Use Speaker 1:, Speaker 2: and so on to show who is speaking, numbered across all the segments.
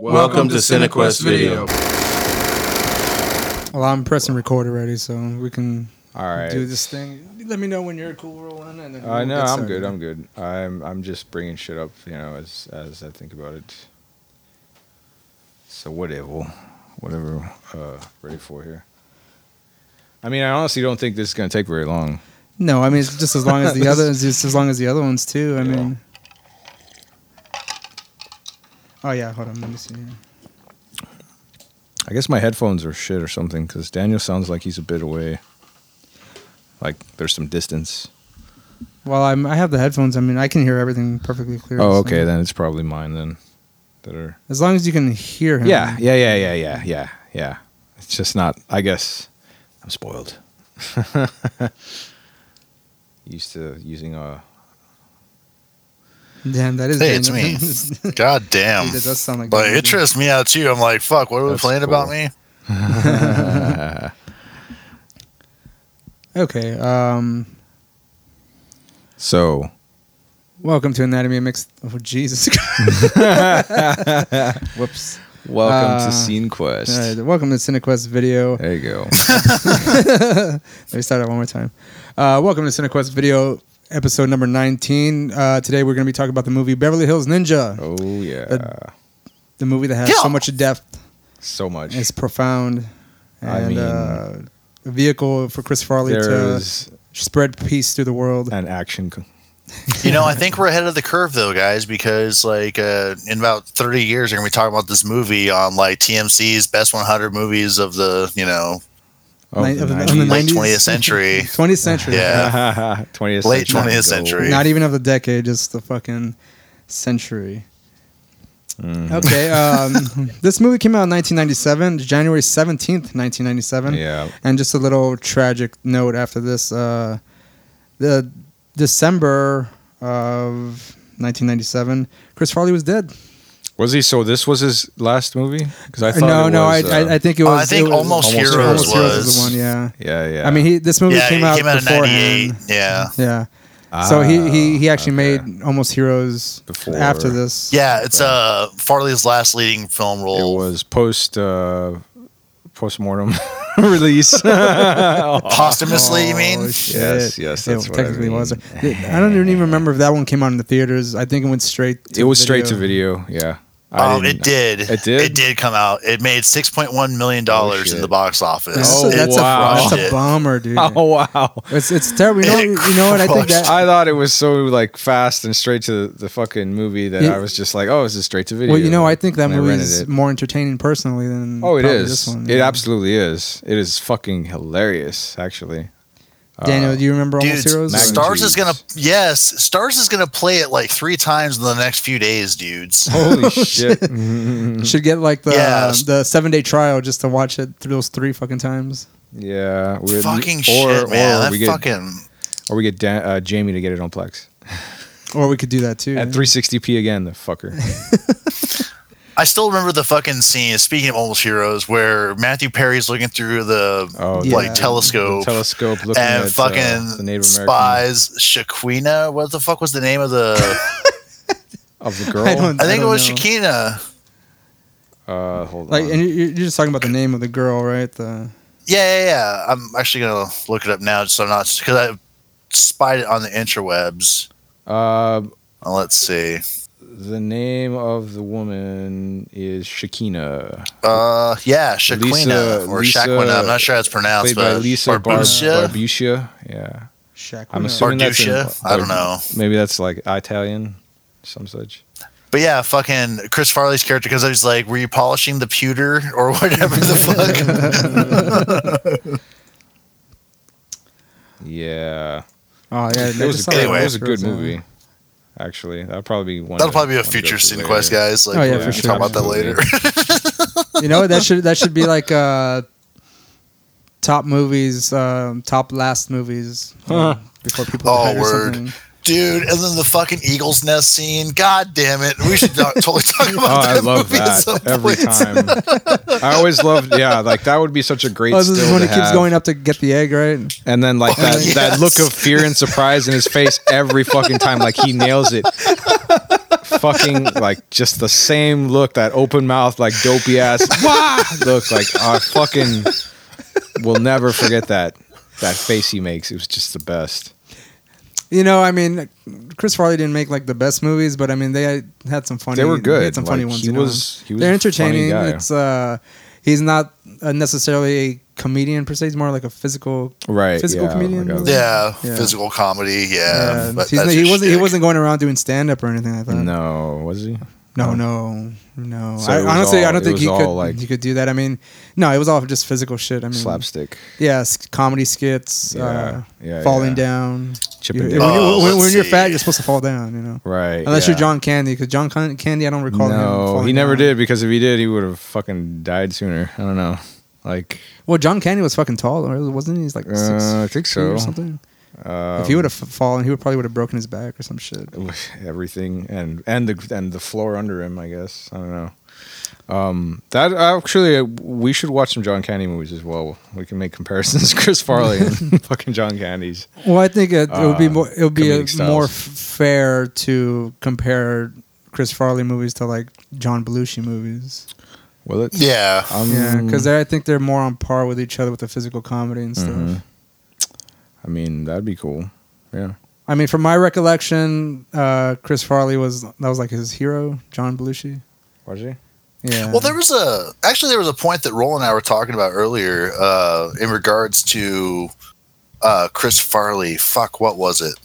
Speaker 1: Welcome to Cinequest Video.
Speaker 2: Well, I'm pressing record already, so we can
Speaker 1: All right.
Speaker 2: do this thing. Let me know when you're cool rolling, and then
Speaker 1: I know
Speaker 2: we'll get
Speaker 1: I'm good.
Speaker 2: started.
Speaker 1: I'm good. I'm I'm just bringing shit up, you know, as as I think about it. So whatever, whatever, uh, ready for here. I mean, I honestly don't think this is gonna take very long.
Speaker 2: No, I mean it's just as long as the other, it's just as long as the other ones too. I
Speaker 1: Yeah.
Speaker 2: mean. Oh yeah, hold on. Let me see.
Speaker 1: I guess my headphones are shit or something because Daniel sounds like he's a bit away. Like there's some distance.
Speaker 2: Well, I'm, I have the headphones. I mean, I can hear everything perfectly clear.
Speaker 1: Oh,
Speaker 2: so-
Speaker 1: okay, then it's probably mine then. That are
Speaker 2: As long as you can hear him.
Speaker 1: Yeah, yeah, yeah, yeah, yeah, yeah, yeah. It's just not. I guess I'm spoiled. Used to using a.
Speaker 2: Damn, that is.
Speaker 3: Hey, it's
Speaker 2: Daniel.
Speaker 3: me. God damn.
Speaker 2: Dude, that does sound like
Speaker 3: But
Speaker 2: Daniel.
Speaker 3: it trips me out too. I'm like, fuck, what are we
Speaker 1: That's
Speaker 3: playing
Speaker 1: cool.
Speaker 3: about me?
Speaker 2: okay. Um.
Speaker 1: So
Speaker 2: Welcome to Anatomy of Mixed. Oh Jesus. Whoops.
Speaker 1: welcome
Speaker 2: Uh,
Speaker 1: to Scene
Speaker 2: All
Speaker 1: Quest.
Speaker 2: right, welcome to CineQuest Video.
Speaker 1: There you go.
Speaker 2: Let me start that one more time. Uh, welcome to CineQuest Video, episode number 19. Uh, today we're going to be talking about the movie Beverly Hills Ninja,
Speaker 1: Oh yeah,
Speaker 2: the movie that has
Speaker 3: Yeah.
Speaker 2: so much depth,
Speaker 1: so much.
Speaker 2: it's profound, and
Speaker 1: I mean-
Speaker 2: uh, a vehicle for Chris Farley to
Speaker 1: There's
Speaker 2: spread peace through the world.
Speaker 1: an action. co-
Speaker 3: You know, I think we're ahead of the curve though, guys, because like uh, in about 30 years, we're gonna be talking about this movie on like TMC's best 100 movies of the you know
Speaker 1: of
Speaker 2: Nin- of the-
Speaker 1: the
Speaker 2: of the
Speaker 3: late
Speaker 2: 90s?
Speaker 3: 20th century.
Speaker 2: 20th century.
Speaker 3: Yeah.
Speaker 1: 90s. 20th
Speaker 3: Late
Speaker 1: century.
Speaker 3: 20th century.
Speaker 2: Not even of the decade, just the fucking century.
Speaker 1: Mm.
Speaker 2: Okay. Um, this movie came out in 1997, January 17th, 1997.
Speaker 1: Yeah.
Speaker 2: And just a little tragic note after this, uh, the December of 1997, Chris Farley was dead.
Speaker 1: Was he? So this was his last movie? Because I thought
Speaker 2: no,
Speaker 1: it
Speaker 2: no,
Speaker 1: was,
Speaker 2: I,
Speaker 1: uh,
Speaker 2: I, I think it
Speaker 3: Oh,
Speaker 2: was.
Speaker 3: I think
Speaker 2: it was-
Speaker 3: Almost
Speaker 1: Heroes
Speaker 2: Almost
Speaker 3: was-
Speaker 2: the one. Yeah.
Speaker 1: yeah, yeah.
Speaker 2: I mean, he this movie
Speaker 3: yeah,
Speaker 2: came
Speaker 3: it
Speaker 2: out
Speaker 3: came out in
Speaker 2: beforehand. Mm-hmm.
Speaker 3: '98. Yeah,
Speaker 2: Yeah. so he, he, he actually
Speaker 1: Ah, okay.
Speaker 2: made Almost Heroes
Speaker 1: Before.
Speaker 2: after this.
Speaker 3: yeah, it's uh Farley's last leading film
Speaker 1: It
Speaker 3: role.
Speaker 1: was post uh, post mortem release.
Speaker 2: Oh,
Speaker 3: Posthumously, you mean?
Speaker 2: shit.
Speaker 1: Yes, yes, that's
Speaker 2: it
Speaker 1: what I
Speaker 2: technically was.
Speaker 1: mean.
Speaker 2: I don't even remember if that one came out in the theaters. I think it went straight. To
Speaker 1: it was straight to video. Yeah. I
Speaker 3: Um,
Speaker 1: didn't-
Speaker 3: it did.
Speaker 1: It did? Oh,
Speaker 3: It did come out. It made 6.1 million dollars
Speaker 1: shit.
Speaker 3: in the box office.
Speaker 2: That's,
Speaker 1: Oh,
Speaker 2: a,
Speaker 1: wow.
Speaker 2: that's, a, that's
Speaker 3: Crushed
Speaker 2: a
Speaker 3: it.
Speaker 2: bummer, dude.
Speaker 1: Oh wow!
Speaker 2: It's it's terrible. You know,
Speaker 3: It
Speaker 2: you know what? I think that.
Speaker 1: I thought it was so like fast and straight to the fucking movie that
Speaker 2: Yeah.
Speaker 1: I was just like, oh, this is straight to video.
Speaker 2: Well, you know, I think that
Speaker 1: When I
Speaker 2: movie
Speaker 1: rented
Speaker 2: is
Speaker 1: it.
Speaker 2: more entertaining personally than.
Speaker 1: Oh, it
Speaker 2: probably
Speaker 1: is.
Speaker 2: This one,
Speaker 1: It
Speaker 2: yeah.
Speaker 1: absolutely is. It is fucking hilarious, actually.
Speaker 2: Daniel, do you remember
Speaker 3: Dude,
Speaker 2: Almost Heroes?
Speaker 1: Magnitude.
Speaker 3: Stars is gonna yes, Stars is gonna play it like three times in the next few days, dudes.
Speaker 1: Holy shit!
Speaker 2: Should get like the
Speaker 3: Yeah.
Speaker 2: the seven day trial just to watch it through those three fucking times.
Speaker 1: Yeah, we-
Speaker 3: fucking shit, man. that
Speaker 1: we get
Speaker 3: fucking
Speaker 1: or we get Dan, uh, Jamie to get it on Plex
Speaker 2: Or we could do that too.
Speaker 1: at 360p again. The fucker.
Speaker 3: I still remember the fucking scene. Speaking of almost heroes, where Matthew Perry's looking through the
Speaker 1: Oh,
Speaker 3: like
Speaker 2: yeah.
Speaker 3: telescope,
Speaker 1: telescope looking
Speaker 3: and
Speaker 1: at
Speaker 3: fucking
Speaker 1: uh, the Native American
Speaker 3: spies Shaquina. What the fuck was the name of the?
Speaker 1: of the girl.
Speaker 2: I don't-
Speaker 3: I think it
Speaker 2: don't
Speaker 3: was
Speaker 2: know.
Speaker 3: Shaquina.
Speaker 1: uh, hold
Speaker 2: Like,
Speaker 1: on.
Speaker 2: and you- you're just talking about the name of the girl, right? The
Speaker 3: Yeah, yeah, yeah. I'm actually gonna look it up now, so I'm not because I spied it on the interwebs.
Speaker 1: uh,
Speaker 3: Uh, Let's see.
Speaker 1: the name of the woman is Shakina,
Speaker 3: Uh, yeah, Shaquina or
Speaker 1: Lisa-
Speaker 3: Shaquina. I'm not sure how it's pronounced,
Speaker 1: played by
Speaker 3: but
Speaker 1: Lisa Bar-
Speaker 3: Barbuccia?
Speaker 1: Barbuccia. Yeah,
Speaker 2: Shaq.
Speaker 1: I'm
Speaker 2: Who knows?
Speaker 1: assuming that's in-
Speaker 3: Barduccia? I don't know.
Speaker 1: Maybe that's like Italian, some such.
Speaker 3: But yeah, fucking Chris Farley's character because I was like, were you polishing the pewter or whatever the fuck?
Speaker 1: Yeah,
Speaker 2: Oh yeah,
Speaker 1: it was, a,
Speaker 3: like
Speaker 1: it was a good
Speaker 2: Yeah.
Speaker 1: movie. Actually, that'll probably be one.
Speaker 3: That'll
Speaker 1: to-
Speaker 3: probably be a
Speaker 1: one to go
Speaker 3: future
Speaker 1: through
Speaker 3: scene
Speaker 1: later.
Speaker 3: quest, guys. Like,
Speaker 2: Oh, yeah,
Speaker 3: we
Speaker 2: for
Speaker 3: can
Speaker 2: sure.
Speaker 3: talk about that
Speaker 1: Absolutely.
Speaker 3: later.
Speaker 2: You know that should that should be like uh, top movies, um, top last movies you know, before people.
Speaker 3: Oh,
Speaker 2: died or
Speaker 3: word.
Speaker 2: something.
Speaker 3: Dude, and then the fucking Eagles Nest scene. God damn it. We should not, totally talk
Speaker 1: Oh,
Speaker 3: about
Speaker 1: I
Speaker 3: that
Speaker 1: love
Speaker 3: movie at
Speaker 1: that
Speaker 3: some
Speaker 1: every
Speaker 3: point.
Speaker 1: time. I always loved, yeah, like that would be such a great.
Speaker 2: Oh, this
Speaker 1: still
Speaker 2: is when
Speaker 1: to
Speaker 2: he keeps
Speaker 1: have.
Speaker 2: going up to get the egg, right?
Speaker 1: And then like that,
Speaker 3: Fucking
Speaker 1: that
Speaker 3: Oh, yes.
Speaker 1: look of fear and surprise in his face every fucking time, like he nails it. fucking like just the same look, that open mouth, like dopey ass "Wah!" look. Like I fucking will never forget that that face he makes. It was just the best.
Speaker 2: You know, I mean, Chris Farley didn't make like the best movies, but I mean, they had some funny.
Speaker 1: They were good.
Speaker 2: They had some funny
Speaker 1: Like,
Speaker 2: ones.
Speaker 1: He
Speaker 2: you know?
Speaker 1: was. He was.
Speaker 2: They're
Speaker 1: a funny
Speaker 2: entertaining.
Speaker 1: guy.
Speaker 2: It's uh, he's not uh, necessarily a comedian per se. He's more like a physical.
Speaker 1: right.
Speaker 2: physical
Speaker 1: yeah, oh
Speaker 2: comedian
Speaker 1: like a-
Speaker 2: movie.
Speaker 3: Yeah,
Speaker 2: Yeah.
Speaker 3: physical comedy. Yeah,
Speaker 2: Yeah,
Speaker 3: Uh, but
Speaker 2: uh, he's-
Speaker 3: that's
Speaker 2: he
Speaker 3: his
Speaker 2: wasn't. He
Speaker 3: shtick.
Speaker 2: wasn't going around doing stand up or anything like that.
Speaker 1: No, was he?
Speaker 2: No, no, no.
Speaker 1: So it
Speaker 2: I,
Speaker 1: was
Speaker 2: honestly, I
Speaker 1: all-
Speaker 2: don't
Speaker 1: it
Speaker 2: think
Speaker 1: was
Speaker 2: he
Speaker 1: all,
Speaker 2: could.
Speaker 1: like-
Speaker 2: he could do that. I mean, no, it was all just physical shit. I mean,
Speaker 1: Slapstick.
Speaker 2: Yeah, s- comedy skits.
Speaker 1: Yeah,
Speaker 2: uh,
Speaker 1: yeah,
Speaker 2: falling
Speaker 1: yeah.
Speaker 2: down.
Speaker 1: Chipping.
Speaker 2: You're- when,
Speaker 3: Dale.
Speaker 2: you,
Speaker 3: Oh,
Speaker 2: when, when
Speaker 3: let's
Speaker 2: you're
Speaker 3: see.
Speaker 2: fat, you're supposed to fall down. You know,
Speaker 1: Right.
Speaker 2: unless
Speaker 1: yeah.
Speaker 2: you're John Candy, because John Con- Candy, I don't recall him.
Speaker 1: No,
Speaker 2: falling
Speaker 1: he never
Speaker 2: down.
Speaker 1: did because if he did, he would have fucking died sooner. I don't know. Like,
Speaker 2: Well, John Candy was fucking tall, or wasn't he? He's like six
Speaker 1: uh, I think
Speaker 2: feet
Speaker 1: so.
Speaker 2: or something.
Speaker 1: Um,
Speaker 2: if he would have fallen, he would probably would have broken his back or some shit.
Speaker 1: everything and and the and the floor under him, I guess. I don't know. Um, that actually, uh, we should watch some John Candy movies as well. We can make comparisons. Chris Farley and fucking John Candy's.
Speaker 2: Well, I think it, it would be
Speaker 1: Uh,
Speaker 2: more it would be
Speaker 1: comedic
Speaker 2: a,
Speaker 1: styles.
Speaker 2: more f- fair to compare Chris Farley movies to like John Belushi movies.
Speaker 1: Will it?
Speaker 3: Yeah,
Speaker 1: Um,
Speaker 2: yeah, because I think they're more on par with each other with the physical comedy and stuff.
Speaker 1: Mhm. I mean, that'd be cool. Yeah.
Speaker 2: I mean, from my recollection, uh, Chris Farley was that was like his hero, John Belushi.
Speaker 1: Was he?
Speaker 2: Yeah.
Speaker 3: Well, there was a actually there was a point that Roland and I were talking about earlier uh, in regards to uh, Chris Farley. Fuck, what was it?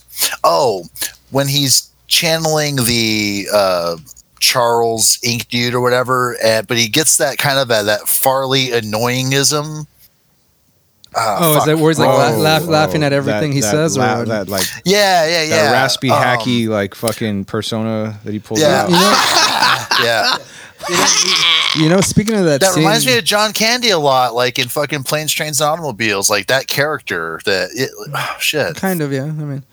Speaker 3: Oh, when he's channeling the uh, Charles Ink dude or whatever, uh, but he gets that kind of uh, that Farley annoyingism. Uh,
Speaker 2: Oh, is
Speaker 3: fuck.
Speaker 2: that where he's like la-
Speaker 1: Oh,
Speaker 2: laugh, laughing
Speaker 1: oh,
Speaker 2: at everything
Speaker 1: that-
Speaker 2: he
Speaker 1: that
Speaker 2: says?
Speaker 1: la-
Speaker 2: or
Speaker 1: that like
Speaker 3: Yeah, yeah,
Speaker 1: that
Speaker 3: yeah.
Speaker 1: raspy,
Speaker 3: Um,
Speaker 1: hacky, like fucking persona that he pulls
Speaker 3: Yeah.
Speaker 1: out.
Speaker 2: you know,
Speaker 3: Yeah,
Speaker 2: you know, speaking of that,
Speaker 3: that
Speaker 2: scene,
Speaker 3: reminds me of John Candy a lot, like in fucking planes, trains, and automobiles, like that character. That it, oh, shit.
Speaker 2: kind of yeah. I mean,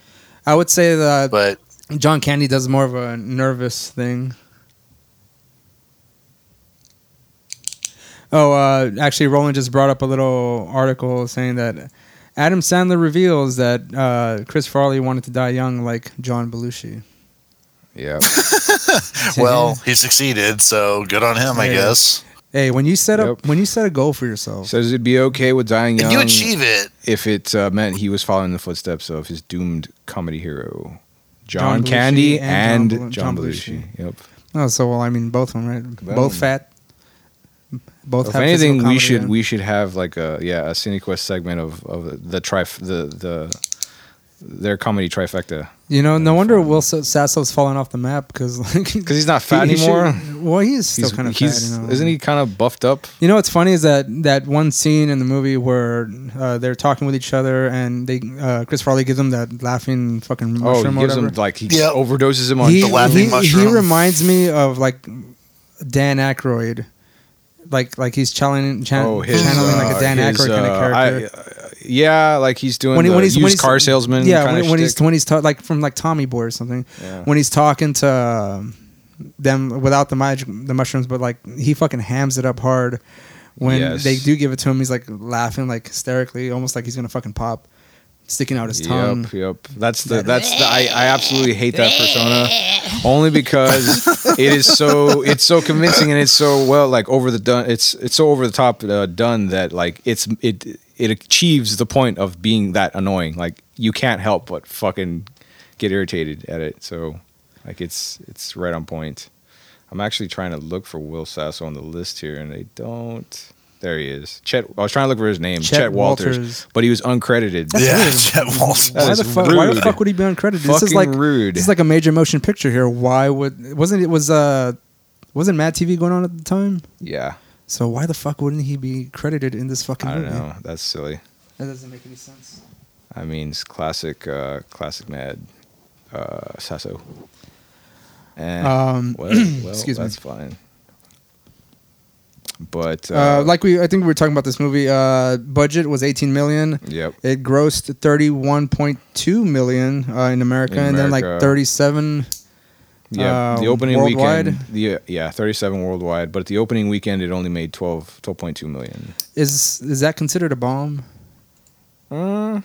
Speaker 2: I would say that
Speaker 3: But
Speaker 2: John Candy does more of a nervous thing. Oh, uh, actually, Roland just brought up a little article saying that Adam Sandler reveals that uh, Chris Farley wanted to die young like John Belushi.
Speaker 1: Yeah.
Speaker 3: Well, he succeeded, so good on him, I
Speaker 2: Yeah.
Speaker 3: guess.
Speaker 2: hey, when you set up
Speaker 1: Yep.
Speaker 2: when you set a goal for yourself,
Speaker 1: Says it'd be okay with dying
Speaker 3: If
Speaker 1: young
Speaker 3: you achieve it,
Speaker 1: if it uh, meant he was following the footsteps of his doomed comedy hero, John,
Speaker 2: John Belushi
Speaker 1: Candy
Speaker 2: and
Speaker 1: and,
Speaker 2: John Bel-
Speaker 1: John,
Speaker 2: John
Speaker 1: Belushi. Yep.
Speaker 2: oh, so well, I mean, both of them, right?
Speaker 1: Boom.
Speaker 2: Both fat, both.
Speaker 1: if
Speaker 2: have physical
Speaker 1: anything, we
Speaker 2: comedy,
Speaker 1: should
Speaker 2: yeah.
Speaker 1: we should have like a yeah a CineQuest segment of of the trif the the their comedy trifecta
Speaker 2: You know, no
Speaker 1: That'd be
Speaker 2: wonder
Speaker 1: fun.
Speaker 2: Will S- Sasso's fallen off the map because like,
Speaker 1: because he's not fat
Speaker 2: He- he
Speaker 1: anymore.
Speaker 2: should- well, he is still
Speaker 1: he's,
Speaker 2: kind of
Speaker 1: he's
Speaker 2: fat. You know?
Speaker 1: isn't he kind of buffed up?
Speaker 2: You know what's funny is that that one scene in the movie where uh, they're talking with each other and they uh, Chris Farley gives them that laughing fucking
Speaker 1: Oh,
Speaker 2: mushroom
Speaker 1: he
Speaker 2: or
Speaker 1: gives him
Speaker 2: whatever.
Speaker 1: like he
Speaker 3: Yeah.
Speaker 1: overdoses him on
Speaker 2: he,
Speaker 3: The laughing
Speaker 2: he-
Speaker 3: mushroom.
Speaker 2: he reminds me of like Dan Aykroyd. Like like he's channeling chan-
Speaker 1: oh his
Speaker 2: channeling like
Speaker 1: uh,
Speaker 2: a Dan
Speaker 1: his,
Speaker 2: Aykroyd kind of
Speaker 1: uh, I-
Speaker 2: character.
Speaker 1: uh, yeah, like he's doing when the used car salesman.
Speaker 2: Yeah,
Speaker 1: kinda
Speaker 2: when, when he's
Speaker 1: shtick.
Speaker 2: when he's ta- like from like Tommy Boy or something.
Speaker 1: Yeah.
Speaker 2: When he's talking to um, them without the mag- the mushrooms, but like he fucking hams it up hard. When
Speaker 1: Yes.
Speaker 2: they do give it to him, he's like laughing like hysterically, almost like he's gonna fucking pop, sticking out his tongue.
Speaker 1: Yep, yep. That's the that's the I, I absolutely hate that persona only because it is so it's so convincing and it's so well like over the done it's it's so over the top uh, done that like it's it it achieves the point of being that annoying like you can't help but fucking get irritated at it so like it's it's right on point. I'm actually trying to look for Will Sasso on the list here and they don't. There he is. Chet. I was trying to look for his name, Chet,
Speaker 2: Chet
Speaker 1: Walters,
Speaker 2: Walters.
Speaker 1: but he was uncredited.
Speaker 3: yeah, Jet Walsh.
Speaker 2: Why the,
Speaker 1: was
Speaker 2: fuck, why the
Speaker 1: rude.
Speaker 2: fuck would he be uncredited? this is
Speaker 1: Fucking
Speaker 2: like
Speaker 1: rude.
Speaker 2: This is like a major motion picture here. Why would wasn't it was uh wasn't Mad TV going on at the time?
Speaker 1: Yeah,
Speaker 2: So why the fuck wouldn't he be credited in this fucking
Speaker 1: I don't
Speaker 2: movie?
Speaker 1: know. That's silly.
Speaker 2: That doesn't make any sense.
Speaker 1: I mean, it's classic, uh, classic Mad uh, Sasso. And
Speaker 2: Um,
Speaker 1: well, well,
Speaker 2: excuse me.
Speaker 1: that's fine. But
Speaker 2: Uh, like we, I think we were talking about this movie. Uh, budget was 18 million.
Speaker 1: yep,
Speaker 2: It grossed 31.2 million uh, in America,
Speaker 1: In
Speaker 2: and then like
Speaker 1: America.
Speaker 2: 37.
Speaker 1: yeah.
Speaker 2: uh,
Speaker 1: the opening
Speaker 2: worldwide?
Speaker 1: weekend, the yeah, thirty-seven worldwide. But at the opening weekend, it only made 12, 12.2 million.
Speaker 2: Is is that considered a bomb?
Speaker 1: Uh,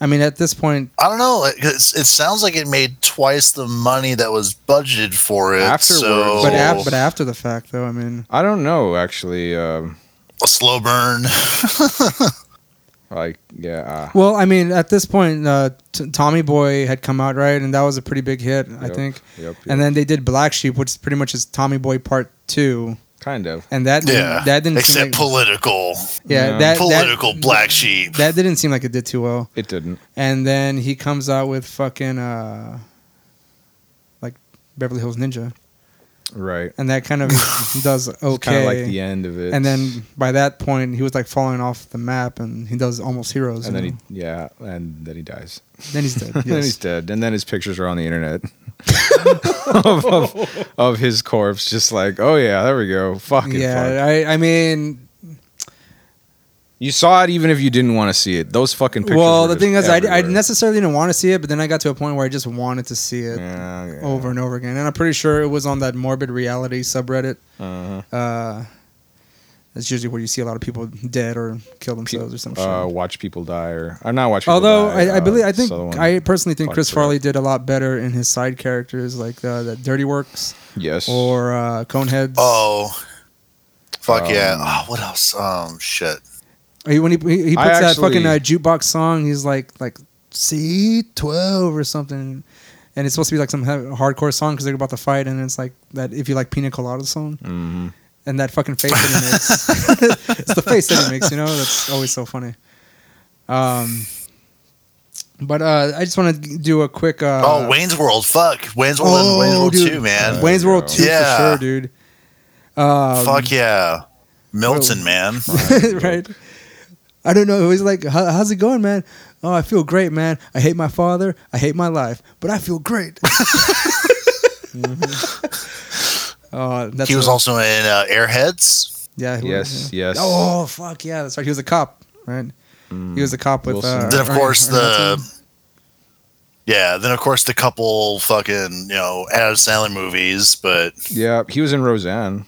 Speaker 2: I mean, at this point,
Speaker 3: I don't know. It, it's- it sounds like it made twice the money that was budgeted for it.
Speaker 1: Afterwards.
Speaker 3: so
Speaker 2: but, af- but after the fact, though, I mean,
Speaker 1: I don't know actually. Um,
Speaker 3: a slow burn.
Speaker 1: like yeah, uh,
Speaker 2: well, I mean, at this point, uh, t- Tommy Boy had come out right, and that was a pretty big hit, I
Speaker 1: Yep.
Speaker 2: think.
Speaker 1: yep,
Speaker 2: And then they did Black Sheep, which pretty much is Tommy Boy Part Two,
Speaker 1: kind of.
Speaker 2: and that didn't,
Speaker 3: yeah,
Speaker 2: that didn't seem
Speaker 3: except
Speaker 2: like,
Speaker 3: political,
Speaker 1: No.
Speaker 2: yeah that,
Speaker 3: political
Speaker 2: that,
Speaker 3: black sheep.
Speaker 2: that didn't seem like it did too well.
Speaker 1: It didn't.
Speaker 2: And then he comes out with fucking uh, like Beverly Hills Ninja,
Speaker 1: Right.
Speaker 2: and that kind of does okay.
Speaker 1: Kind of like the end of it.
Speaker 2: and then by that point, he was like falling off the map, and he does almost heroes.
Speaker 1: and
Speaker 2: you
Speaker 1: then he
Speaker 2: know?
Speaker 1: yeah, and then he dies.
Speaker 2: then he's dead.
Speaker 1: And then he's
Speaker 2: Yes.
Speaker 1: dead. And then his pictures are on the internet of, of, of his corpse, just like, oh yeah, there we go. Fucking fuck.
Speaker 2: yeah, I, I mean,
Speaker 1: You saw it even if you didn't want to see it. Those fucking pictures.
Speaker 2: well,
Speaker 1: were
Speaker 2: the
Speaker 1: just
Speaker 2: thing is, I, I
Speaker 1: everywhere.
Speaker 2: necessarily didn't want to see it, but then I got to a point where I just wanted to see it
Speaker 1: Yeah, yeah.
Speaker 2: over and over again, and I'm pretty sure it was on that morbid reality subreddit.
Speaker 1: Uh-huh.
Speaker 2: Uh, that's usually where you see a lot of people dead or kill themselves or some shit.
Speaker 1: Uh, watch people die, or I'm not watching.
Speaker 2: Although
Speaker 1: people die,
Speaker 2: I, I
Speaker 1: uh,
Speaker 2: believe I think
Speaker 1: so the one-
Speaker 2: I personally think
Speaker 1: Fuck
Speaker 2: Chris
Speaker 1: it.
Speaker 2: Farley did a lot better in his side characters like uh, the Dirty Works
Speaker 1: yes.
Speaker 2: or uh, Coneheads.
Speaker 3: Oh, fuck
Speaker 1: Um,
Speaker 3: yeah! Oh, what else? Um, shit.
Speaker 2: He- when he he, he
Speaker 1: I
Speaker 2: puts that
Speaker 1: actually-
Speaker 2: fucking uh, jukebox song, he's like like C twelve or something, and it's supposed to be like some he- hardcore song because they're about to fight, and it's like that if you like Pina Colada song.
Speaker 1: Mhm.
Speaker 2: And that fucking face that he makes. it's the face that he makes, you know? That's always so funny. Um, but uh, I just want to do a quick. Uh, Oh,
Speaker 3: oh, Wayne's World. Fuck, Wayne's World and Wayne's World Two, man.
Speaker 1: Wayne-
Speaker 2: Wayne's World 2
Speaker 3: Yeah.
Speaker 2: for sure, dude. Um, oh,
Speaker 3: fuck yeah, Milton, man.
Speaker 2: right? I don't know. It was like, "How- how's it going, man? Oh, I feel great, man. I hate my father. I hate my life, but I feel great. Uh, that's
Speaker 3: He was
Speaker 2: a-
Speaker 3: also in uh, Airheads.
Speaker 2: yeah. he
Speaker 1: Yes,
Speaker 2: was, yeah.
Speaker 1: yes.
Speaker 2: Oh, fuck yeah. That's right. He was a cop, right? He was a cop with.
Speaker 1: Wilson.
Speaker 2: Uh,
Speaker 3: Then of
Speaker 2: Ernie-
Speaker 3: course
Speaker 2: Ernie
Speaker 3: the.
Speaker 2: Hudson.
Speaker 3: Yeah, then of course the couple fucking you know Adam Sandler movies, but
Speaker 1: Yeah, he was in Roseanne.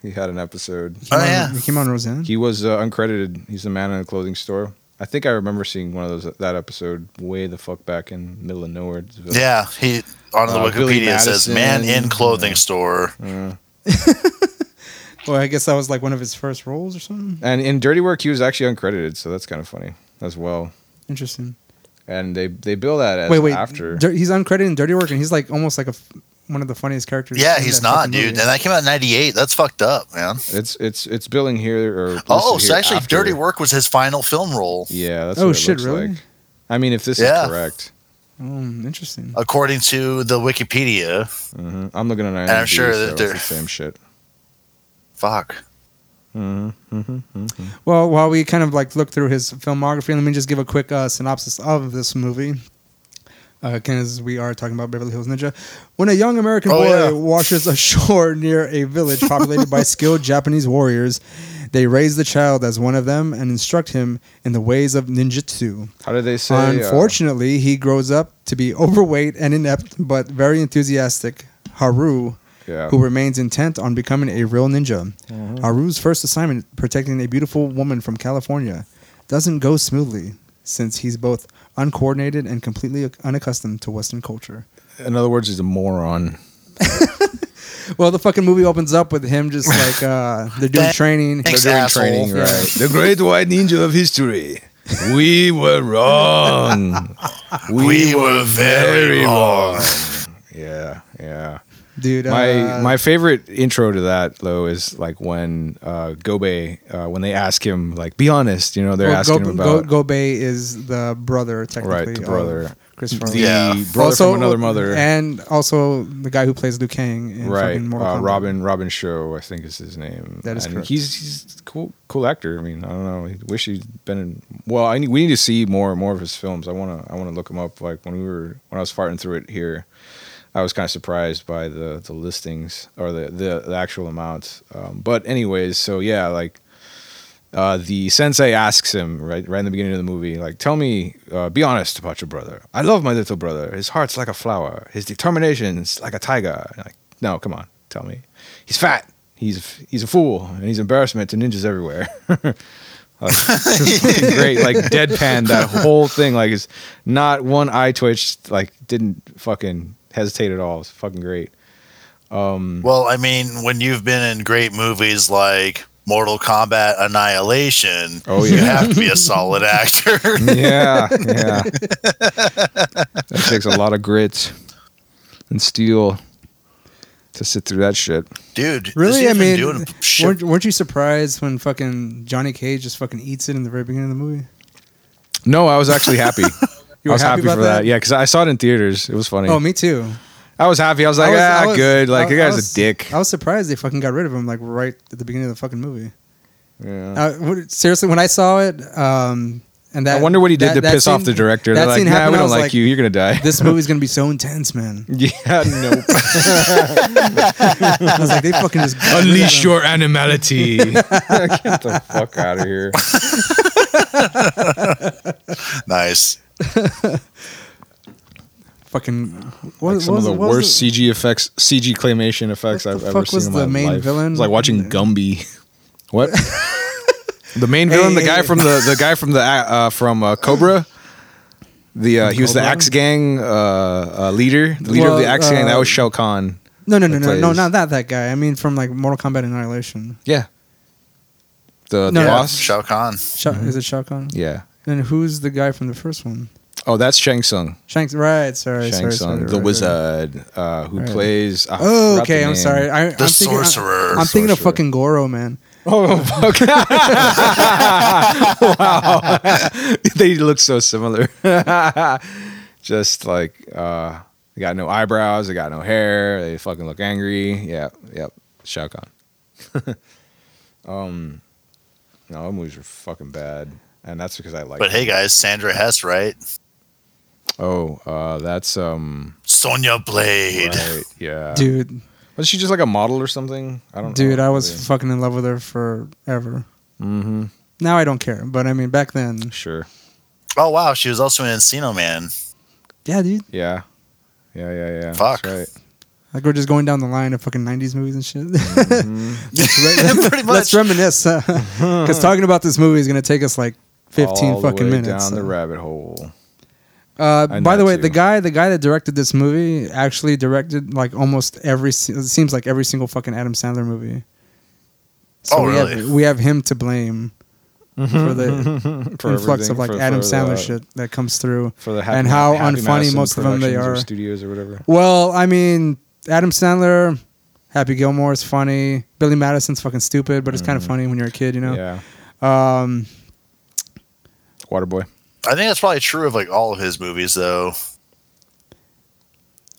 Speaker 1: He had an episode.
Speaker 2: He came
Speaker 3: Oh,
Speaker 2: on-
Speaker 3: yeah.
Speaker 2: He came on Roseanne.
Speaker 1: He was uh, uncredited. He's the man in a clothing store. I think I remember seeing one of those that episode way the fuck back in middle of nowhere.
Speaker 3: yeah, he on the
Speaker 1: Uh, Billy
Speaker 3: Wikipedia it says
Speaker 1: Madison,
Speaker 3: man in clothing
Speaker 1: yeah.
Speaker 3: store.
Speaker 1: Yeah.
Speaker 2: well, Oh, I guess that was like one of his first roles or something.
Speaker 1: And in Dirty Work, he was actually uncredited, so that's kind of funny as well.
Speaker 2: Interesting.
Speaker 1: And they they bill that as
Speaker 2: wait, wait.
Speaker 1: after.
Speaker 2: Dir- he's uncredited in Dirty Work, and he's like almost like a f- one of the funniest characters.
Speaker 3: Yeah,
Speaker 2: in
Speaker 3: he's
Speaker 2: that
Speaker 3: not,
Speaker 2: fucking
Speaker 3: dude.
Speaker 2: movie.
Speaker 3: And that came out in '98. That's fucked up, man.
Speaker 1: it's it's it's billing here or listed
Speaker 3: Oh, so
Speaker 1: here
Speaker 3: actually,
Speaker 1: after.
Speaker 3: Dirty Work was his final film role,
Speaker 1: Yeah, that's
Speaker 2: Oh,
Speaker 1: what it
Speaker 2: shit,
Speaker 1: looks
Speaker 2: really?
Speaker 1: like. I mean, if this
Speaker 3: Yeah.
Speaker 1: is correct,
Speaker 2: Um, interesting.
Speaker 3: according to the Wikipedia.
Speaker 1: hmm I'm looking at IMDb,
Speaker 3: I'm sure that
Speaker 1: so
Speaker 3: they're-
Speaker 1: it's the same shit.
Speaker 3: Fuck.
Speaker 1: hmm hmm
Speaker 2: Well, while we kind of like look through his filmography, let me just give a quick uh, synopsis of this movie. Because we are talking about Beverly Hills Ninja. When a young American
Speaker 3: Oh,
Speaker 2: boy
Speaker 3: yeah.
Speaker 2: washes ashore near a village populated by skilled Japanese warriors, they raise the child as one of them and instruct him in the ways of ninjutsu.
Speaker 1: How did they say? uh,
Speaker 2: Unfortunately, he grows up to be overweight and inept, but very enthusiastic. Haru,
Speaker 1: yeah. Mm-hmm.
Speaker 2: who remains intent on becoming a real ninja. Haru's first assignment, protecting a beautiful woman from California, doesn't go smoothly since he's both uncoordinated and completely unaccustomed to Western culture.
Speaker 1: In other words, he's a moron.
Speaker 2: Well, the fucking movie opens up with him just like uh, they're doing training.
Speaker 3: Thanks,
Speaker 1: They're doing
Speaker 3: asshole.
Speaker 1: training,
Speaker 2: Yeah.
Speaker 1: right? the great white ninja of history. We were wrong. We,
Speaker 3: were very wrong.
Speaker 1: Yeah, yeah.
Speaker 2: Dude,
Speaker 1: My
Speaker 2: uh,
Speaker 1: my favorite intro to that though is like when uh, Gobe uh, when they ask him like be honest, you know they're
Speaker 2: well,
Speaker 1: asking
Speaker 2: Go-
Speaker 1: him about
Speaker 2: Go- Gobe is the brother technically.
Speaker 1: right the brother,
Speaker 2: Of Chris
Speaker 1: the
Speaker 2: Farley.
Speaker 3: Yeah.
Speaker 1: brother from another mother,
Speaker 2: and also the guy who plays Liu Kang in
Speaker 1: right?
Speaker 2: fucking Mortal
Speaker 1: Uh,
Speaker 2: Kombat.
Speaker 1: Robin Robin Show, I think is his name.
Speaker 2: That is
Speaker 1: and
Speaker 2: correct.
Speaker 1: He's he's a cool cool actor. I mean, I don't know. I wish he'd been in. Well, I need, we need to see more more of his films. I wanna I wanna look him up. Like when we were when I was farting through it here, I was kind of surprised by the the listings or the the, the actual amounts. Um, but anyways, so yeah, like. Uh, the sensei asks him right right in the beginning of the movie, like, "Tell me, uh, be honest about your brother. I love my little brother. His heart's like a flower. His determination's like a tiger. Like, no, come on, tell me. He's fat. He's he's a fool, and he's embarrassment to ninjas everywhere. Like, it's just fucking great. Like deadpan that whole thing. Like it's not one eye twitched. Like didn't fucking hesitate at all. It's fucking great.
Speaker 3: Well, I mean, when you've been in great movies like Mortal Kombat Annihilation,
Speaker 1: Oh,
Speaker 3: you
Speaker 1: yeah.
Speaker 3: have to be a solid actor.
Speaker 1: Yeah, yeah. that takes a lot of grit and steel to sit through that shit.
Speaker 3: Dude,
Speaker 2: Really? I
Speaker 3: this dude's been
Speaker 2: mean,
Speaker 3: doing shit.
Speaker 2: weren't, weren't you surprised when fucking Johnny Cage just fucking eats it in the very beginning of the movie?
Speaker 1: No, I was actually happy.
Speaker 2: You
Speaker 1: I
Speaker 2: were
Speaker 1: was
Speaker 2: happy
Speaker 1: happy,
Speaker 2: about
Speaker 1: for that.
Speaker 2: that?
Speaker 1: Yeah, because I saw it in theaters. It was funny.
Speaker 2: Oh, me too.
Speaker 1: I was happy. I was like,
Speaker 2: I was-
Speaker 1: ah,
Speaker 2: I was-
Speaker 1: good. Like,
Speaker 2: I-
Speaker 1: the
Speaker 2: I
Speaker 1: guy's
Speaker 2: was-
Speaker 1: a dick.
Speaker 2: I was surprised they fucking got rid of him like right at the beginning of the fucking movie.
Speaker 1: yeah.
Speaker 2: Uh, what- seriously, when I saw it, um, and that
Speaker 1: I wonder what he did
Speaker 2: that-
Speaker 1: to
Speaker 2: that
Speaker 1: piss off
Speaker 2: scene-
Speaker 1: the director.
Speaker 2: That
Speaker 1: They're like,
Speaker 2: scene
Speaker 1: nah,
Speaker 2: happened.
Speaker 1: we
Speaker 2: I
Speaker 1: don't
Speaker 2: was
Speaker 1: like,
Speaker 2: like
Speaker 1: you. You're gonna die.
Speaker 2: This movie's gonna be so intense, man.
Speaker 1: yeah, no.
Speaker 2: I was like, they fucking just got rid of him.
Speaker 1: your animality. Get the fuck out of here.
Speaker 3: nice.
Speaker 2: fucking. What,
Speaker 1: Like some
Speaker 2: what
Speaker 1: of the
Speaker 2: was- what was
Speaker 1: worst CG effects, CG claymation effects
Speaker 2: What
Speaker 1: I've
Speaker 2: the
Speaker 1: ever
Speaker 2: fuck
Speaker 1: seen
Speaker 2: was
Speaker 1: in
Speaker 2: the
Speaker 1: my
Speaker 2: main
Speaker 1: life.
Speaker 2: villain?
Speaker 1: It's like watching Gumby. What? the main villain, the
Speaker 2: Hey,
Speaker 1: guy
Speaker 2: hey,
Speaker 1: from the the guy from the uh, uh, from uh, Cobra. The uh, he was the
Speaker 2: Cobra?
Speaker 1: Axe Gang uh, uh, leader, the leader of the
Speaker 2: Well,
Speaker 1: Axe Gang. That
Speaker 2: uh,
Speaker 1: was Shao Kahn.
Speaker 2: No, no, no,
Speaker 1: that
Speaker 2: no, no,
Speaker 1: plays-
Speaker 2: not that that guy. I mean, from like Mortal Kombat Annihilation.
Speaker 1: Yeah. The,
Speaker 2: No,
Speaker 1: the
Speaker 2: no.
Speaker 1: boss.
Speaker 3: Shao Kahn.
Speaker 2: Sha- Is it Shao Kahn?
Speaker 1: Mm-hmm. yeah.
Speaker 2: And who's the guy from the first one?
Speaker 1: Oh, that's Shang Tsung.
Speaker 2: Shanks. Right. Sorry.
Speaker 1: Shang Tsung,
Speaker 2: sorry, sorry,
Speaker 1: the
Speaker 2: right, right.
Speaker 1: wizard, uh, who
Speaker 2: Right.
Speaker 1: plays. I
Speaker 2: Oh,
Speaker 1: forgot
Speaker 2: okay.
Speaker 1: the
Speaker 2: I'm
Speaker 1: name.
Speaker 2: sorry. I, I'm
Speaker 3: The
Speaker 2: thinking, I-
Speaker 3: sorcerer.
Speaker 2: I'm thinking of
Speaker 1: Sorcerer.
Speaker 2: fucking Goro, man.
Speaker 1: Oh, fuck. wow. they look so similar. Just like, uh, they got no eyebrows, they got no hair, they fucking look angry. Yeah, yep. Shao Kahn. um, no, those movies are fucking bad. And that's because I like
Speaker 3: But hey, guys, Sandra Hess, right?
Speaker 1: Oh, uh, that's, um,
Speaker 3: Sonya Blade.
Speaker 1: right, yeah.
Speaker 2: Dude,
Speaker 1: Was she just like a model or something? I don't know.
Speaker 2: dude, I was
Speaker 1: Really.
Speaker 2: fucking in love with her forever.
Speaker 1: Mm-hmm.
Speaker 2: Now I don't care, but I mean, back then,
Speaker 1: Sure.
Speaker 3: Oh wow, she was also in Encino Man.
Speaker 2: yeah, dude,
Speaker 1: Yeah. Yeah, yeah, yeah.
Speaker 3: Fuck.
Speaker 1: That's right.
Speaker 2: like we're just going down the line of fucking '90s movies and shit.
Speaker 1: Mm-hmm.
Speaker 3: Pretty much.
Speaker 2: Let's reminisce, because talking about this movie is gonna take us like 15
Speaker 1: All the
Speaker 2: fucking
Speaker 1: way
Speaker 2: minutes.
Speaker 1: Down
Speaker 2: so.
Speaker 1: the rabbit hole.
Speaker 2: Uh,
Speaker 1: And
Speaker 2: by the
Speaker 1: that
Speaker 2: way,
Speaker 1: too.
Speaker 2: the guy, the guy that directed this movie, actually directed like almost every. se- It seems like every single fucking Adam Sandler movie.
Speaker 3: Oh,
Speaker 2: we
Speaker 3: really?
Speaker 2: Have, we have him to blame Mm-hmm, for the
Speaker 1: For
Speaker 2: influx
Speaker 1: everything,
Speaker 2: of like
Speaker 1: for-
Speaker 2: Adam
Speaker 1: for the-
Speaker 2: Sandler shit that comes through.
Speaker 1: For the happy,
Speaker 2: and how
Speaker 1: Happy
Speaker 2: unfunny
Speaker 1: Madison
Speaker 2: most of them they
Speaker 1: Productions or
Speaker 2: are.
Speaker 1: studios or whatever.
Speaker 2: Well, I mean, Adam Sandler, Happy Gilmore is funny. Billy Madison's fucking stupid, but it's kind of funny when you're a kid, you know.
Speaker 1: Mm-hmm. Yeah.
Speaker 2: Um,
Speaker 1: Waterboy.
Speaker 3: I think that's probably true of like all of his movies, though.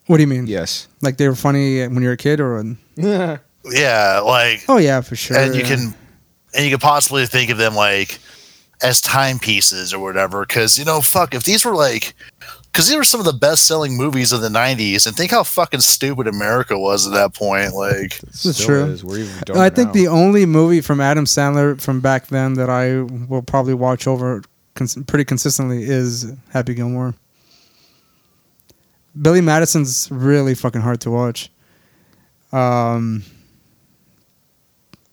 Speaker 2: what do you mean?
Speaker 1: Yes.
Speaker 2: Like they were funny when you're a kid, or when-
Speaker 3: Yeah, like,
Speaker 2: oh yeah, for sure.
Speaker 3: and you
Speaker 1: Uh.
Speaker 2: yeah.
Speaker 3: can, and you could possibly think of them like as timepieces or whatever. Because you know, fuck, if these were like, because these were some of the best-selling movies of the '90s, and think how fucking stupid America was at that point. Like,
Speaker 1: Still
Speaker 2: true.
Speaker 1: Is. We're even dumber
Speaker 2: I think the
Speaker 1: now.
Speaker 2: only movie from Adam Sandler from back then that I will probably watch over cons- pretty consistently is Happy Gilmore. Billy Madison's really fucking hard to watch. Um,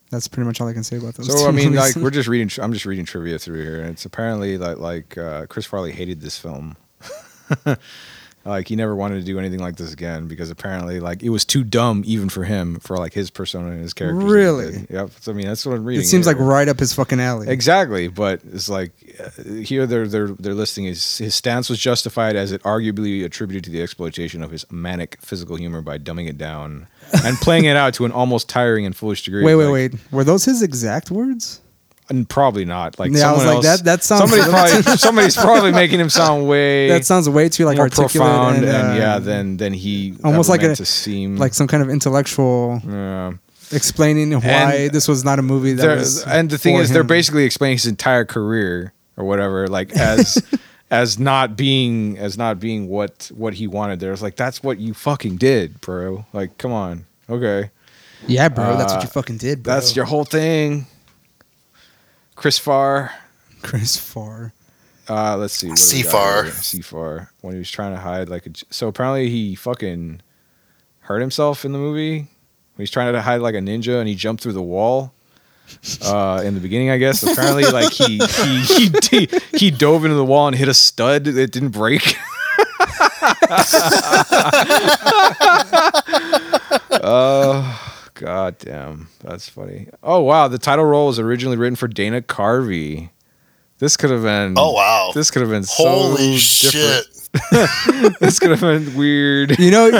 Speaker 2: that's pretty much all I can say about those.
Speaker 1: So
Speaker 2: two
Speaker 1: I mean,
Speaker 2: movies.
Speaker 1: like we're just reading. I'm just reading trivia through here, and it's apparently like like uh, Chris Farley hated this film. like he never wanted to do anything like this again because apparently like it was too dumb even for him for like his persona and his character.
Speaker 2: Really?
Speaker 1: Yep. So, I mean, that's what I'm reading.
Speaker 2: it seems like
Speaker 1: here.
Speaker 2: right up his fucking alley.
Speaker 1: Exactly, but it's like uh, here they're they're they're listing his his stance was justified as it arguably attributed to the exploitation of his manic physical humor by dumbing it down and playing it out to an almost tiring and foolish degree.
Speaker 2: wait, wait,
Speaker 1: Like,
Speaker 2: wait. Were those his exact words?
Speaker 1: And probably not. Like
Speaker 2: Yeah, I was
Speaker 1: someone
Speaker 2: like,
Speaker 1: else,
Speaker 2: that- that sounds-
Speaker 1: Somebody's probably somebody's probably making him sound way
Speaker 2: That sounds way too like
Speaker 1: more
Speaker 2: articulate
Speaker 1: profound and,
Speaker 2: and, uh,
Speaker 1: yeah than than he
Speaker 2: almost
Speaker 1: ever
Speaker 2: like
Speaker 1: meant
Speaker 2: a-
Speaker 1: to seem
Speaker 2: like some kind of intellectual
Speaker 1: Yeah.
Speaker 2: explaining why
Speaker 1: And
Speaker 2: this was not a movie that
Speaker 1: They're-
Speaker 2: was.
Speaker 1: and the thing
Speaker 2: for
Speaker 1: is they're
Speaker 2: him.
Speaker 1: basically explaining his entire career or whatever like as as not being as not being what what he wanted there it's like that's what you fucking did bro like come on okay
Speaker 2: Yeah, bro, that's
Speaker 1: Uh,
Speaker 2: what you fucking did, bro.
Speaker 1: that's your whole thing chris farr
Speaker 2: Chris Farr.
Speaker 1: uh let's see what do we got
Speaker 3: Cfar.
Speaker 1: here? cfar when he was trying to hide like a j- so apparently he fucking hurt himself in the movie he was trying to hide like a ninja and he jumped through the wall uh, in the beginning, I guess. Apparently, like he he he, d- he dove into the wall and hit a stud that didn't break. Oh god damn, that's funny. Oh wow, the title role was originally written for Dana Carvey. This could have been.
Speaker 3: Oh, wow.
Speaker 1: Mm. This could have been so
Speaker 3: Holy
Speaker 1: different.
Speaker 3: shit.
Speaker 1: This could have been weird.
Speaker 2: You know, you,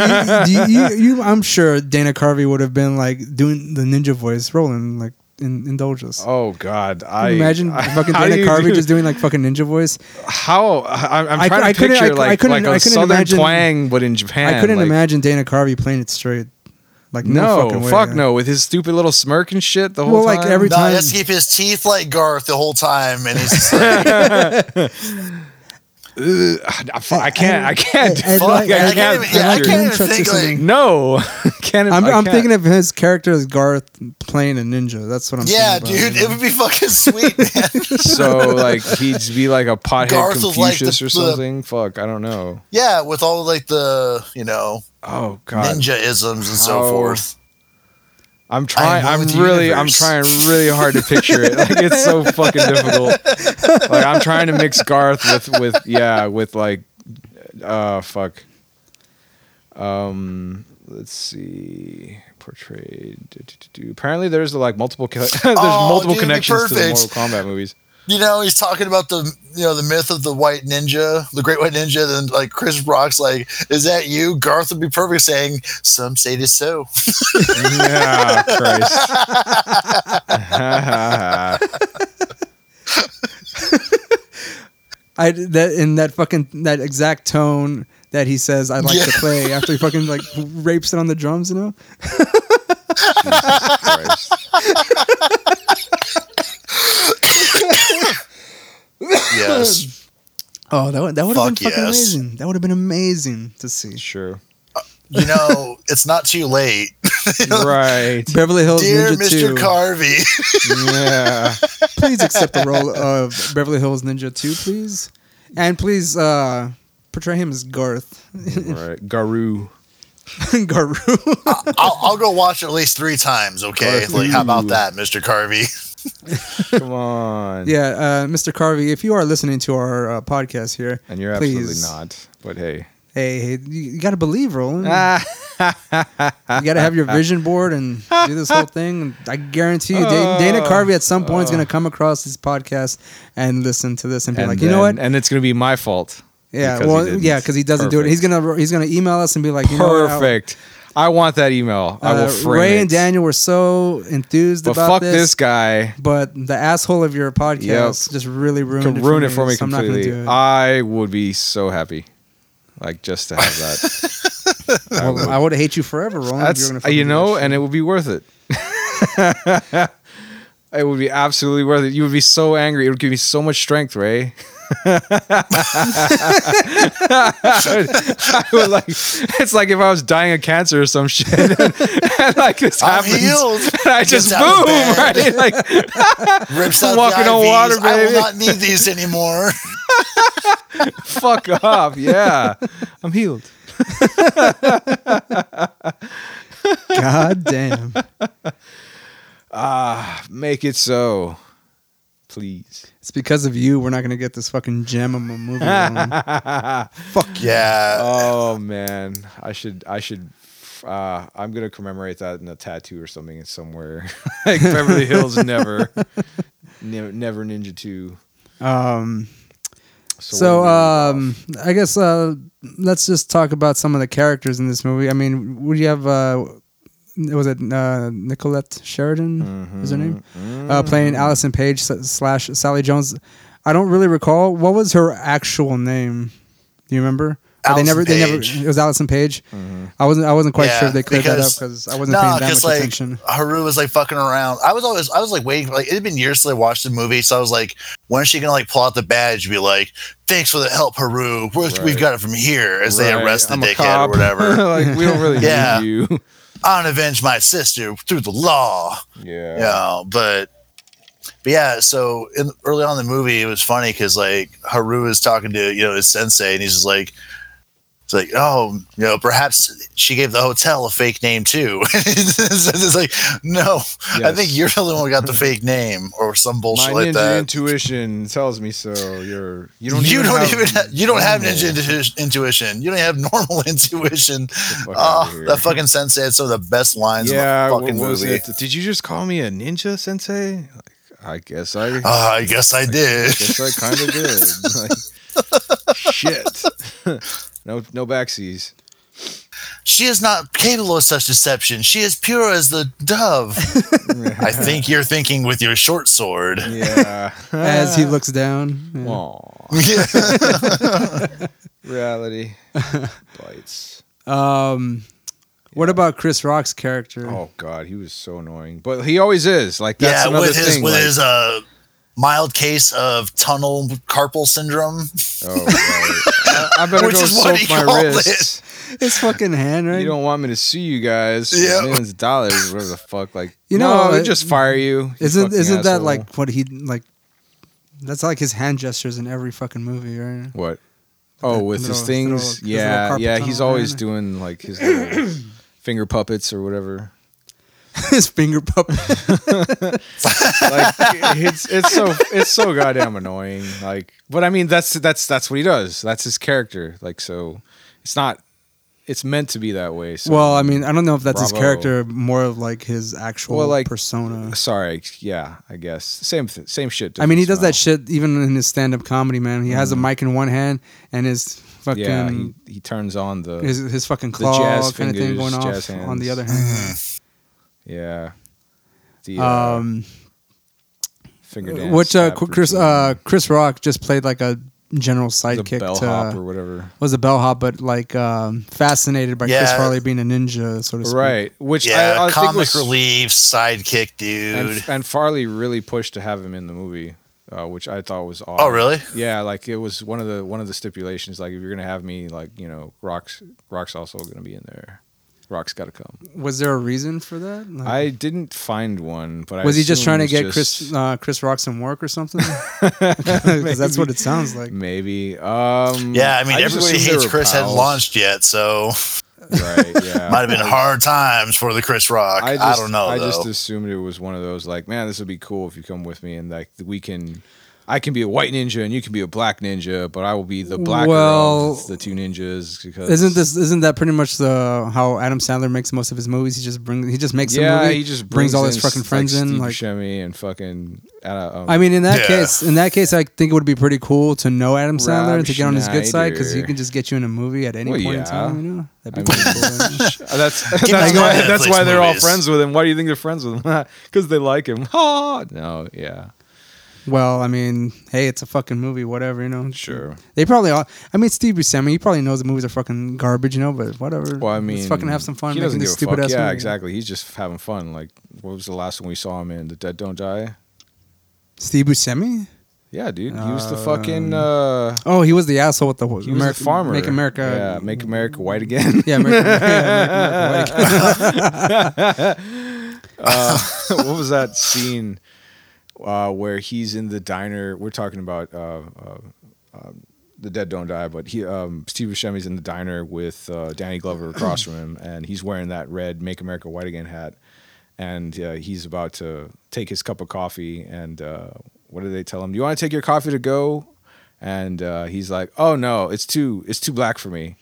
Speaker 2: you, you, you, I'm sure Dana Carvey would have been like doing the ninja voice, rolling like in, indulge us.
Speaker 1: Oh God! I
Speaker 2: Can you imagine
Speaker 1: I-
Speaker 2: fucking
Speaker 1: how do
Speaker 2: Dana
Speaker 1: you
Speaker 2: Carvey
Speaker 1: do-
Speaker 2: just doing like fucking ninja voice.
Speaker 1: how I, I'm
Speaker 2: I-
Speaker 1: trying
Speaker 2: I
Speaker 1: to
Speaker 2: couldn't- I
Speaker 1: picture
Speaker 2: cou- I
Speaker 1: like
Speaker 2: couldn't-
Speaker 1: like a
Speaker 2: I couldn't
Speaker 1: southern
Speaker 2: imagine-
Speaker 1: twang, but in Japan.
Speaker 2: I couldn't
Speaker 1: like,
Speaker 2: imagine Dana Carvey playing it straight. Like no,
Speaker 1: No,
Speaker 2: fucking way.
Speaker 1: fuck no, with his stupid little smirk and shit the whole
Speaker 2: Well,
Speaker 1: time.
Speaker 2: like, every-
Speaker 3: No, he has
Speaker 2: time-
Speaker 3: to keep his teeth like Garth the whole time, and he's just like,
Speaker 1: I, fu- I can't, I can't,
Speaker 2: I- I-
Speaker 1: fuck, I,
Speaker 2: like-
Speaker 1: can't,
Speaker 2: I
Speaker 3: I can't even,
Speaker 1: picture it.
Speaker 2: Like
Speaker 3: yeah, I can't even
Speaker 2: nunchucks or
Speaker 3: think
Speaker 2: something.
Speaker 3: like.
Speaker 1: No, can't.
Speaker 2: I'm,
Speaker 1: I
Speaker 2: I'm
Speaker 1: can't.
Speaker 2: thinking of his character as Garth playing a ninja. That's what I'm.
Speaker 3: Yeah,
Speaker 2: thinking about.
Speaker 3: dude, it would be fucking sweet, man.
Speaker 1: so like he'd be like a pothead
Speaker 3: Garth was like the-
Speaker 1: Confucius or
Speaker 3: the-
Speaker 1: something. fuck, I don't know.
Speaker 3: yeah, with all like the you know
Speaker 1: Oh God,
Speaker 3: ninja isms and so
Speaker 1: Oh.
Speaker 3: forth.
Speaker 1: I'm trying.
Speaker 3: one
Speaker 1: I'm
Speaker 3: with the
Speaker 1: really. I'm
Speaker 3: universe.
Speaker 1: trying really hard to picture it. Like it's so fucking difficult. Like I'm trying to mix Garth with with yeah with like, uh fuck. Um, let's see. Portrayed. do, do, do, do. Apparently, there's like multiple. co- there's multiple
Speaker 3: Oh, dude, it'd be
Speaker 1: connections to the
Speaker 3: perfect.
Speaker 1: Mortal Kombat movies.
Speaker 3: You know, he's talking about the you know the myth of the white ninja, the great white ninja. Then like Chris Rock's like, "Is that you?" Garth would be perfect saying, "Some say it is so."
Speaker 1: Yeah, Christ.
Speaker 2: I that in that fucking that exact tone that he says I'd like to
Speaker 3: Yeah.
Speaker 2: play after he fucking like rapes it on the drums, you know.
Speaker 1: Christ.
Speaker 3: yes,
Speaker 2: Oh, that would that would have been
Speaker 3: Fuck
Speaker 2: fucking
Speaker 3: yes.
Speaker 2: amazing. That would have been amazing to see.
Speaker 1: Sure.
Speaker 3: you know, it's not too late,
Speaker 1: Right.
Speaker 2: Beverly Hills
Speaker 3: dear
Speaker 2: Ninja
Speaker 3: Mister
Speaker 2: Two.
Speaker 3: Carvey.
Speaker 1: Yeah.
Speaker 2: please accept the role of Beverly Hills Ninja Two, please, and please uh, portray him as Garth,
Speaker 1: Right. Garou.
Speaker 2: Garu.
Speaker 3: I'll, I'll go watch it at least three times. Okay,
Speaker 1: Garth.
Speaker 3: like how about
Speaker 1: Ooh.
Speaker 3: that, Mister Carvey?
Speaker 1: Come on.
Speaker 2: Yeah, uh, Mr. Carvey, if you are listening to our uh, podcast here,
Speaker 1: And you're
Speaker 2: please,
Speaker 1: absolutely not. But hey.
Speaker 2: Hey, hey, you, you got to believe, Roland. you got to have your vision board and do this whole thing. And I guarantee you, Da-
Speaker 1: Oh.
Speaker 2: Dana Carvey at some point is going to come across this podcast and listen to this and be
Speaker 1: and
Speaker 2: like, you know
Speaker 1: then-
Speaker 2: what?
Speaker 1: And it's gonna be my fault.
Speaker 2: yeah,
Speaker 1: because
Speaker 2: well,
Speaker 1: he didn't.
Speaker 2: yeah, because he doesn't do it. He's gonna he's gonna email us and be like, you know what, I-
Speaker 1: Perfect. I want that email. I will
Speaker 2: uh,
Speaker 1: frame
Speaker 2: Ray
Speaker 1: it.
Speaker 2: and Daniel were so enthused
Speaker 1: But
Speaker 2: about
Speaker 1: fuck
Speaker 2: this.
Speaker 1: this, guy.
Speaker 2: But the asshole of your podcast
Speaker 1: Yep.
Speaker 2: just really ruined
Speaker 1: Could
Speaker 2: it
Speaker 1: ruin
Speaker 2: for
Speaker 1: it for me
Speaker 2: so I'm not gonna
Speaker 1: completely.
Speaker 2: do it.
Speaker 1: I would be so happy. Like just to have that.
Speaker 2: Well, I would hate you forever, Roland. if you were
Speaker 1: That's uh,
Speaker 2: gonna fucking
Speaker 1: you
Speaker 2: do
Speaker 1: know,
Speaker 2: that
Speaker 1: and it would be worth it. it would be absolutely worth it. You would be so angry. It would give me so much strength, Ray. I, would, I would like. It's like if I was dying of cancer or some shit, and, and like this
Speaker 3: I'm
Speaker 1: happens,
Speaker 3: healed.
Speaker 1: and I just
Speaker 3: Gets
Speaker 1: boom,
Speaker 3: out of bed.
Speaker 1: right? Like
Speaker 3: Rips out
Speaker 1: Walking
Speaker 3: the
Speaker 1: on
Speaker 3: IVs.
Speaker 1: water,
Speaker 3: I
Speaker 1: baby.
Speaker 3: will not need these anymore.
Speaker 1: fuck off, yeah. I'm healed.
Speaker 2: shit. God damn.
Speaker 1: Make it so, please.
Speaker 2: It's because of you we're not gonna get this fucking gem of a movie. Roland.
Speaker 3: Yeah.
Speaker 1: Oh man, I should I should uh, I'm gonna commemorate that in a tattoo or something somewhere. like Beverly Hills, never, never, never Ninja Two.
Speaker 2: um,
Speaker 1: So,
Speaker 2: so
Speaker 1: what are
Speaker 2: um, I guess uh, let's just talk about some of the characters in this movie. I mean, would you have uh, was it uh, Nicolette Sheridan?
Speaker 3: Mm-hmm.
Speaker 2: Is her name uh, playing Allison Page s- slash Sally Jones? I don't really recall what was her actual name. Do you remember? Uh,
Speaker 3: Allison
Speaker 2: they never, they never.
Speaker 3: Page. Mm-hmm.
Speaker 2: It was Allison Page. I wasn't, I wasn't quite
Speaker 3: Yeah,
Speaker 2: sure if they cleared that up
Speaker 3: because-
Speaker 2: because I wasn't
Speaker 3: No,
Speaker 2: paying that much
Speaker 3: because like
Speaker 2: attention.
Speaker 3: Haru was like fucking around. I was always, I was like waiting. Like it had been years since I watched the movie, so I was like, when is she gonna like pull out the badge and be like, "Thanks for the help, Haru. We're,
Speaker 1: Right.
Speaker 3: We've got it from here." As they
Speaker 1: Right,
Speaker 3: arrest the
Speaker 1: uh, I'm a
Speaker 3: dickhead
Speaker 1: cop.
Speaker 3: or whatever.
Speaker 1: like we don't really
Speaker 3: Yeah.
Speaker 1: need you.
Speaker 3: Unavenge my sister through the law.
Speaker 1: Yeah.
Speaker 3: you know, but but yeah so in, early on in the movie it was funny because like haru is talking to you know his sensei and he's just like It's like, oh, you know, perhaps she gave the hotel a fake name too. it's, it's like, no, I
Speaker 1: Yes.
Speaker 3: think you're the only one who got the fake name or some
Speaker 1: My
Speaker 3: bullshit
Speaker 1: ninja
Speaker 3: like that.
Speaker 1: intuition tells me so. You're you don't
Speaker 3: you
Speaker 1: even
Speaker 3: don't
Speaker 1: have
Speaker 3: even ha- you don't have ninja
Speaker 1: normal.
Speaker 3: intu- intuition. You don't have normal intuition.
Speaker 1: fuck outta
Speaker 3: Oh,
Speaker 1: here.
Speaker 3: that fucking sensei had some of the best lines
Speaker 1: Yeah,
Speaker 3: in the
Speaker 1: what
Speaker 3: fucking
Speaker 1: was
Speaker 3: movie.
Speaker 1: it? Did you just call me a ninja sensei? Like, I guess I, I
Speaker 3: Ah, I guess I did.
Speaker 1: guess I kind of did. Like, shit. no, no backseas.
Speaker 3: She is not capable of such deception. She is pure as the dove. I think you're thinking with your short sword.
Speaker 1: Yeah.
Speaker 2: As
Speaker 3: uh,
Speaker 2: he looks down, yeah.
Speaker 1: Aw,
Speaker 3: Yeah.
Speaker 1: reality bites.
Speaker 2: Um, what about Chris Rock's character?
Speaker 1: Oh god, he was so annoying, but he always is. Like that's
Speaker 3: yeah,
Speaker 1: another
Speaker 3: with his
Speaker 1: thing.
Speaker 3: with
Speaker 1: like-
Speaker 3: his uh mild case of tunnel carpal syndrome.
Speaker 1: oh, right. I- I better
Speaker 3: Which
Speaker 1: go
Speaker 3: is what he
Speaker 1: soak my
Speaker 3: called it.
Speaker 1: wrists.
Speaker 2: His fucking hand, right?
Speaker 1: You don't want me to sue you guys.
Speaker 3: Yeah.
Speaker 1: Yeah, millions of dollars, whatever the fuck. Like
Speaker 2: You
Speaker 1: you
Speaker 2: know,
Speaker 1: know, no,
Speaker 2: it-
Speaker 1: just fire you. you
Speaker 2: isn't
Speaker 1: fucking
Speaker 2: isn't that
Speaker 1: asshole.
Speaker 2: like what he like? That's like his hand gestures in every fucking movie, right?
Speaker 1: what? Oh,
Speaker 2: that
Speaker 1: with his
Speaker 2: little-
Speaker 1: things,
Speaker 2: his little- his
Speaker 1: yeah,
Speaker 2: little
Speaker 1: yeah.
Speaker 2: carpal
Speaker 1: He's
Speaker 2: tunnel
Speaker 1: always
Speaker 2: man.
Speaker 1: doing like his little finger puppets or whatever.
Speaker 2: his finger puppet.
Speaker 1: like it's it's so it's so goddamn annoying. Like, but I mean that's that's that's what he does. That's his character. Like, so it's not. It's meant to be that way. So.
Speaker 2: well, I mean, I don't know if that's his
Speaker 1: Bravo.
Speaker 2: character, more of like his actual
Speaker 1: Well, like-
Speaker 2: persona.
Speaker 1: sorry. Yeah, I guess same th- same shit.
Speaker 2: I mean, he does
Speaker 1: different
Speaker 2: that shit even in his stand-up comedy, man. He has a mic in one hand and his fucking
Speaker 1: smile. Mm-hmm. Yeah, he, he turns on the
Speaker 2: his, his fucking
Speaker 1: the jazz
Speaker 2: claw kind of thing
Speaker 1: fingers,
Speaker 2: going off
Speaker 1: jazz
Speaker 2: on the
Speaker 1: hands.
Speaker 2: other hand.
Speaker 1: yeah the uh,
Speaker 2: Um,
Speaker 1: finger dance.
Speaker 2: which uh,
Speaker 1: tap
Speaker 2: Qu- Chris
Speaker 1: routine,
Speaker 2: uh, Chris Rock just played like a general
Speaker 1: the
Speaker 2: sidekick
Speaker 1: bellhop
Speaker 2: to
Speaker 1: or whatever.
Speaker 2: was a bellhop, but like um, fascinated by Chris
Speaker 3: Yeah.
Speaker 2: Farley being a ninja, so to speak.
Speaker 1: Right, which
Speaker 3: Yeah,
Speaker 1: I, I think
Speaker 3: comic
Speaker 1: was
Speaker 3: relief sidekick dude.
Speaker 1: and, and Farley really pushed to have him in the movie, uh, which I thought was awesome.
Speaker 3: oh, really?
Speaker 1: Yeah, like it was one of the one of the stipulations. Like if you're gonna have me, like you know, Rock's Rock's also gonna be in there. Rock's got to come.
Speaker 2: Was there a reason for that? Like,
Speaker 1: I didn't find one, but I
Speaker 2: was he just
Speaker 1: assume
Speaker 2: trying to
Speaker 1: it's just-
Speaker 2: get Chris uh, Chris Rock some work or something? Because that's what it sounds like.
Speaker 1: Maybe. Um,
Speaker 3: Yeah, I mean
Speaker 1: just
Speaker 3: everybody
Speaker 1: assumed they
Speaker 3: hates
Speaker 1: were
Speaker 3: Chris hadn't
Speaker 1: pals.
Speaker 3: launched yet, so
Speaker 1: Right. Yeah.
Speaker 3: might have been hard times for the Chris Rock. I,
Speaker 1: I, just,
Speaker 3: don't know.
Speaker 1: I
Speaker 3: though.
Speaker 1: just assumed it was one of those like, man, this would be cool if you come with me and like we can. I can be a white ninja and you can be a black ninja, but I will be the blacker
Speaker 2: Well,
Speaker 1: of the two ninjas because
Speaker 2: Isn't this isn't that pretty much the how Adam Sandler makes most of his movies? He just brings he just makes a
Speaker 1: yeah,
Speaker 2: movie,
Speaker 1: he just
Speaker 2: brings, all
Speaker 1: in
Speaker 2: his fucking
Speaker 1: s-
Speaker 2: friends
Speaker 1: like
Speaker 2: in,
Speaker 1: Steve
Speaker 2: like
Speaker 1: Buscemi and fucking. Uh, um,
Speaker 2: I mean, in that
Speaker 3: Yeah.
Speaker 2: case, in that case, I think it would be pretty cool to know Adam Sandler
Speaker 1: Rob
Speaker 2: and to get on his good side because he
Speaker 1: Schneider.
Speaker 2: can just get you in a movie at any
Speaker 1: Well,
Speaker 2: point in
Speaker 1: yeah.
Speaker 2: time. You know, that'd be
Speaker 1: I
Speaker 2: pretty
Speaker 1: mean-
Speaker 2: cool. yeah.
Speaker 1: uh, that's that's
Speaker 3: Keep an eye
Speaker 1: why
Speaker 3: on
Speaker 1: that's
Speaker 3: Netflix
Speaker 1: why they're all
Speaker 3: movies.
Speaker 1: friends with him. Why do you think they're friends with him? Because they like him. Ha! no, yeah,
Speaker 2: Well, I mean, hey, it's a fucking movie, whatever. You know,
Speaker 1: sure.
Speaker 2: They probably all. I mean, Steve Buscemi, he probably knows the movies are fucking garbage, you know. But whatever.
Speaker 1: Well, I mean,
Speaker 2: let's fucking have some fun
Speaker 1: He
Speaker 2: making
Speaker 1: doesn't
Speaker 2: this
Speaker 1: give a
Speaker 2: stupid
Speaker 1: fuck.
Speaker 2: ass
Speaker 1: Yeah,
Speaker 2: movie.
Speaker 1: exactly. He's just having fun. Like, what was the last one we saw him in? The Dead Don't Die.
Speaker 2: Steve Buscemi.
Speaker 1: Yeah, dude. He was the
Speaker 2: Um,
Speaker 1: fucking. Uh,
Speaker 2: Oh, he was the asshole with the
Speaker 1: he was
Speaker 2: America-
Speaker 1: the farmer.
Speaker 2: Make America.
Speaker 1: Yeah, make America white again.
Speaker 2: Yeah, America, yeah, Make America White Again.
Speaker 1: uh, what was that scene uh, where he's in the diner? We're talking about uh, uh, um the dead don't die, but he um, Steve Buscemi's in the diner with uh, Danny Glover across from him, and he's wearing that red "Make America White Again" hat, and uh, he's about to take his cup of coffee, and uh, what do they tell him? Do you want to take your coffee to go? And uh, he's like, "Oh no, it's too it's too black for me."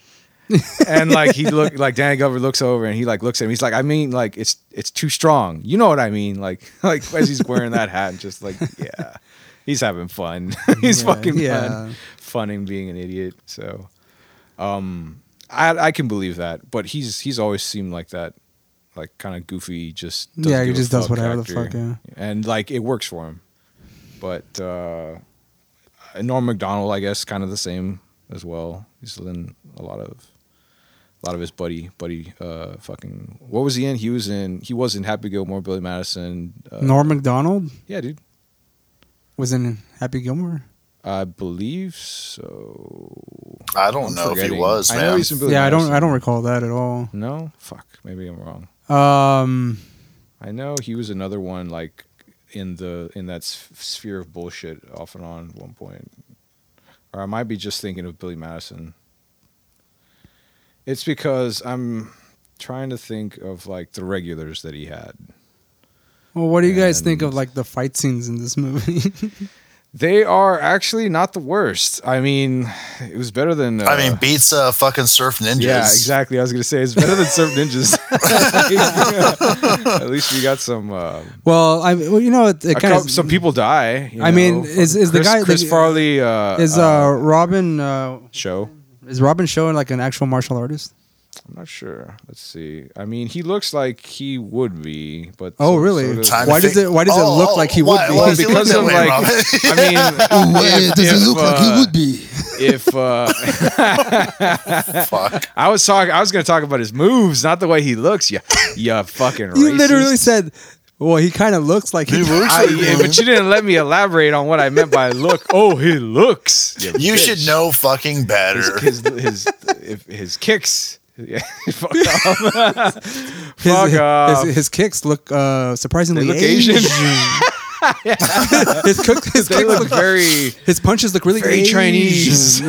Speaker 1: and like he look like Danny Glover looks over and he like looks at him. He's like, I mean, like it's it's too strong. You know what I mean? Like like as he's wearing that hat and just like yeah, he's having fun. he's
Speaker 2: Yeah,
Speaker 1: fucking
Speaker 2: yeah.
Speaker 1: fun, funning being an idiot. So, um, I I can believe that, but he's he's always seemed like that, like kind of goofy, just doesn't
Speaker 2: Yeah, he
Speaker 1: give a
Speaker 2: just does
Speaker 1: fuck
Speaker 2: whatever the
Speaker 1: actor.
Speaker 2: fuck, yeah.
Speaker 1: and like it works for him. But uh, Norm Macdonald, I guess, kind of the same as well. He's in a lot of a lot of his buddy buddy uh fucking what was he in he was in he was in happy gilmore billy madison uh,
Speaker 2: Norm Macdonald
Speaker 1: yeah dude
Speaker 2: was in Happy Gilmore.
Speaker 1: i believe so
Speaker 3: I don't
Speaker 1: I'm
Speaker 3: know if he
Speaker 1: forgetting.
Speaker 3: was,
Speaker 1: I
Speaker 3: man.
Speaker 1: know he's in billy
Speaker 2: yeah, I don't.
Speaker 1: Madison.
Speaker 2: I don't recall that at all.
Speaker 1: no fuck maybe i'm wrong
Speaker 2: Um,
Speaker 1: i know he was another one like in the in that s- sphere of bullshit off and on at one point or i might be just thinking of billy madison It's because I'm trying to think of like the regulars that he had.
Speaker 2: Well, what do you guys think of
Speaker 1: And-
Speaker 2: like the fight scenes in this movie?
Speaker 1: They are actually not the worst. I mean, it was better than. Uh,
Speaker 3: I mean, beats uh, fucking surf ninjas.
Speaker 1: yeah, exactly. I was gonna say it's better than Surf Ninjas. Like, at least we got some. Uh,
Speaker 2: well, I well, you know it, it
Speaker 1: a
Speaker 2: kind
Speaker 1: cou- some people die. you
Speaker 2: I mean,
Speaker 1: know.
Speaker 2: is- is the
Speaker 1: Chris-
Speaker 2: guy-
Speaker 1: Chris
Speaker 2: the-
Speaker 1: Farley uh,
Speaker 2: is uh Robin uh
Speaker 1: show?
Speaker 2: is Robin showing like an actual martial artist?
Speaker 1: I'm not sure. Let's see. I mean, he looks like he would be, but
Speaker 2: Oh,
Speaker 1: so-
Speaker 2: really?
Speaker 1: so does-
Speaker 3: Time to
Speaker 2: Why does
Speaker 3: think- Oh,
Speaker 2: it- why does it look like he would
Speaker 3: why-
Speaker 2: be?
Speaker 3: why does he look
Speaker 1: because
Speaker 3: that
Speaker 1: of
Speaker 3: way,
Speaker 1: like,
Speaker 3: Robin?
Speaker 1: I mean,
Speaker 4: Why does Oh, it
Speaker 1: if,
Speaker 4: look like
Speaker 1: uh,
Speaker 4: it would be?
Speaker 1: if uh,
Speaker 3: Fuck.
Speaker 1: I was talking, I was going to talk about his moves, not the way he looks. Yeah, yeah, fucking.
Speaker 2: You
Speaker 1: racist.
Speaker 2: literally said, "Well, he kind of looks like he."
Speaker 3: looks
Speaker 1: I, yeah, but you didn't let me elaborate on what I meant by look. Oh, he looks.
Speaker 3: You
Speaker 1: bitch.
Speaker 3: should know fucking better.
Speaker 1: his his his, if, his kicks. Yeah, fuck off. Fuck
Speaker 2: his,
Speaker 1: off.
Speaker 2: his, his kicks look uh, surprisingly
Speaker 1: They look
Speaker 2: Asian.
Speaker 1: Asian.
Speaker 2: his cook, his
Speaker 1: they
Speaker 2: kicks
Speaker 1: look
Speaker 2: look,
Speaker 1: very
Speaker 2: his punches look really
Speaker 1: very
Speaker 2: Asian.
Speaker 1: Chinese.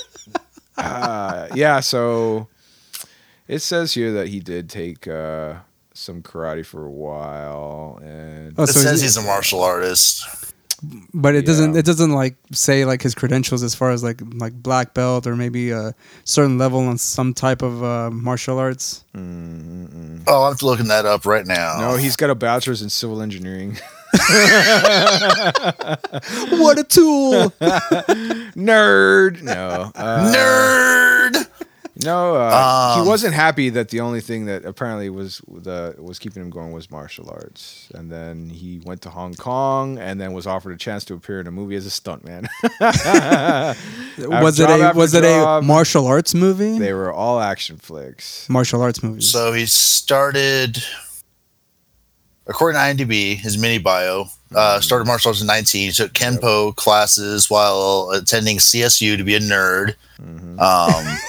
Speaker 1: uh, yeah, so it says here that he did take uh, some karate for a while, and
Speaker 2: Oh,
Speaker 3: It
Speaker 2: so
Speaker 3: says
Speaker 2: he-
Speaker 3: he's a martial artist.
Speaker 2: but it doesn't
Speaker 1: Yeah.
Speaker 2: it doesn't like say like his credentials as far as like like black belt or maybe a certain level on some type of uh, martial arts.
Speaker 3: Oh, I'm looking that up right now.
Speaker 1: Mm. no, he's got a bachelor's in civil engineering.
Speaker 2: What a tool!
Speaker 1: Nerd, no, uh,
Speaker 3: nerd.
Speaker 1: no. Uh,
Speaker 3: Um,
Speaker 1: he wasn't happy that the only thing that apparently was the was keeping him going was martial arts, and then he went to Hong Kong, and then was offered a chance to appear in a movie as a stuntman.
Speaker 2: was it
Speaker 1: job
Speaker 2: a
Speaker 1: after
Speaker 2: was it a
Speaker 1: job.
Speaker 2: martial arts movie?
Speaker 1: they were all action flicks.
Speaker 2: martial arts movies.
Speaker 3: So he started, according to IMDb, his mini bio, uh, started martial arts in 19. He took Kenpo classes while attending CSU to be a nerd. Um,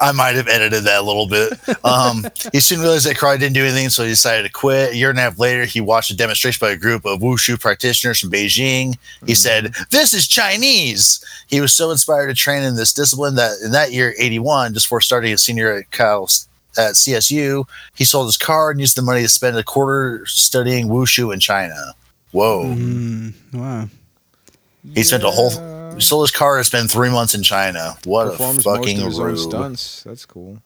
Speaker 3: I might have edited that a little bit. Um, he soon realized that karate didn't do anything, so he decided to quit. A year and a half later, he watched a demonstration by a group of wushu practitioners from Beijing.
Speaker 1: Mm-hmm.
Speaker 3: He said, "This is Chinese." He was so inspired to train in this discipline that in that year, '81, just before starting his senior at Cal at CSU, he sold his car and used the money to spend a quarter studying wushu in China. Whoa!
Speaker 1: Mm-hmm.
Speaker 2: Mm, wow.
Speaker 3: He spent a whole. He sold his car to spend three months in China. What a
Speaker 1: performs most
Speaker 3: fucking
Speaker 1: of his own
Speaker 3: rube.
Speaker 1: stunts. That's cool.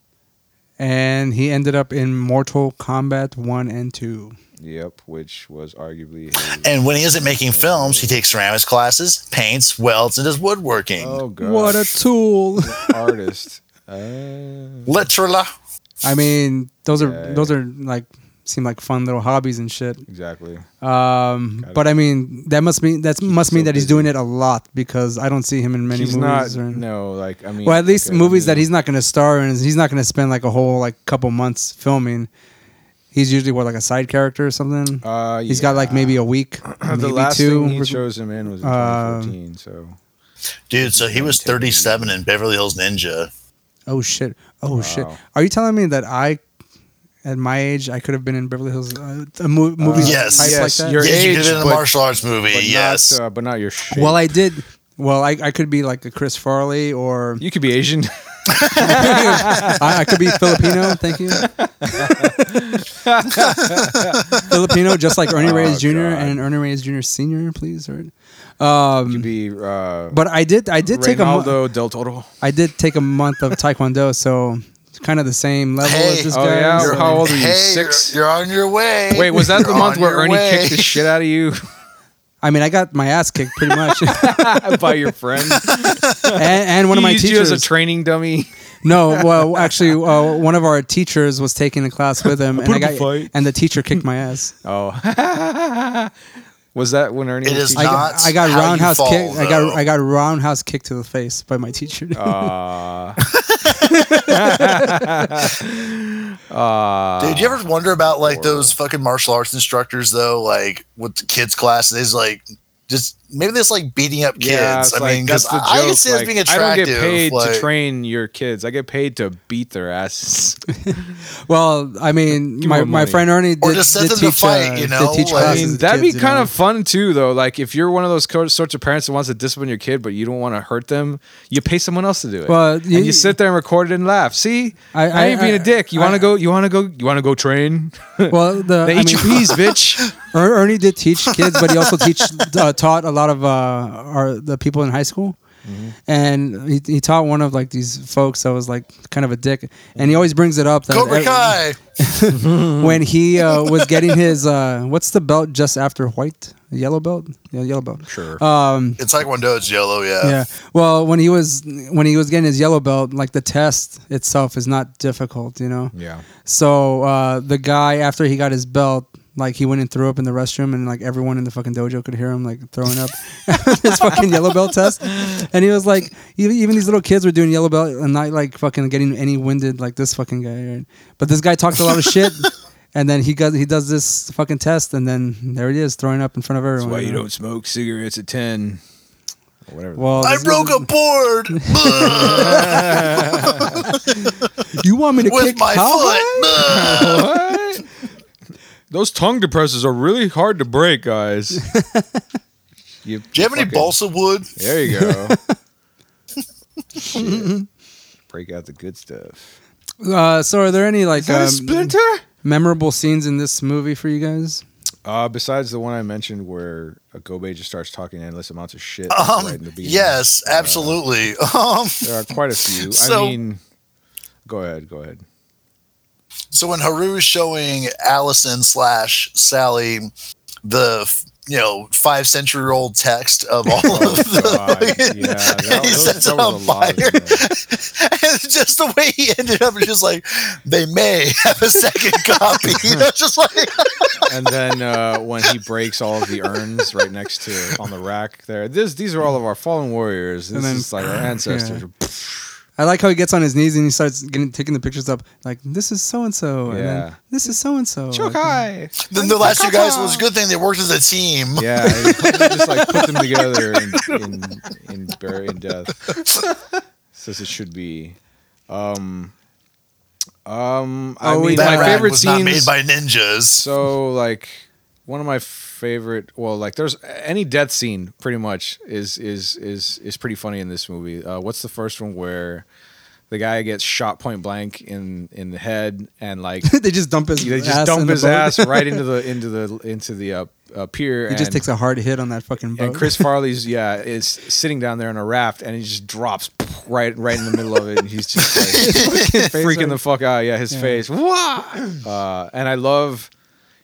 Speaker 2: And he ended up in Mortal Kombat one and two.
Speaker 1: Yep, which was arguably his.
Speaker 3: And when he isn't making films, he takes ceramics classes, paints, welds, and does woodworking.
Speaker 1: oh god,
Speaker 2: What a tool!
Speaker 1: artist! Uh,
Speaker 3: Literally.
Speaker 2: I mean, those are
Speaker 1: Yeah.
Speaker 2: those are like seem like fun little hobbies and shit.
Speaker 1: exactly.
Speaker 2: Um,
Speaker 1: Got
Speaker 2: but I mean, that must mean that must
Speaker 1: so
Speaker 2: mean that he's
Speaker 1: busy.
Speaker 2: doing it a lot because I don't see him in many
Speaker 1: He's not.
Speaker 2: movies. or,
Speaker 1: No, like I mean.
Speaker 2: Well, at least
Speaker 1: okay, I
Speaker 2: movies that
Speaker 1: mean,
Speaker 2: he's not going to star in, he's not going to spend like a whole like couple months filming. He's usually what like a side character or something.
Speaker 1: Uh,
Speaker 2: He's got like
Speaker 1: yeah.
Speaker 2: maybe a week, maybe
Speaker 1: the last
Speaker 2: two.
Speaker 1: thing he chose him in was in
Speaker 2: Um,
Speaker 1: 2014. so
Speaker 3: Dude, so he was 37 in Beverly Hills Ninja.
Speaker 2: oh shit! Oh shit!
Speaker 1: Wow.
Speaker 2: Are you telling me that I, at my age, I could have been in Beverly Hills, uh, a mo- movie
Speaker 3: yes.
Speaker 2: type
Speaker 1: Yes,
Speaker 2: like that?
Speaker 1: you're- Your
Speaker 3: Yeah, you could
Speaker 1: age,
Speaker 3: have been in a
Speaker 1: but-
Speaker 3: martial arts movie.
Speaker 1: but
Speaker 3: yes.
Speaker 1: not, uh, but not your shape.
Speaker 2: Well, I did. Well, I, I could be like a Chris Farley or
Speaker 1: you could be Asian.
Speaker 2: I, I could be Filipino. Thank you. Filipino, just like Ernie
Speaker 1: Oh,
Speaker 2: Reyes Jr.
Speaker 1: God.
Speaker 2: and Ernie Reyes Jr. Senior, please. Right?
Speaker 1: you could be. Uh,
Speaker 2: But I did. I did take a. Mo-
Speaker 1: Reynaldo del Toro.
Speaker 2: I did take a month of Taekwondo, so it's kind of the same level
Speaker 3: Hey.
Speaker 2: as this
Speaker 1: Oh,
Speaker 2: guy.
Speaker 1: yeah?
Speaker 2: so-
Speaker 1: You're how old- are you,
Speaker 3: Hey, you're-
Speaker 1: six?
Speaker 3: You're, on your way.
Speaker 1: Wait, was that the
Speaker 3: You're
Speaker 1: month
Speaker 3: on
Speaker 1: where
Speaker 3: your
Speaker 1: Ernie
Speaker 3: way.
Speaker 1: kicked the shit out of you
Speaker 2: I mean, I got my ass kicked pretty much, and,
Speaker 1: by your friend?
Speaker 2: and one of
Speaker 1: He
Speaker 2: my
Speaker 1: used you
Speaker 2: teachers.
Speaker 1: as a training dummy.
Speaker 2: no, well, actually, uh, one of our teachers was taking a class with him, and
Speaker 1: put
Speaker 2: I
Speaker 1: up a
Speaker 2: got,
Speaker 1: fight.
Speaker 2: and the teacher kicked my ass.
Speaker 1: Oh. Was that when Ernie
Speaker 3: It
Speaker 1: was
Speaker 3: is
Speaker 2: I
Speaker 1: teaching?
Speaker 3: not-
Speaker 2: got, I got
Speaker 3: how you
Speaker 2: roundhouse
Speaker 3: fall,
Speaker 2: kick. I got
Speaker 3: though.
Speaker 2: I got roundhouse kick to the face by my teacher.
Speaker 1: Uh, Ah.
Speaker 3: Dude, you ever wonder about like those fucking martial arts instructors though? Like with the kids' classes, like just maybe there's like beating up kids.
Speaker 1: Yeah, it's
Speaker 3: I
Speaker 1: like,
Speaker 3: mean,
Speaker 1: that's
Speaker 3: because
Speaker 1: the joke.
Speaker 3: I, I can see this
Speaker 1: like,
Speaker 3: being
Speaker 1: I
Speaker 3: attractive.
Speaker 1: don't get paid
Speaker 3: like-
Speaker 1: to train your kids. I get paid to beat their asses.
Speaker 2: Well, I mean,
Speaker 1: Give
Speaker 2: my,
Speaker 1: more
Speaker 2: my
Speaker 1: money.
Speaker 2: friend Ernie did,
Speaker 3: Or just set
Speaker 2: did
Speaker 3: them to
Speaker 2: teach,
Speaker 3: fight,
Speaker 2: uh,
Speaker 3: you
Speaker 2: did
Speaker 3: know,
Speaker 2: teach
Speaker 3: like-
Speaker 1: I
Speaker 2: classes
Speaker 1: mean,
Speaker 2: to
Speaker 1: that'd
Speaker 2: kids,
Speaker 1: be
Speaker 2: you
Speaker 1: kind
Speaker 2: know?
Speaker 1: of fun too, though. Like if you're one of those co- sorts of parents that wants to discipline your kid, but you don't want to hurt them, you pay someone else to do it.
Speaker 2: Well,
Speaker 1: and
Speaker 2: you-
Speaker 1: you, sit there and record it and laugh. See,
Speaker 2: I-
Speaker 1: I,
Speaker 2: I-
Speaker 1: ain't being
Speaker 2: I-
Speaker 1: a dick. You
Speaker 2: I-
Speaker 1: want to go? You want to go? You want to go train?
Speaker 2: Well, the
Speaker 1: they
Speaker 2: I
Speaker 1: eat
Speaker 2: mean,
Speaker 1: your peas, bitch.
Speaker 2: Er- Ernie did teach kids, but he also teach uh, taught a lot of uh, our, the people in high school,
Speaker 1: Mm-hmm.
Speaker 2: and he, he taught one of like these folks that was like kind of a dick, and he always brings it up that
Speaker 3: Cobra
Speaker 2: ev-
Speaker 3: Kai.
Speaker 1: Mm-hmm.
Speaker 2: when he uh, was getting his uh, what's the belt just after white yellow belt yeah yellow belt
Speaker 1: Sure.
Speaker 3: Uh, It's like one it's yellow, yeah.
Speaker 2: yeah well when he was when he was getting his yellow belt like the test itself is not difficult you know
Speaker 1: yeah.
Speaker 2: so uh, the guy after he got his belt, like he went and threw up in the restroom, and like everyone in the fucking dojo could hear him like throwing up his fucking yellow belt test. And he was like, even, even these little kids were doing yellow belt and not like fucking getting any winded like this fucking guy. Right? But this guy talked a lot of shit. And then he got he does this fucking test, and then there he is throwing up in front of everyone.
Speaker 1: That's why
Speaker 2: you
Speaker 1: you
Speaker 2: know?
Speaker 1: don't smoke cigarettes at ten. Or Whatever.
Speaker 2: Well,
Speaker 3: I
Speaker 2: this-
Speaker 3: broke a board Ugh,
Speaker 2: You want me to
Speaker 3: with
Speaker 2: kick
Speaker 3: my
Speaker 2: how
Speaker 3: foot.
Speaker 2: high?
Speaker 3: Ugh.
Speaker 1: What? Those tongue depressors are really hard to break, guys. you,
Speaker 3: Do you have any
Speaker 1: fucking-
Speaker 3: balsa wood?
Speaker 1: There you go. Shit. Break out the good stuff.
Speaker 2: Uh, so, are there any like um,
Speaker 1: splinter?
Speaker 2: memorable scenes in this movie for you guys?
Speaker 1: Uh, besides the one I mentioned where a Gobe just starts talking endless amounts of shit
Speaker 3: Um,
Speaker 1: right in the beginning.
Speaker 3: yes, absolutely. um,
Speaker 1: There are quite a few.
Speaker 3: So-
Speaker 1: I mean, go ahead, go ahead.
Speaker 3: so when Haru is showing Allison slash Sally the you know five century old text of all
Speaker 1: Oh
Speaker 3: of
Speaker 1: God, Uh, yeah, that,
Speaker 3: He
Speaker 1: those-
Speaker 3: sets
Speaker 1: that
Speaker 3: it
Speaker 1: was
Speaker 3: on
Speaker 1: a lot. of
Speaker 3: fire.
Speaker 1: them.
Speaker 3: And just the way he ended up, it's just like they may have a second copy. You know, it's just like
Speaker 1: and then uh, when he breaks all of the urns right next to on the rack there. This these are all of our fallen warriors. This
Speaker 2: And then-
Speaker 1: is like our ancestors.
Speaker 2: I like how he gets on his knees and he starts getting taking the pictures up. Like this is so and so, and
Speaker 1: Yeah.
Speaker 2: then this is so and so.
Speaker 1: Chokai.
Speaker 3: then the last two guys was a good thing they worked as a team.
Speaker 1: Yeah, he just like put them together in in in, bur- in death. Says it should be. Um, um, I
Speaker 2: Oh,
Speaker 1: mean,
Speaker 2: that
Speaker 1: my
Speaker 3: rack
Speaker 1: favorite
Speaker 3: was
Speaker 1: scenes.
Speaker 3: not made by ninjas.
Speaker 1: so like one of my favorite well like there's any death scene pretty much is is is is pretty funny in this movie uh, what's the first one where the guy gets shot point blank in in the head and like
Speaker 2: they just dump his.
Speaker 1: they
Speaker 2: ass
Speaker 1: just dump
Speaker 2: in the
Speaker 1: his
Speaker 2: boat.
Speaker 1: ass right into the into the into the uh, uh, pier
Speaker 2: He
Speaker 1: and,
Speaker 2: just takes a hard hit on that fucking boat.
Speaker 1: and Chris Farley's yeah is sitting down there on a raft and he just drops right right in the middle of it and he's just like freaking the fuck out. Yeah, his face. Wah! Uh, and I love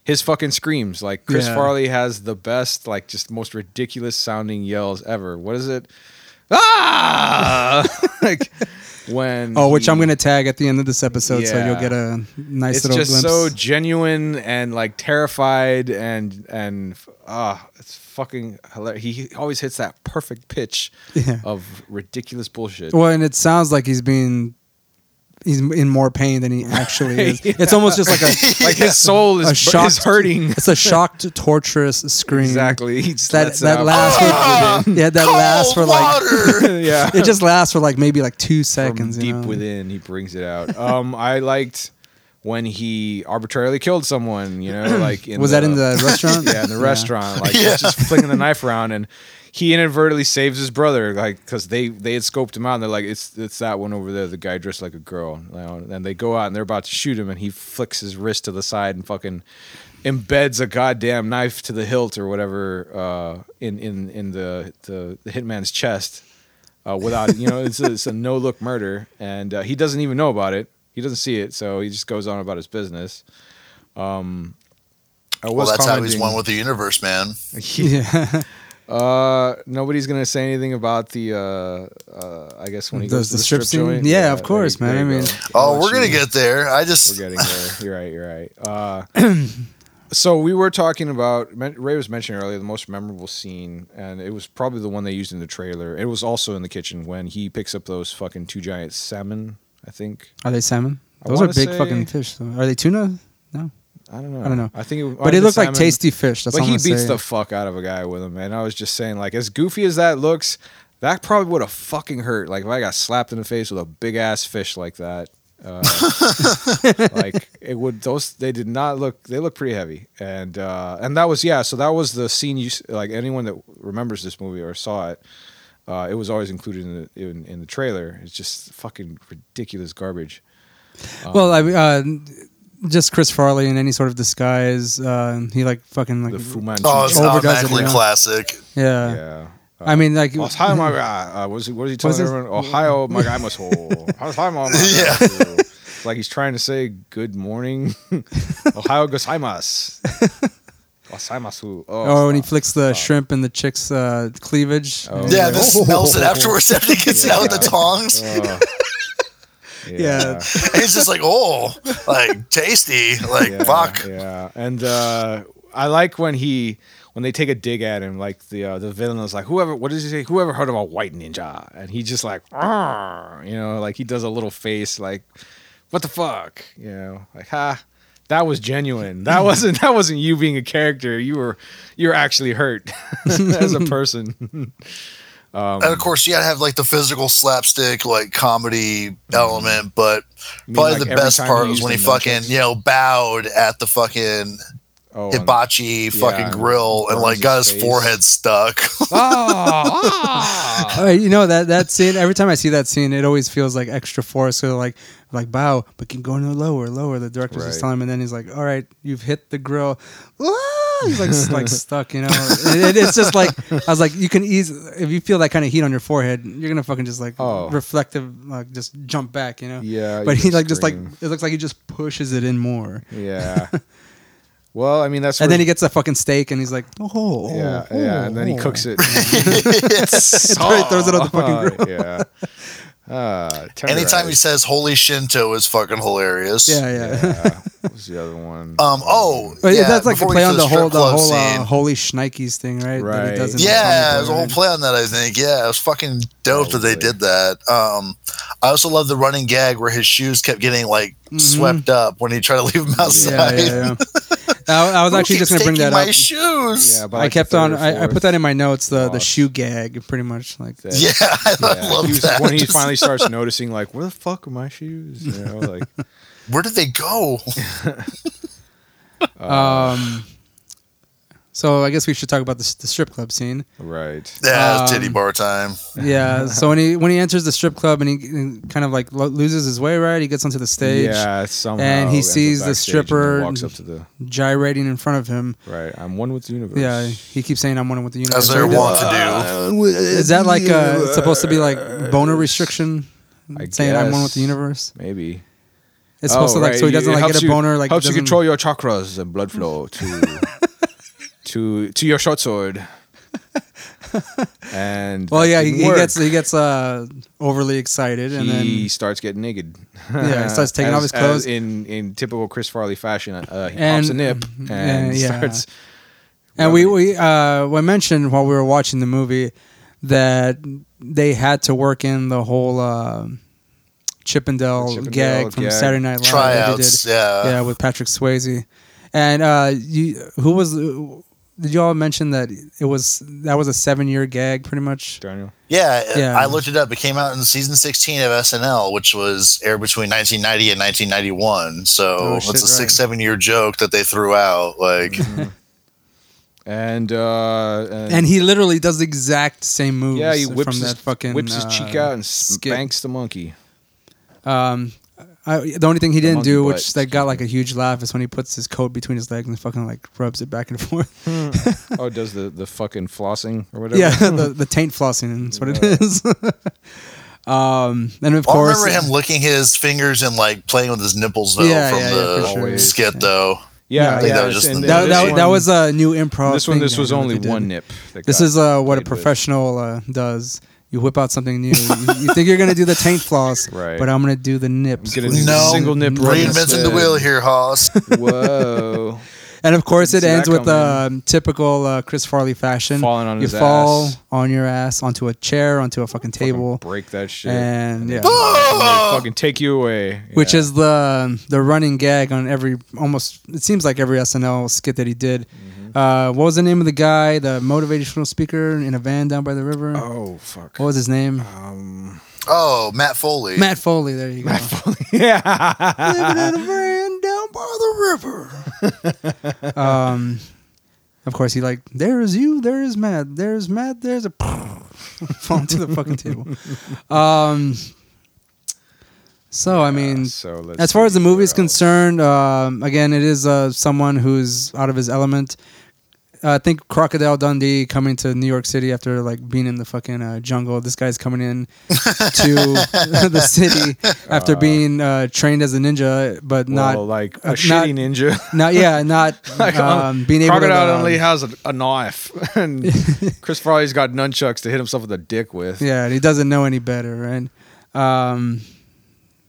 Speaker 1: his fucking screams. Like Chris
Speaker 2: Yeah.
Speaker 1: Farley has the best, like just most ridiculous sounding yells ever. What is it? Ah! like when
Speaker 2: Oh, which
Speaker 1: he-
Speaker 2: I'm gonna tag at the end of this episode, so
Speaker 1: Yeah.
Speaker 2: you'll get a nice
Speaker 1: It's
Speaker 2: little
Speaker 1: just so
Speaker 2: glimpse.
Speaker 1: genuine and like terrified and and ah, it's fucking hilarious. He always hits that perfect pitch
Speaker 2: Yeah.
Speaker 1: of ridiculous bullshit.
Speaker 2: well, and it sounds like he's being he's in more pain than he actually is. It's almost just like a
Speaker 1: like his soul
Speaker 2: a
Speaker 1: is,
Speaker 2: shocked
Speaker 1: is hurting.
Speaker 2: It's a shocked, torturous scream.
Speaker 1: Exactly. uh, He just
Speaker 2: That
Speaker 1: lets it
Speaker 2: that
Speaker 1: out.
Speaker 2: lasts. for, yeah, that lasts
Speaker 3: Cold
Speaker 2: for like
Speaker 3: water.
Speaker 1: yeah.
Speaker 2: it just lasts for like maybe like two seconds.
Speaker 1: From
Speaker 2: you
Speaker 1: deep
Speaker 2: know?
Speaker 1: within, he brings it out. Um, I liked when he arbitrarily killed someone. You know, like in
Speaker 2: was that in the restaurant?
Speaker 1: yeah in the restaurant, like he's just flinging the knife around, and he inadvertently saves his brother, like because they they had scoped him out, and they're like, it's it's that one over there, the guy dressed like a girl, you know, and they go out and they're about to shoot him, and he flicks his wrist to the side and fucking embeds a goddamn knife to the hilt or whatever uh, in in in the, the the hitman's chest uh, without you know it's a, it's a no look murder and uh, he doesn't even know about it he doesn't see it so he just goes on about his business um I
Speaker 3: Well,
Speaker 1: was
Speaker 3: that's how he's
Speaker 1: commenting-
Speaker 3: one with the universe, man.
Speaker 2: Yeah.
Speaker 1: uh nobody's gonna say anything about the uh uh i guess when he goes
Speaker 2: Does the
Speaker 1: to the
Speaker 2: strip
Speaker 1: strip,
Speaker 2: scene?
Speaker 1: joint
Speaker 2: Yeah, of
Speaker 1: there
Speaker 2: course,
Speaker 1: you- there
Speaker 2: man.
Speaker 1: you
Speaker 2: I
Speaker 1: go.
Speaker 2: mean-
Speaker 3: Oh,
Speaker 1: I'll
Speaker 3: we're
Speaker 1: let
Speaker 3: gonna
Speaker 1: you-
Speaker 3: get there. I
Speaker 1: we're
Speaker 3: just
Speaker 1: getting there. You're right. You're right. Uh, so we were talking about men- Ray was mentioning earlier the most memorable scene, and it was probably the one they used in the trailer. It was also in the kitchen when he picks up those fucking two giant salmon. I think
Speaker 2: Are they salmon?
Speaker 1: I
Speaker 2: Those are
Speaker 1: wanna
Speaker 2: big
Speaker 1: say-
Speaker 2: fucking fish. Though. Are they tuna? No.
Speaker 1: I don't know.
Speaker 2: I don't know.
Speaker 1: I think, it,
Speaker 2: But it looked like
Speaker 1: tasty.
Speaker 2: tasty fish. That's
Speaker 1: but
Speaker 2: all
Speaker 1: he
Speaker 2: I'm
Speaker 1: beats
Speaker 2: saying.
Speaker 1: the fuck out of a guy with him, man. I was just saying, like, as goofy as that looks, that probably would have fucking hurt. Like, if I got slapped in the face with a big ass fish like that, uh, like it would. Those they did not look. They look pretty heavy, and uh, and that was yeah. So that was the scene. You s- like anyone that remembers this movie or saw it. Uh, it was always included in the in, in the trailer. It's just fucking ridiculous garbage.
Speaker 2: well, I, uh, just Chris Farley in any sort of disguise. Uh, he like fucking like
Speaker 1: The Fu Manchu.
Speaker 3: Oh, it's
Speaker 2: Overdoes it,
Speaker 3: automatically
Speaker 2: yeah.
Speaker 3: classic.
Speaker 2: yeah.
Speaker 1: yeah.
Speaker 2: I mean like
Speaker 1: Ohio, my guy. Uh, was he, what was he telling
Speaker 2: Was this-
Speaker 1: everyone? Ohio, my guy must hold. Ohio, my guy.
Speaker 3: Yeah.
Speaker 1: Yeah. Like he's trying to say good morning. Ohio gozaimasu. Gozaimasu.
Speaker 2: Oh, and he
Speaker 1: stop.
Speaker 2: flicks the shrimp and the chick's uh, cleavage.
Speaker 1: Oh,
Speaker 3: Yeah,
Speaker 1: yeah.
Speaker 3: this smells it afterwards after he gets out with the tongs.
Speaker 1: Uh,
Speaker 2: Yeah.
Speaker 3: And it's just like, oh, like tasty. Like,
Speaker 1: yeah,
Speaker 3: fuck.
Speaker 1: Yeah, and uh, I like when he when they take a dig at him, like the uh, the villain is like, whoever, what does he say? Whoever heard of a white ninja? And he just like, "Arr," you know, like he does a little face, like, what the fuck, you know, like ha. That was genuine. That wasn't that wasn't you being a character. You were you were actually hurt as a person.
Speaker 3: and of course, you gotta have like the physical slapstick, like comedy element. But
Speaker 1: mean,
Speaker 3: probably
Speaker 1: like,
Speaker 3: the
Speaker 1: every
Speaker 3: best
Speaker 1: time
Speaker 3: part
Speaker 1: he
Speaker 3: was when he
Speaker 1: used the
Speaker 3: fucking,
Speaker 1: nunchucks?
Speaker 3: you know, bowed at the fucking
Speaker 1: Oh, and-
Speaker 3: hibachi fucking
Speaker 1: and
Speaker 3: grill and
Speaker 1: burns
Speaker 3: like
Speaker 1: his
Speaker 3: got his
Speaker 1: face.
Speaker 3: forehead stuck.
Speaker 1: Ah, ah.
Speaker 2: Uh, you know that that scene. Every time I see that scene, it always feels like extra force. So like, like bow, but keep going no lower, lower. The director's just
Speaker 1: Right.
Speaker 2: telling him, and then he's like, "All right, you've hit the grill." Ah! He's like, s- like stuck. You know, it, it- it's just like I was like, you can ease if you feel that kind of heat on your forehead, you're gonna fucking just like
Speaker 1: Oh.
Speaker 2: reflective, like just jump back. You know.
Speaker 1: Yeah, you
Speaker 2: But he
Speaker 1: just
Speaker 2: like just like
Speaker 1: scream.
Speaker 2: it looks like he just pushes it in more,
Speaker 1: yeah. Well, I mean that's
Speaker 2: and
Speaker 1: where-
Speaker 2: then he gets a fucking steak, and he's like, "Oh, oh,
Speaker 1: yeah,
Speaker 2: oh,
Speaker 1: yeah, and then he
Speaker 2: oh."
Speaker 1: cooks it.
Speaker 3: It's-
Speaker 2: Throw- throws it on the fucking grill.
Speaker 1: yeah. Uh,
Speaker 3: Anytime
Speaker 1: terrorized.
Speaker 3: he says "Holy Shinto" is fucking hilarious.
Speaker 2: Yeah, yeah.
Speaker 1: yeah. What was the other one?
Speaker 3: Um. Oh.
Speaker 2: But
Speaker 3: yeah,
Speaker 2: that's like a
Speaker 3: before we
Speaker 2: play
Speaker 3: get
Speaker 2: on
Speaker 3: to
Speaker 2: the
Speaker 3: strip
Speaker 2: whole the
Speaker 3: club
Speaker 2: whole uh,
Speaker 3: scene.
Speaker 2: holy schnikes thing, right? That
Speaker 1: Right.
Speaker 2: he does in the
Speaker 3: Yeah,
Speaker 2: comic
Speaker 3: there's a
Speaker 2: book,
Speaker 3: whole
Speaker 2: right?
Speaker 3: play on that. I think. Yeah, it was fucking dope that they
Speaker 1: Probably.
Speaker 3: did that. Um, I also love the running gag where his shoes kept getting like swept up when he tried to leave them
Speaker 2: Mm-hmm. Yeah,
Speaker 3: outside.
Speaker 2: yeah, yeah. I, I was
Speaker 3: Who
Speaker 2: actually just
Speaker 3: keeps
Speaker 2: gonna bring
Speaker 3: taking
Speaker 2: that
Speaker 3: my
Speaker 2: up.
Speaker 3: shoes.
Speaker 1: yeah, but
Speaker 2: I kept on. I, I put that in my notes. The the
Speaker 1: loss.
Speaker 2: shoe gag, pretty much like.
Speaker 3: Yeah, I love
Speaker 1: he was-
Speaker 3: that.
Speaker 1: When he
Speaker 3: Just-
Speaker 1: finally starts noticing, like, where the fuck are my shoes? You know, like,
Speaker 3: where did they go?
Speaker 1: uh,
Speaker 2: Um. So I guess we should talk about the, s- the strip club scene.
Speaker 1: right.
Speaker 3: Yeah, it's
Speaker 2: Um,
Speaker 3: titty bar time.
Speaker 2: Yeah. so when he when he enters the strip club and he and kind of like lo- loses his way, right? He gets onto the stage,
Speaker 1: Yeah, somehow.
Speaker 2: and he
Speaker 1: ends up
Speaker 2: sees the
Speaker 1: backstage and then
Speaker 2: stripper
Speaker 1: walks up to the
Speaker 2: gyrating in front of him.
Speaker 1: right. I'm one with the universe.
Speaker 2: Yeah, he keeps saying, "I'm one with the universe."
Speaker 3: As they're
Speaker 2: He does-
Speaker 3: wont to do.
Speaker 2: Is that like uh it's supposed to be like boner restriction?
Speaker 1: I
Speaker 2: saying I'm one
Speaker 1: guess.
Speaker 2: with the universe.
Speaker 1: maybe.
Speaker 2: It's supposed
Speaker 1: Oh,
Speaker 2: to like so he
Speaker 1: right.
Speaker 2: doesn't
Speaker 1: It
Speaker 2: like
Speaker 1: helps
Speaker 2: get a
Speaker 1: you-
Speaker 2: boner like
Speaker 1: helps you
Speaker 2: doesn't-
Speaker 1: control your chakras and blood flow to to to your short sword. And
Speaker 2: Well,
Speaker 1: that
Speaker 2: yeah, he,
Speaker 1: didn't
Speaker 2: he
Speaker 1: work.
Speaker 2: gets he gets uh overly excited and
Speaker 1: he
Speaker 2: then
Speaker 1: starts getting naked.
Speaker 2: Yeah, he starts
Speaker 1: As-
Speaker 2: taking off his
Speaker 1: as
Speaker 2: clothes.
Speaker 1: in in typical Chris Farley fashion. Uh, he
Speaker 2: And-
Speaker 1: pops a nip
Speaker 2: mm,
Speaker 1: and
Speaker 2: yeah, yeah.
Speaker 1: starts.
Speaker 2: and we we uh we mentioned while we were watching the movie that they had to work in the whole uh, Chippendale,
Speaker 1: Chippendale
Speaker 2: gag from
Speaker 1: gag.
Speaker 2: Saturday Night Live that they did.
Speaker 3: Tryouts. Yeah.
Speaker 2: yeah, with Patrick Swayze. And uh, you, who was? Did you all mention that it was that was a seven-year gag, pretty much?
Speaker 1: Daniel.
Speaker 3: Yeah,
Speaker 2: Yeah.
Speaker 3: I looked it up. It came out in season 16 of SNL, which was aired between 1990 and 1991. So
Speaker 2: Oh,
Speaker 3: it's
Speaker 2: shit,
Speaker 3: a six,
Speaker 2: right. Mm-hmm.
Speaker 3: seven year joke that they threw out. Like,
Speaker 1: And uh, and,
Speaker 2: And he literally does the exact same moves.
Speaker 1: yeah, he whips
Speaker 2: from
Speaker 1: his
Speaker 2: that fucking
Speaker 1: whips his
Speaker 2: uh,
Speaker 1: cheek out and
Speaker 2: skit.
Speaker 1: spanks the monkey.
Speaker 2: Um, I, the only thing he didn't
Speaker 1: monkey
Speaker 2: do,
Speaker 1: butt,
Speaker 2: which that got like a huge laugh, is when he puts his coat between his legs and fucking like rubs it back and forth.
Speaker 1: Oh, does the the fucking flossing or whatever?
Speaker 2: yeah, the, the taint flossing is what it is. um, and of
Speaker 3: Oh, I
Speaker 2: course,
Speaker 3: remember him licking his fingers and like playing with his nipples though
Speaker 2: Yeah,
Speaker 3: from
Speaker 2: yeah, yeah,
Speaker 3: the
Speaker 2: for sure.
Speaker 3: skit though.
Speaker 1: yeah,
Speaker 2: I think
Speaker 1: yeah.
Speaker 3: that was just
Speaker 1: and
Speaker 3: the-
Speaker 2: that,
Speaker 1: this
Speaker 2: that,
Speaker 1: one-
Speaker 2: that was a new improv.
Speaker 1: this one.
Speaker 2: thing
Speaker 1: This
Speaker 2: that
Speaker 1: was
Speaker 2: they
Speaker 1: only
Speaker 2: did.
Speaker 1: one nip. that
Speaker 2: This
Speaker 1: got
Speaker 2: is uh, what a
Speaker 1: played with.
Speaker 2: professional uh, does. You whip out something new. you, you think you're gonna do the taint floss,
Speaker 1: Right.
Speaker 2: but I'm gonna do the nips.
Speaker 1: gonna
Speaker 2: please.
Speaker 1: do
Speaker 2: uh,
Speaker 1: the No. single nip rub
Speaker 3: reinventing the
Speaker 1: instead.
Speaker 3: wheel here, Hoss.
Speaker 1: Whoa.
Speaker 2: And of course, it
Speaker 1: See that
Speaker 2: ends with
Speaker 1: coming.
Speaker 2: um, typical uh, Chris Farley fashion.
Speaker 1: Falling on
Speaker 2: you
Speaker 1: his
Speaker 2: fall
Speaker 1: ass.
Speaker 2: on your ass onto a chair, onto a fucking table,
Speaker 1: break that shit,
Speaker 2: and yeah,
Speaker 1: And they fucking take you away.
Speaker 2: which
Speaker 1: Yeah.
Speaker 2: is the the running gag on every almost it seems like every SNL skit that he did.
Speaker 1: Mm-hmm.
Speaker 2: Uh, what was the name of the guy, the motivational speaker in a van down by the river?
Speaker 1: oh fuck.
Speaker 2: What was his name?
Speaker 3: Oh, Matt Foley.
Speaker 2: Matt Foley. There you go.
Speaker 1: yeah.
Speaker 2: Living in a van down by the river. um, of course, he like there is you, there is Matt, there is Matt, there's a fall to the fucking table. Um, so I mean,
Speaker 1: Ah, so let's
Speaker 2: as far as the
Speaker 1: see
Speaker 2: movie
Speaker 1: what
Speaker 2: is
Speaker 1: else.
Speaker 2: concerned, um, again, it is uh, someone who's out of his element. Uh, I think Crocodile Dundee coming to New York City after like being in the fucking uh, jungle. This guy's coming in to the city after being uh, trained as a ninja, but
Speaker 1: well,
Speaker 2: not
Speaker 1: like a
Speaker 2: uh,
Speaker 1: shitty ninja.
Speaker 2: not yeah, not
Speaker 1: Like,
Speaker 2: um, being able to
Speaker 1: Crocodile
Speaker 2: um,
Speaker 1: only has a, a knife, and Chris Farley's got nunchucks to hit himself with a dick with.
Speaker 2: yeah, and he doesn't know any better, right? Um,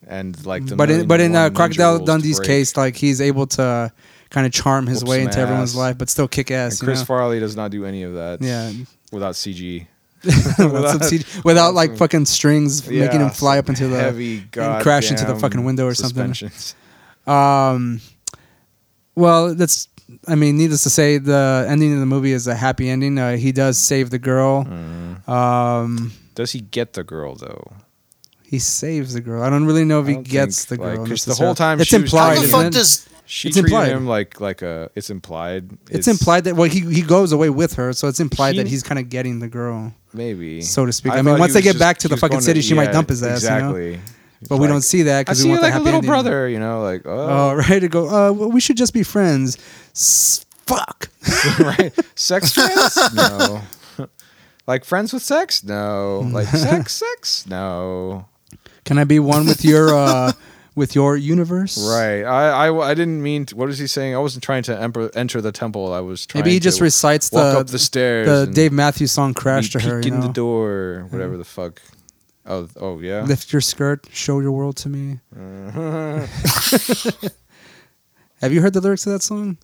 Speaker 1: And like, the
Speaker 2: but in,
Speaker 1: million
Speaker 2: but
Speaker 1: and
Speaker 2: in uh,
Speaker 1: one ninja
Speaker 2: Crocodile
Speaker 1: rules to
Speaker 2: Dundee's
Speaker 1: break.
Speaker 2: case, like he's able to kind of charm his
Speaker 1: Whoop
Speaker 2: way
Speaker 1: some
Speaker 2: into everyone's
Speaker 1: ass.
Speaker 2: life, but still kick
Speaker 1: and
Speaker 2: ass. you
Speaker 1: Chris
Speaker 2: know?
Speaker 1: Farley does not do any of that.
Speaker 2: Yeah.
Speaker 1: without CG.
Speaker 2: without, some CG without like fucking strings making him
Speaker 1: Yeah,
Speaker 2: fly up
Speaker 1: some
Speaker 2: into the
Speaker 1: heavy,
Speaker 2: and crash into the
Speaker 1: goddamn
Speaker 2: fucking window or something.
Speaker 1: suspensions.
Speaker 2: Um, well, that's. I mean, needless to say, the ending of the movie is a happy ending. Uh, he does save the girl.
Speaker 1: Mm.
Speaker 2: Um,
Speaker 1: Does he get the girl though?
Speaker 2: he saves the girl. I don't really know if
Speaker 1: I
Speaker 2: he
Speaker 1: don't
Speaker 2: gets
Speaker 1: think,
Speaker 2: the girl.
Speaker 1: like, 'cause the
Speaker 2: necessarily.
Speaker 1: whole time
Speaker 2: it's
Speaker 1: she was
Speaker 2: implied.
Speaker 3: How
Speaker 1: Right, and
Speaker 3: the
Speaker 2: isn't
Speaker 3: fuck
Speaker 1: then-
Speaker 2: it?
Speaker 3: does?
Speaker 1: She
Speaker 2: It's
Speaker 1: treated
Speaker 2: implied.
Speaker 1: him like like a. It's implied.
Speaker 2: it's implied that well, he he goes away with her, so it's implied
Speaker 1: He-
Speaker 2: that he's kind of getting the girl.
Speaker 1: maybe
Speaker 2: so to speak. I
Speaker 1: thought
Speaker 2: mean,
Speaker 1: he
Speaker 2: once they
Speaker 1: was
Speaker 2: get back to
Speaker 1: he
Speaker 2: the
Speaker 1: was
Speaker 2: fucking
Speaker 1: going
Speaker 2: city, she might dump his ass, you know?
Speaker 1: Exactly.
Speaker 2: But we don't see that
Speaker 1: I
Speaker 2: because
Speaker 1: see
Speaker 2: we
Speaker 1: you
Speaker 2: want
Speaker 1: like
Speaker 2: the
Speaker 1: a
Speaker 2: happy
Speaker 1: little
Speaker 2: ending.
Speaker 1: brother, you know, like oh,
Speaker 2: Oh, right to go. Uh, well, we should just be friends. S- fuck.
Speaker 1: right, sex friends? No. like friends with sex? No. Like sex, sex? No.
Speaker 2: Can I be one with your uh, with your universe?
Speaker 1: Right. I, I, I didn't mean. To, what was he saying? I wasn't trying to emper, enter the temple. I was trying.
Speaker 2: Maybe he
Speaker 1: to
Speaker 2: just recites
Speaker 1: walk
Speaker 2: the
Speaker 1: up the stairs.
Speaker 2: the
Speaker 1: and
Speaker 2: Dave Matthews song "Crash"
Speaker 1: be
Speaker 2: to her. You
Speaker 1: peeking
Speaker 2: know?
Speaker 1: the door, whatever the fuck. Oh, oh yeah.
Speaker 2: Lift your skirt, show your world to me.
Speaker 1: Mm-hmm.
Speaker 2: Have you heard the lyrics of that song?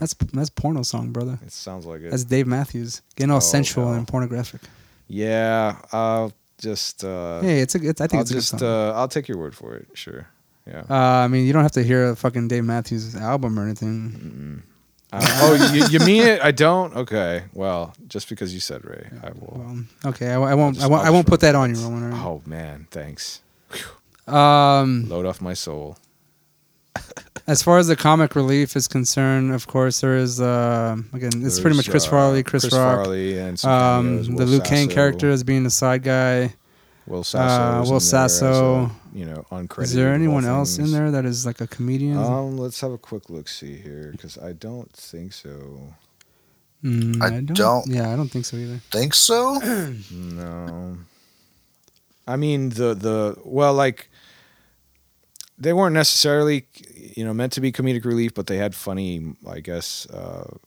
Speaker 2: That's that's porno song, brother.
Speaker 1: it sounds like it.
Speaker 2: That's Dave Matthews getting all
Speaker 1: Oh,
Speaker 2: sensual
Speaker 1: no.
Speaker 2: and pornographic.
Speaker 1: yeah. I'll just. Uh,
Speaker 2: Hey, it's a. It's, I think
Speaker 1: I'll
Speaker 2: it's a
Speaker 1: just.
Speaker 2: good song.
Speaker 1: Uh, I'll take your word for it. Sure. Yeah.
Speaker 2: Uh, I mean, you don't have to hear a fucking Dave Matthews album or anything.
Speaker 1: Uh, oh, you, you mean it? I don't. Okay. Well, just because you said Ray, I will.
Speaker 2: Well, okay, I, I won't. I
Speaker 1: just-
Speaker 2: won't.
Speaker 1: I'll
Speaker 2: I won't
Speaker 1: just
Speaker 2: put that on you, Roman. all
Speaker 1: Oh man, thanks. Oh.
Speaker 2: right? Um,
Speaker 1: Load off my soul.
Speaker 2: As far as the comic relief is concerned, of course, there is uh, again. It's pretty
Speaker 1: There's,
Speaker 2: much Chris
Speaker 1: uh,
Speaker 2: Farley, Chris, Rock,
Speaker 1: Farley, and some
Speaker 2: um,
Speaker 1: cameos,
Speaker 2: the
Speaker 1: Will
Speaker 2: Luke Kang
Speaker 1: Sasso.
Speaker 2: character as being the side guy.
Speaker 1: Will Sasso.
Speaker 2: uh,
Speaker 1: is in
Speaker 2: Will
Speaker 1: there as
Speaker 2: Sasso.
Speaker 1: a, you know, uncredited.
Speaker 2: Is there
Speaker 1: of all
Speaker 2: anyone else in
Speaker 1: things.
Speaker 2: there that is like a comedian?
Speaker 1: Um, let's have a quick look. See here, because I don't think so.
Speaker 2: Mm,
Speaker 3: I don't-
Speaker 2: Yeah, I don't think so either.
Speaker 3: Think so?
Speaker 1: No. I mean the the well like they weren't necessarily you know meant to be comedic relief, but they had funny I guess uh,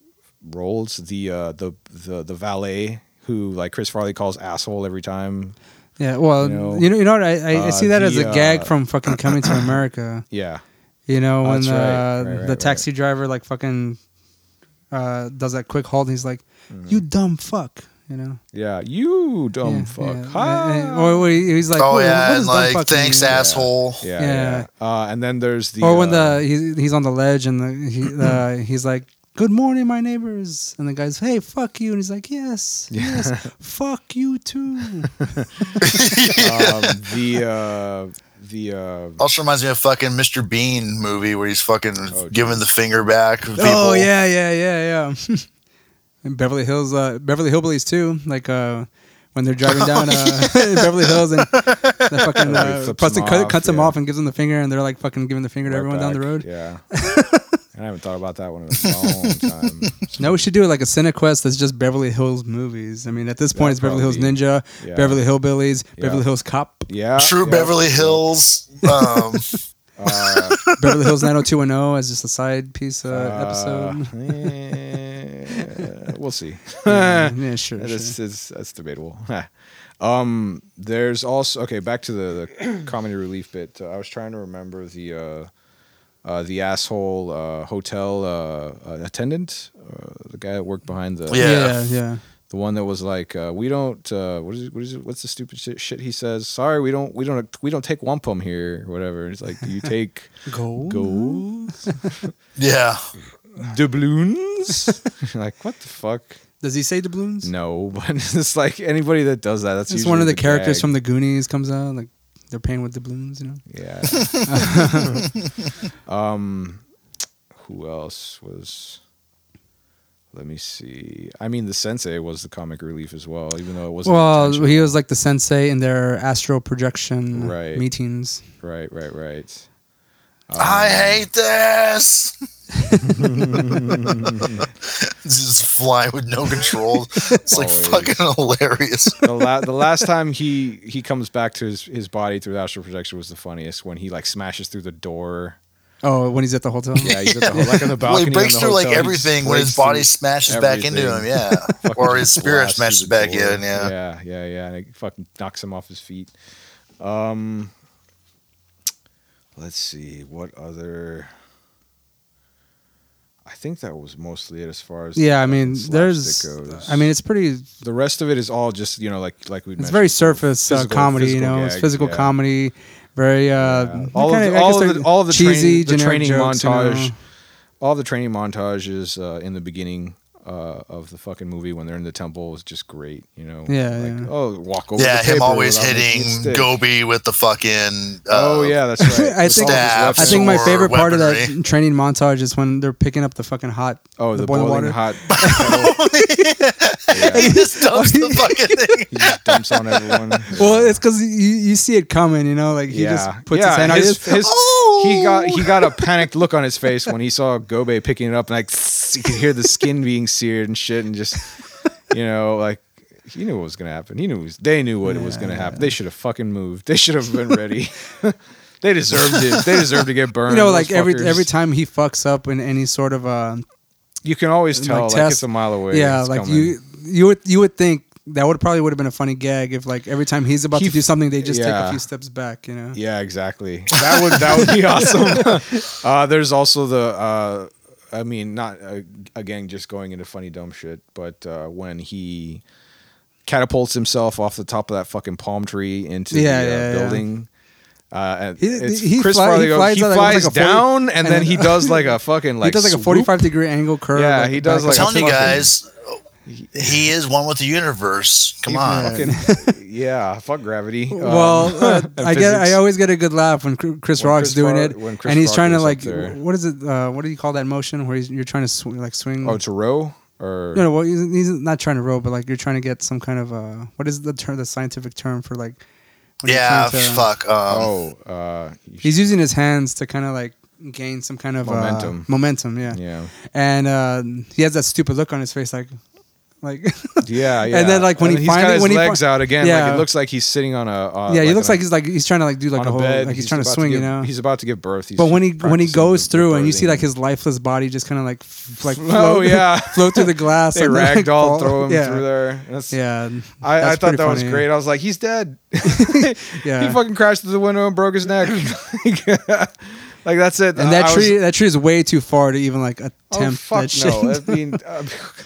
Speaker 1: roles. The uh, the the the valet who like Chris Farley calls asshole every time.
Speaker 2: Yeah. Well,
Speaker 1: You
Speaker 2: you
Speaker 1: know,
Speaker 2: know, you know, what? I, I, I
Speaker 1: uh,
Speaker 2: see that as a
Speaker 1: the,
Speaker 2: gag
Speaker 1: uh,
Speaker 2: from fucking Coming to America.
Speaker 1: Yeah.
Speaker 2: You know,
Speaker 1: Oh,
Speaker 2: when
Speaker 1: that's
Speaker 2: the,
Speaker 1: right. Right, right,
Speaker 2: the
Speaker 1: right.
Speaker 2: taxi driver like fucking uh, does that quick halt, and he's like, "You dumb fuck," you know.
Speaker 1: Yeah. You Mm-hmm. dumb
Speaker 2: Yeah,
Speaker 1: fuck.
Speaker 2: yeah.
Speaker 1: Hi.
Speaker 2: And- and- Or when he- he's like,
Speaker 3: oh
Speaker 2: "What- what
Speaker 3: yeah,
Speaker 2: does
Speaker 3: and
Speaker 2: dumb
Speaker 3: like
Speaker 2: fuck
Speaker 3: thanks
Speaker 2: mean?"
Speaker 3: asshole.
Speaker 1: yeah,
Speaker 2: Yeah.
Speaker 1: yeah. Uh, and then there's the
Speaker 2: or when
Speaker 1: uh,
Speaker 2: the he's, he's on the ledge and the, he, uh, he's like good morning my neighbors and the guy's hey fuck you and he's like yes yes fuck you too Oh,
Speaker 1: um, the uh, the uh,
Speaker 3: Also reminds me of fucking Mr. Bean movie where he's fucking
Speaker 1: Oh,
Speaker 3: giving the finger back. to People.
Speaker 2: oh yeah yeah yeah yeah and beverly hills uh, beverly hillbillies too like uh when they're driving down uh, Beverly Hills and the fucking
Speaker 1: Everybody
Speaker 2: uh,
Speaker 1: flips
Speaker 2: plus
Speaker 1: them
Speaker 2: it cut,
Speaker 1: off,
Speaker 2: cuts them
Speaker 1: yeah.
Speaker 2: off and gives them the finger and they're like fucking giving the finger to
Speaker 1: right
Speaker 2: everyone down the
Speaker 1: back.
Speaker 2: road.
Speaker 1: Yeah. and I haven't thought about that one in a long time.
Speaker 2: No, we should do like a CineQuest that's just Beverly Hills movies. I mean, at this point,
Speaker 1: That'd
Speaker 2: it's Beverly Hills
Speaker 1: probably be-
Speaker 2: Ninja,
Speaker 1: yeah.
Speaker 2: Beverly Hillbillies, Beverly
Speaker 1: Yeah.
Speaker 2: Hills Cop,
Speaker 1: Yeah.
Speaker 3: True
Speaker 1: yeah.
Speaker 3: Beverly Hills. Um,
Speaker 1: Uh,
Speaker 2: Beverly Hills 90210 as just a side piece uh,
Speaker 1: Ah.
Speaker 2: episode.
Speaker 1: episode. we'll see.
Speaker 2: yeah, sure. sure.
Speaker 1: That's, that's, that's debatable. um, there's also okay. Back to the, the comedy relief bit. Uh, I was trying to remember the uh, uh, the asshole uh, hotel uh, uh, attendant, uh, the guy that worked behind the
Speaker 3: Yeah.
Speaker 2: yeah, yeah.
Speaker 1: the one that was like, uh, "We don't. Uh, what is it, what is it, what's the stupid shit, shit he says? Sorry, we don't. We don't. We don't take wampum here, or whatever." It's like you take
Speaker 2: Gold.
Speaker 1: golds,
Speaker 3: Yeah.
Speaker 1: doubloons. like what the fuck?
Speaker 2: Does he say doubloons?
Speaker 1: No, but it's like anybody that does that. That's
Speaker 2: It's one of the, characters
Speaker 1: from
Speaker 2: from the Goonies comes out like they're paying with doubloons. You know.
Speaker 1: Yeah. um, who else was? Let me see. I mean, the sensei was the comic relief as well, even though it wasn't.
Speaker 2: Well,
Speaker 1: intentional.
Speaker 2: he was like the sensei in their astral projection
Speaker 1: Right.
Speaker 2: meetings.
Speaker 1: right, right, right.
Speaker 3: I hate this. Just fly with no control. It's like
Speaker 1: Always.
Speaker 3: fucking hilarious.
Speaker 1: The, la- the last time he he comes back to his, his body through the astral projection was the funniest when he like smashes through the door.
Speaker 2: Oh, when he's at the hotel.
Speaker 1: Yeah, he's at the, like on the
Speaker 3: Well,
Speaker 1: balcony.
Speaker 3: he breaks
Speaker 1: in the
Speaker 3: through like
Speaker 1: hotel, he just
Speaker 3: everything when
Speaker 1: breaks
Speaker 3: his body
Speaker 1: through-
Speaker 3: smashes back into him,
Speaker 1: everything.
Speaker 3: yeah,
Speaker 1: fucking
Speaker 3: or his
Speaker 1: just
Speaker 3: spirit
Speaker 1: blasts through
Speaker 3: smashes
Speaker 1: the
Speaker 3: back
Speaker 1: door.
Speaker 3: in, yeah.
Speaker 1: yeah, yeah, yeah. And it fucking knocks him off his feet. Um, let's see what other. I think that was mostly it as far as
Speaker 2: Yeah, I
Speaker 1: fucking
Speaker 2: mean,
Speaker 1: slapstick
Speaker 2: there's.
Speaker 1: goes.
Speaker 2: I mean, it's pretty.
Speaker 1: the rest of it is all just you know like like we.
Speaker 2: It's very surface uh, comedy. you know, it's physical comedy. Very. Uh,
Speaker 1: All of the,
Speaker 2: kinda- I guess
Speaker 1: all of
Speaker 2: they're
Speaker 1: the, all of the training, the
Speaker 2: cheesy generic
Speaker 1: training
Speaker 2: jokes, you know.
Speaker 1: montage, all the training montage is uh, in the beginning. Uh, of the fucking movie when they're in the temple is just great, you know.
Speaker 2: Yeah,
Speaker 1: like,
Speaker 2: yeah.
Speaker 1: Oh, walk over. the
Speaker 3: Yeah, him
Speaker 1: paper
Speaker 3: always
Speaker 1: without making it
Speaker 3: hitting
Speaker 1: stick.
Speaker 3: Gobi with the fucking. Uh,
Speaker 1: Oh yeah, that's right.
Speaker 2: I
Speaker 1: With
Speaker 2: think-
Speaker 1: all his
Speaker 3: Staff.
Speaker 2: I
Speaker 1: weapons.
Speaker 2: think my
Speaker 3: Or
Speaker 2: favorite part of that
Speaker 3: weaponry.
Speaker 2: training montage is when they're picking up the fucking hot.
Speaker 1: Oh, the,
Speaker 2: boiling
Speaker 1: boiling,
Speaker 2: water.
Speaker 1: hot.
Speaker 3: He
Speaker 1: yeah,
Speaker 3: just dumps the fucking thing.
Speaker 1: he just dumps on everyone.
Speaker 2: Well, it's because you, you see it coming, you know. Like he just puts his hand on Oh!
Speaker 1: his,
Speaker 2: his.
Speaker 1: his, He got he got a panicked look on his face when he saw Gobe picking it up, and like you could hear the skin being seared and shit, and just you know like. He knew what was gonna happen. He knew it was, they knew what it was gonna happen. They should have fucking moved. They should have been ready. they deserved it. They deserved to get burned.
Speaker 2: You know,
Speaker 1: those
Speaker 2: like every
Speaker 1: fuckers.
Speaker 2: every time he fucks up in any sort of uh,
Speaker 1: you can always tell like,
Speaker 2: test-
Speaker 1: it's a mile away.
Speaker 2: yeah,
Speaker 1: It's
Speaker 2: like
Speaker 1: coming.
Speaker 2: you you would you would think that would probably would have been a funny gag if like every time he's about
Speaker 1: He
Speaker 2: to do
Speaker 1: f-
Speaker 2: something, they just take a
Speaker 1: yeah.
Speaker 2: few steps back, you know.
Speaker 1: Yeah, exactly. That would that would be awesome. Uh, there's also the, uh, I mean, not uh, again just going into funny dumb shit, but uh, when he catapults himself off the top of that fucking palm tree into
Speaker 2: Yeah,
Speaker 1: the uh,
Speaker 2: yeah, yeah.
Speaker 1: building. Uh, and
Speaker 2: He-
Speaker 1: it's
Speaker 2: he
Speaker 1: Chris
Speaker 2: fly-
Speaker 1: Farley
Speaker 2: he
Speaker 1: goes-
Speaker 2: flies
Speaker 1: he
Speaker 2: out like-
Speaker 1: flies
Speaker 2: almost like a 40
Speaker 1: down and,
Speaker 2: and
Speaker 1: then
Speaker 2: then-
Speaker 1: he does like a fucking like
Speaker 2: he does like a
Speaker 1: swoop.
Speaker 2: forty-five degree angle curve.
Speaker 1: Yeah,
Speaker 2: like,
Speaker 1: he does,
Speaker 2: back-
Speaker 1: like, a
Speaker 3: telling you
Speaker 1: fucking-
Speaker 3: guys, he is one with the universe. Come
Speaker 1: He
Speaker 3: on.
Speaker 1: fucking- yeah fuck gravity Um,
Speaker 2: well, uh, I get. I
Speaker 1: physics.
Speaker 2: always get a good laugh when Cr- Chris
Speaker 1: When
Speaker 2: Rock's
Speaker 1: Chris
Speaker 2: doing
Speaker 1: Rock-
Speaker 2: it,
Speaker 1: when Chris
Speaker 2: and he's
Speaker 1: Rock
Speaker 2: trying to
Speaker 1: is up
Speaker 2: like,
Speaker 1: there.
Speaker 2: what is it? Uh, what do you call that motion where he's, you're trying to swing, like swing?
Speaker 1: oh to row or
Speaker 2: no, no. Well, he's, he's not trying to row, but like you're trying to get some kind of uh, what is the term? The scientific term for like? when you're
Speaker 3: Yeah,
Speaker 2: trying to-
Speaker 3: fuck. Um,
Speaker 1: oh uh, you
Speaker 2: He's using his hands to kind of like gain some kind of uh,
Speaker 1: Momentum.
Speaker 2: momentum, yeah.
Speaker 1: should- yeah
Speaker 2: And uh, he has that stupid look on his face, like, like
Speaker 1: Yeah, yeah.
Speaker 2: And then, like, when he
Speaker 1: he's got
Speaker 2: finally-
Speaker 1: his
Speaker 2: when he fi-
Speaker 1: legs out again, like
Speaker 2: Yeah.
Speaker 1: it looks like he's sitting on a uh,
Speaker 2: yeah. He
Speaker 1: an-
Speaker 2: looks like he's like he's trying to like do like
Speaker 1: on
Speaker 2: a whole
Speaker 1: bed.
Speaker 2: like he's, trying to
Speaker 1: about
Speaker 2: swing,
Speaker 1: give,
Speaker 2: you know.
Speaker 1: He's about to give birth. He's
Speaker 2: but when he when he
Speaker 1: practicing
Speaker 2: goes
Speaker 1: the- the
Speaker 2: through and you see
Speaker 1: birthing.
Speaker 2: like his lifeless body just kind of like f- like
Speaker 1: Oh,
Speaker 2: float,
Speaker 1: yeah.
Speaker 2: float through the glass,
Speaker 1: they
Speaker 2: and then,
Speaker 1: ragdoll
Speaker 2: like, fall.
Speaker 1: throw him
Speaker 2: yeah.
Speaker 1: through there. That's,
Speaker 2: Yeah,
Speaker 1: I, I
Speaker 2: That's
Speaker 1: thought
Speaker 2: pretty
Speaker 1: that was
Speaker 2: funny.
Speaker 1: great. I was like, he's dead.
Speaker 2: Yeah.
Speaker 1: He fucking crashed through the window and broke his neck. like that's it.
Speaker 2: And that
Speaker 1: I was-
Speaker 2: tree that tree is way too far to even like attempt
Speaker 1: oh,
Speaker 2: that
Speaker 1: fuck
Speaker 2: shit.
Speaker 1: no. I mean, uh,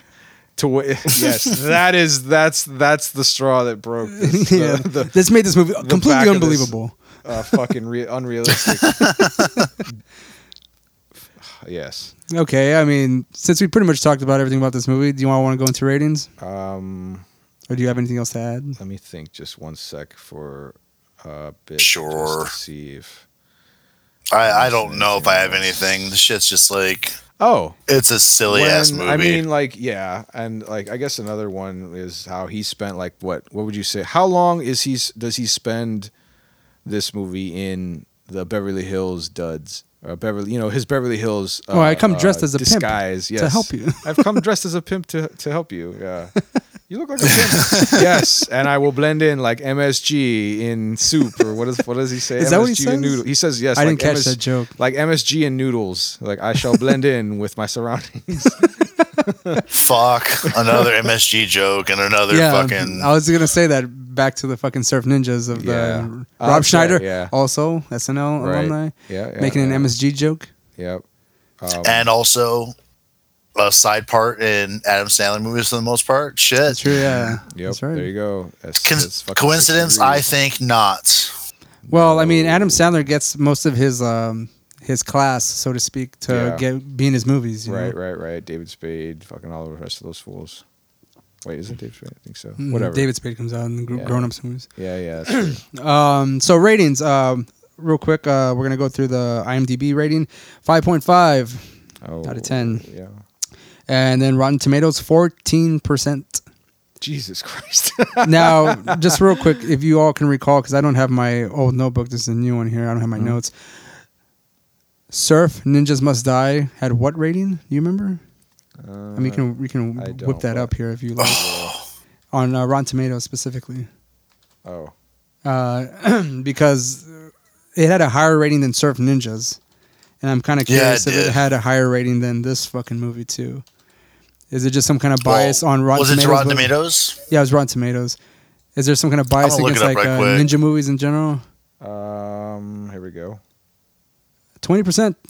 Speaker 1: to wa- yes, that is that's that's the straw that broke this, the-
Speaker 2: yeah,
Speaker 1: the,
Speaker 2: this made this movie
Speaker 1: back
Speaker 2: completely
Speaker 1: of this-
Speaker 2: unbelievable.
Speaker 1: uh, fucking re- unrealistic. yes.
Speaker 2: Okay, I mean, since we pretty much talked about everything about this movie, do you all want to go into ratings,
Speaker 1: Um,
Speaker 2: or do you have anything else to add?
Speaker 1: let me think just one sec for a bit.
Speaker 3: Sure.
Speaker 1: Just to see if.
Speaker 3: I, I don't know if I have anything. The shit's just like
Speaker 1: Oh,
Speaker 3: it's a silly ass
Speaker 1: when-
Speaker 3: movie.
Speaker 1: I mean, like, yeah, and like, I guess another one is how he spent like what? What would you say? How long is he? s- Does he spend this movie in the Beverly Hills duds? Or Beverly, you know, his Beverly Hills. uh,
Speaker 2: Oh, I come dressed as a pimp
Speaker 1: disguise, yes.
Speaker 2: to help you.
Speaker 1: I've come dressed as a pimp to to help you. Yeah. You look like a pimp. yes, and I will blend in like MSG in soup or what is what does he say?
Speaker 2: Is
Speaker 1: MSG
Speaker 2: that what he
Speaker 1: in
Speaker 2: says?
Speaker 1: noodle- He says yes.
Speaker 2: I
Speaker 1: like
Speaker 2: didn't catch
Speaker 1: MS
Speaker 2: that joke.
Speaker 1: Like MSG and noodles. Like I shall blend in with my surroundings.
Speaker 3: fuck another MSG joke and another fucking.
Speaker 2: I was gonna say that back to the fucking surf ninjas of
Speaker 1: Yeah.
Speaker 2: the
Speaker 1: Oh,
Speaker 2: Rob
Speaker 1: that's right,
Speaker 2: Schneider,
Speaker 1: yeah.
Speaker 2: also SNL
Speaker 1: Right.
Speaker 2: alumni,
Speaker 1: Yeah, yeah,
Speaker 2: making
Speaker 1: yeah.
Speaker 2: an MSG joke.
Speaker 1: Yep. Um,
Speaker 3: and also a side part in Adam Sandler movies for the most part. Shit.
Speaker 2: That's true. Yeah.
Speaker 1: yep.
Speaker 2: That's right.
Speaker 1: There you go. That's,
Speaker 3: Con-
Speaker 1: that's fucking
Speaker 3: coincidence?
Speaker 1: six
Speaker 3: I
Speaker 1: degrees.
Speaker 3: think not.
Speaker 2: Well, I mean, Adam Sandler gets most of his um his class, so to speak, to
Speaker 1: Yeah.
Speaker 2: get be in his movies. You
Speaker 1: Right,
Speaker 2: Know?
Speaker 1: right, right. David Spade, fucking all the rest of those fools. Wait, is it David Spade? I think so.
Speaker 2: Mhm.
Speaker 1: Whatever.
Speaker 2: David Spade comes out in the gr-
Speaker 1: Yeah.
Speaker 2: grown ups movies.
Speaker 1: Yeah, yeah. that's true.
Speaker 2: Um, so ratings. Um, real quick, uh, we're gonna go through the IMDb rating, five point five,
Speaker 1: Oh,
Speaker 2: Out of 10.
Speaker 1: Yeah.
Speaker 2: and then Rotten Tomatoes fourteen percent.
Speaker 1: Jesus Christ.
Speaker 2: now, just real quick, if you all can recall, because I don't have my old notebook. This is a new one here. I don't have my
Speaker 1: Mm-hmm.
Speaker 2: notes. Surf Ninjas Must Die had what rating? Do you remember?
Speaker 1: uh,
Speaker 2: I mean, you can we can
Speaker 1: I
Speaker 2: whip
Speaker 1: don't,
Speaker 2: that
Speaker 1: but-
Speaker 2: up here if you like on uh, Rotten Tomatoes specifically,
Speaker 1: oh,
Speaker 2: uh, because it had a higher rating than Surf Ninjas, and I'm kind of
Speaker 3: Yeah, it
Speaker 2: curious if it
Speaker 3: did.
Speaker 2: had a higher rating than this fucking movie too. Is it just some kind of bias
Speaker 3: Well,
Speaker 2: on Rotten
Speaker 3: was it
Speaker 2: Tomatoes?
Speaker 3: to Rotten
Speaker 2: but-
Speaker 3: Tomatoes?
Speaker 2: Yeah, it was Rotten Tomatoes. Is there some kind of bias
Speaker 3: gonna look
Speaker 2: against
Speaker 3: it
Speaker 2: like
Speaker 3: up right
Speaker 2: uh,
Speaker 3: quick.
Speaker 2: ninja movies in general?
Speaker 1: um, here we go.
Speaker 2: Twenty percent.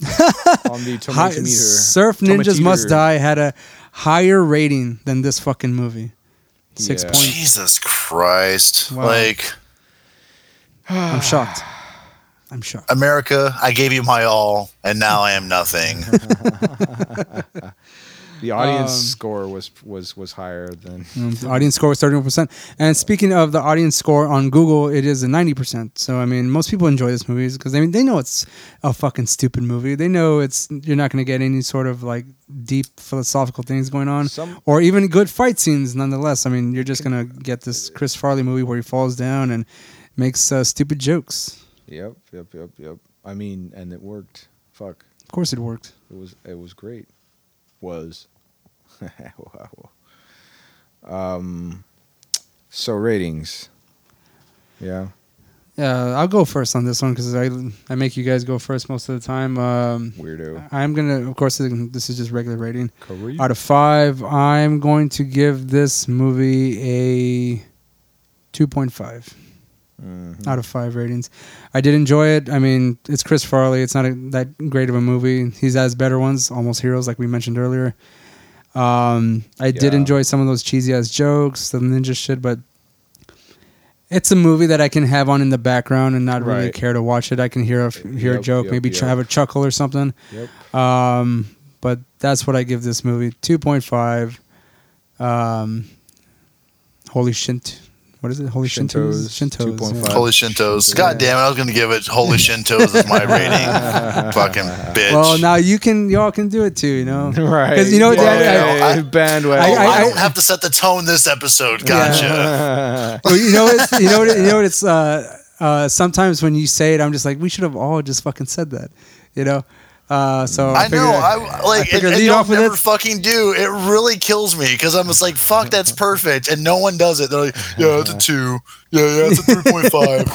Speaker 1: On the
Speaker 2: Hi-
Speaker 1: tomato meter.
Speaker 2: Surf Ninjas Must
Speaker 1: Tomatometer.
Speaker 2: Die had a higher rating than this fucking movie. Six
Speaker 1: Yeah.
Speaker 2: points.
Speaker 3: Jesus Christ.
Speaker 2: Wow.
Speaker 3: Like,
Speaker 2: I'm shocked. I'm shocked.
Speaker 3: America, I gave you my all, and now I am nothing.
Speaker 1: The audience
Speaker 2: Um,
Speaker 1: score was was was higher than.
Speaker 2: Um, the audience score was 31%. And speaking of the audience score on Google, it is a 90%. So, I mean, most people enjoy this movie because I mean, they know it's a fucking stupid movie. They know it's you're not going to get any sort of like deep philosophical things going on
Speaker 1: Some-
Speaker 2: or even good fight scenes nonetheless. I mean, you're just going to get this Chris Farley movie where he falls down and makes uh, stupid jokes.
Speaker 1: Yep, yep, yep, yep. I mean, and it worked. Fuck,
Speaker 2: Of course, it worked.
Speaker 1: it was it was great. Was. wow. Um. So ratings. Yeah.
Speaker 2: Uh, I'll go first on this one because I, I make you guys go first most of the time. Um,
Speaker 1: Weirdo.
Speaker 2: I'm going to, of course, this is just regular rating.
Speaker 1: Korea.
Speaker 2: out of five, I'm going to give this movie a 2.5
Speaker 1: Mhm.
Speaker 2: out of five ratings. I did enjoy it. I mean, it's Chris Farley. It's not a, that great of a movie. He's has better ones, Almost Heroes, like we mentioned earlier. Um, I did
Speaker 1: Yeah.
Speaker 2: enjoy some of those cheesy ass jokes, the ninja shit, but it's a movie that I can have on in the background and not really
Speaker 1: Right.
Speaker 2: care to watch it. I can hear a hear a
Speaker 1: Yep,
Speaker 2: joke,
Speaker 1: yep,
Speaker 2: maybe tr-
Speaker 1: yep.
Speaker 2: have a chuckle or something.
Speaker 1: Yep.
Speaker 2: Um, but that's what I give this movie. Two point five. Um, holy shint. What is it? Holy shintos.
Speaker 1: Shintos, 2.5.
Speaker 2: yeah.
Speaker 3: Holy Shintos.
Speaker 1: Shintos.
Speaker 3: God damn it, I was going to give it Holy Shintos as my rating. Fucking bitch.
Speaker 2: Well, now you can, y'all can do it too. You know,
Speaker 1: Right.
Speaker 2: Because you know,
Speaker 3: Yeah,
Speaker 2: Dad, I-
Speaker 3: yeah, yeah. Oh,
Speaker 1: bandwagon.
Speaker 3: I,
Speaker 2: I-
Speaker 3: don't have to set the tone this episode.
Speaker 2: Yeah.
Speaker 3: Gotcha.
Speaker 2: Well, you know, it's, you know, what, it- you know what it's. Uh, uh, sometimes when you say it, I'm just like, we should have all just fucking said that. You know. Uh, so
Speaker 3: I
Speaker 2: figured
Speaker 3: know. I like.
Speaker 2: figured
Speaker 3: and- and
Speaker 2: lead
Speaker 3: y'all
Speaker 2: off with
Speaker 3: never
Speaker 2: it.
Speaker 3: fucking do. It really kills me because I'm just like, fuck, that's perfect, and no one does it. They're like, yeah, it's a two. Yeah, yeah, it's a three point five.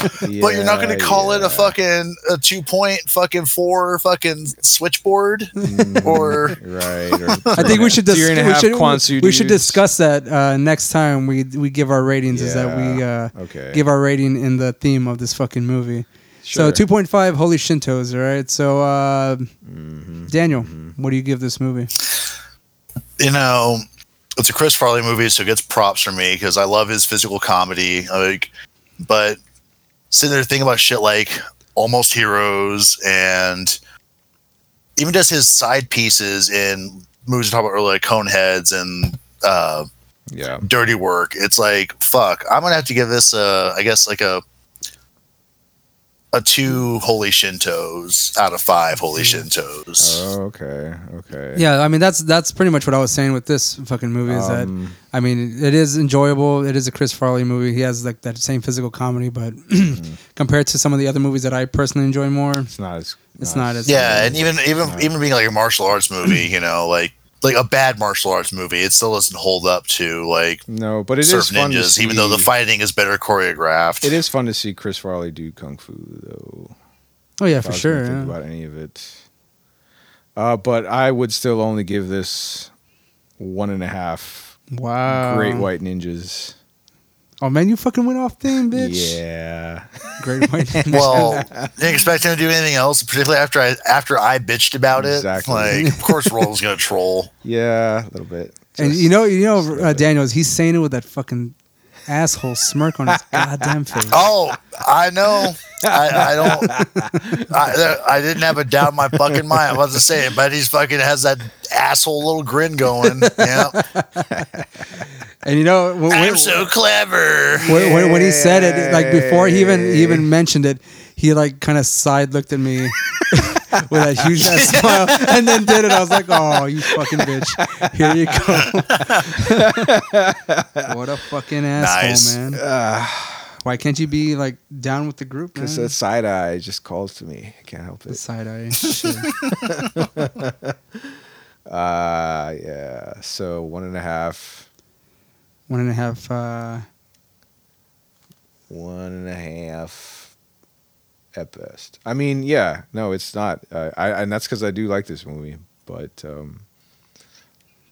Speaker 3: but you're not gonna call it a fucking a two point fucking four fucking switchboard
Speaker 2: Mm.
Speaker 3: or
Speaker 1: Right. Or
Speaker 2: I think we should, dis-
Speaker 1: Three and a
Speaker 2: we,
Speaker 1: half
Speaker 2: should
Speaker 1: Kwanzaa
Speaker 2: we should
Speaker 1: dudes.
Speaker 2: discuss that uh, next time we we give our ratings. Is that we
Speaker 1: Yeah,
Speaker 2: uh,
Speaker 1: okay.
Speaker 2: give our rating in the theme of this fucking movie?
Speaker 1: Sure.
Speaker 2: So 2.5 holy shintos. All right. So uh,
Speaker 1: Mm-hmm.
Speaker 2: Daniel, what do you give this movie?
Speaker 3: you know, it's a Chris Farley movie, so it gets props from me because I love his physical comedy. Like, but sitting there thinking about shit like Almost Heroes and even just his side pieces in movies we talked about earlier, like Coneheads and uh,
Speaker 1: Yeah.
Speaker 3: Dirty Work. It's like fuck. I'm gonna have to give this, a, I guess, like a a two holy shintos out of five holy shintos.
Speaker 1: Oh, okay. Okay.
Speaker 2: Yeah, I mean that's that's pretty much what I was saying with this fucking movie. Is that
Speaker 1: Um,
Speaker 2: I mean it is enjoyable. It is a Chris Farley movie. He has like that same physical comedy, but compared to some of the other movies that I personally enjoy more,
Speaker 1: it's not as.
Speaker 2: it's not as
Speaker 3: Yeah, and even even even being like a martial arts movie, you know, like like a bad martial arts movie, it still doesn't hold up to like
Speaker 1: No, but it is
Speaker 3: Surf
Speaker 1: fun to
Speaker 3: Ninjas, even though the
Speaker 1: see-
Speaker 3: fighting is better choreographed.
Speaker 1: It is fun to see Chris Farley do kung fu though.
Speaker 2: oh yeah
Speaker 1: If I
Speaker 2: for
Speaker 1: was gonna
Speaker 2: sure.
Speaker 1: Think
Speaker 2: yeah.
Speaker 1: about any of it. Uh, but I would still only give this one and a half
Speaker 2: Wow. Uh,
Speaker 1: great white ninjas.
Speaker 2: Oh man, you fucking went off theme, bitch.
Speaker 1: Yeah.
Speaker 2: Great point.
Speaker 3: Well, didn't expect him to do anything else, particularly after I after I bitched about it.
Speaker 1: Exactly.
Speaker 3: Like, of course, Roland's gonna troll.
Speaker 1: Yeah, a little bit.
Speaker 2: and
Speaker 1: Just-
Speaker 2: you know, you know,
Speaker 1: just-
Speaker 2: uh, Daniels, he's saying it with that fucking asshole smirk on his goddamn face.
Speaker 3: Oh, I know. I, I don't. I, I didn't have a doubt in my fucking mind. I was to say it, but he's fucking has that asshole little grin going. Yeah,
Speaker 2: And you know, when,
Speaker 3: I'm
Speaker 2: when,
Speaker 3: so clever.
Speaker 2: when, when- when he said it, like before he even he even mentioned it, he like kind of side looked at me. With that huge ass smile, and then did it. I was like, "Oh, you fucking bitch! Here you go." what a fucking asshole,
Speaker 3: Nice.
Speaker 2: man!
Speaker 1: Ah.
Speaker 2: Why can't you be like down with the group?
Speaker 1: Because
Speaker 2: man?
Speaker 1: that side eye just calls to me. I can't help
Speaker 2: The
Speaker 1: it.
Speaker 2: side eye. shit.
Speaker 1: Uh, yeah. So one and a half,
Speaker 2: One and a half. Uh,
Speaker 1: one and a half at best. I mean, yeah. No, it's not. Uh, I and that's because I do like this movie, but um,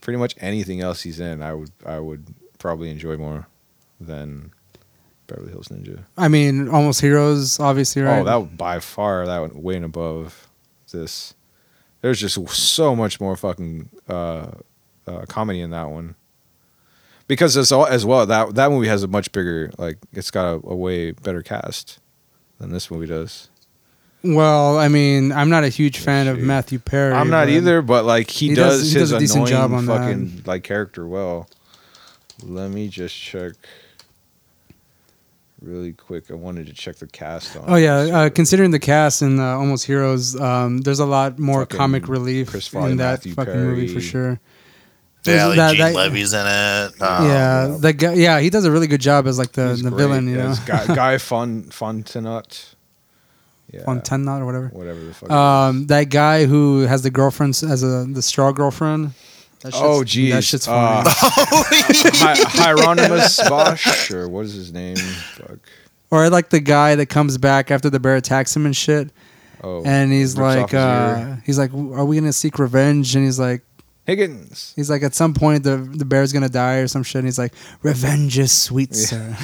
Speaker 1: pretty much anything else he's in, I would I would probably enjoy more than Beverly Hills Ninja.
Speaker 2: I mean, almost heroes, obviously, right?
Speaker 1: Oh, that would- by far that went way and above this. There's just so much more fucking uh, uh, comedy in that one. Because as all, as well that that movie has a much bigger like it's got a, a way better cast than this movie does.
Speaker 2: well, I mean, I'm not a huge fan of
Speaker 1: shoot.
Speaker 2: Matthew Perry.
Speaker 1: I'm not
Speaker 2: but-
Speaker 1: either, but like he,
Speaker 2: He
Speaker 1: does,
Speaker 2: does- he
Speaker 1: his
Speaker 2: does a decent
Speaker 1: annoying
Speaker 2: job on that.
Speaker 1: fucking like character well. Let me just check really quick. I wanted to check the cast on.
Speaker 2: Oh yeah,
Speaker 1: it,
Speaker 2: uh,
Speaker 1: so-
Speaker 2: considering the cast in uh, Almost Heroes, um, there's a lot more
Speaker 1: Fucking
Speaker 2: comic relief
Speaker 1: Chris Farley,
Speaker 2: in that
Speaker 1: Matthew
Speaker 2: fucking movie for
Speaker 1: Perry.
Speaker 2: sure.
Speaker 3: Yeah,
Speaker 2: There's
Speaker 3: like
Speaker 2: that-
Speaker 3: Gene
Speaker 2: that-
Speaker 3: Levy's in it. Um,
Speaker 2: yeah, the guy, yeah, he does a really good job as like the,
Speaker 1: He's
Speaker 2: the
Speaker 1: great.
Speaker 2: villain, you
Speaker 1: Yeah,
Speaker 2: know,
Speaker 1: it's Guy, Guy Fon, Fontenot. Yeah.
Speaker 2: Fontenot or whatever.
Speaker 1: Whatever the fuck.
Speaker 2: Um, that guy who has the girlfriend s- as a the straw girlfriend. That shit's-
Speaker 1: Oh, geez.
Speaker 2: that shit's
Speaker 1: Uh,
Speaker 2: funny.
Speaker 1: Hi- Hieronymus Bosch, or what is his name? Fuck.
Speaker 2: or like the guy that comes back after the bear attacks him and shit.
Speaker 1: Oh.
Speaker 2: and he's
Speaker 1: rips off
Speaker 2: like,
Speaker 1: his
Speaker 2: uh,
Speaker 1: ear.
Speaker 2: he's like, are we gonna seek revenge? And he's like,
Speaker 1: Higgins.
Speaker 2: he's like, at some point the the bear's gonna die or some shit. And he's like, revenge is sweet, sir.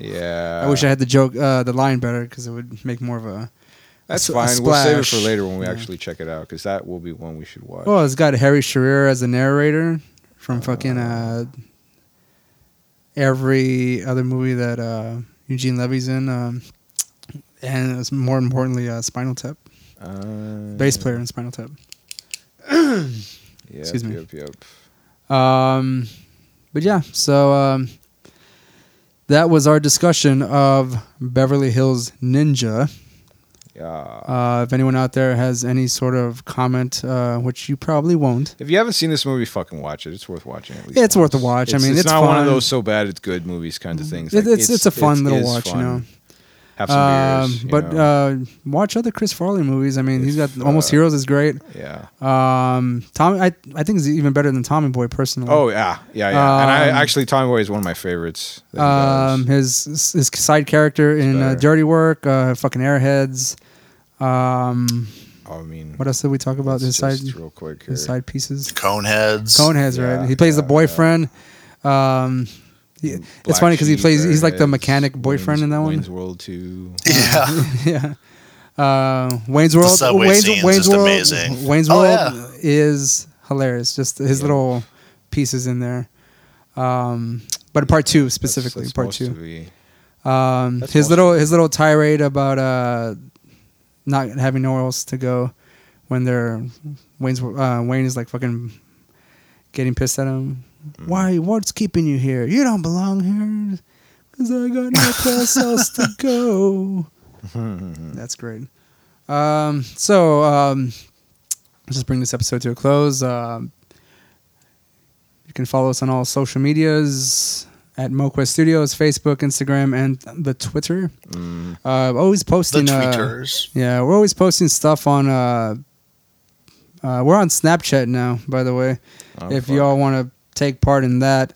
Speaker 1: Yeah.
Speaker 2: I wish I had the joke, uh, the line better because it would make more of a.
Speaker 1: That's
Speaker 2: a
Speaker 1: fine. We'll save it for
Speaker 2: splash.
Speaker 1: later when we
Speaker 2: Yeah.
Speaker 1: actually check it out because that will be one we should watch.
Speaker 2: Well, it's got Harry Shearer as the narrator from fucking uh, every other movie that uh, Eugene Levy's in, um, and it's more importantly, uh, Spinal Tap,
Speaker 1: Uh,
Speaker 2: bass player in Spinal Tap.
Speaker 1: Yep,
Speaker 2: excuse me.
Speaker 1: Yep, yep.
Speaker 2: Um, but yeah, so um, that was our discussion of Beverly Hills Ninja.
Speaker 1: Yeah.
Speaker 2: Uh, if anyone out there has any sort of comment, uh, which you probably won't,
Speaker 1: If you haven't seen this movie, fucking watch it. It's worth watching. At least
Speaker 2: it's worth a
Speaker 1: once.
Speaker 2: watch. I mean, it's,
Speaker 1: it's not one of
Speaker 2: fun. Mm-hmm.
Speaker 1: those so bad it's good movies kind of things.
Speaker 2: It-
Speaker 1: Like,
Speaker 2: it's, it's a fun
Speaker 1: it
Speaker 2: little
Speaker 1: is
Speaker 2: watch,
Speaker 1: fun.
Speaker 2: you know.
Speaker 1: Have some
Speaker 2: Um,
Speaker 1: beers. you
Speaker 2: but
Speaker 1: know.
Speaker 2: uh, watch other Chris Farley movies. I mean, he's
Speaker 1: If,
Speaker 2: got Almost
Speaker 1: uh,
Speaker 2: Heroes is great.
Speaker 1: yeah.
Speaker 2: Um, Tommy, I I think is even better than Tommy Boy personally.
Speaker 1: Oh yeah, yeah, yeah. and I
Speaker 2: Um,
Speaker 1: actually Tommy Boy is one of my favorites. that he
Speaker 2: Um,
Speaker 1: does.
Speaker 2: his his side character in uh,
Speaker 1: better.
Speaker 2: Dirty Work, uh, fucking Airheads. Um,
Speaker 1: Oh, I mean,
Speaker 2: what else did we talk about?
Speaker 1: let's
Speaker 2: His side,
Speaker 1: just real quick here.
Speaker 2: his side pieces.
Speaker 3: Coneheads.
Speaker 2: Coneheads,
Speaker 1: Yeah,
Speaker 2: right? He plays the
Speaker 1: yeah,
Speaker 2: boyfriend. Um, he- it's
Speaker 1: Black
Speaker 2: funny because he
Speaker 1: Sheep,
Speaker 2: plays. He's like the
Speaker 1: Airheads,
Speaker 2: mechanic boyfriend
Speaker 1: Wayne's,
Speaker 2: in that one.
Speaker 1: Wayne's World Two.
Speaker 3: Yeah.
Speaker 2: yeah. Uh, Wayne's World.
Speaker 3: subway
Speaker 2: Wayne's,
Speaker 3: scene's
Speaker 2: Wayne's
Speaker 3: just
Speaker 2: World.
Speaker 3: amazing.
Speaker 2: Wayne's
Speaker 3: Oh,
Speaker 2: World
Speaker 3: yeah.
Speaker 2: is hilarious. Just his
Speaker 1: Yeah.
Speaker 2: little pieces in there. Um, but part two specifically,
Speaker 1: That's- that's
Speaker 2: part
Speaker 1: supposed
Speaker 2: two.
Speaker 1: to be-
Speaker 2: Um,
Speaker 1: That's
Speaker 2: his
Speaker 1: awesome.
Speaker 2: little his little tirade about uh, not having nowhere else to go when they're Wayne's uh, Wayne is like fucking getting pissed at him. Why? What's keeping you here? You don't belong here. Cause I got no place else to go. That's great. Um, so um, let's just bring this episode to a close. Um, you can follow us on all social medias at MoQuest Studios, Facebook, Instagram, and the Twitter. Uh, always
Speaker 3: the
Speaker 2: posting. uh,
Speaker 3: tweeters.
Speaker 2: yeah, we're always posting stuff on. Uh, uh, we're on Snapchat now, by the way.
Speaker 1: oh,
Speaker 2: if
Speaker 1: fuck.
Speaker 2: y'all want to take part in that,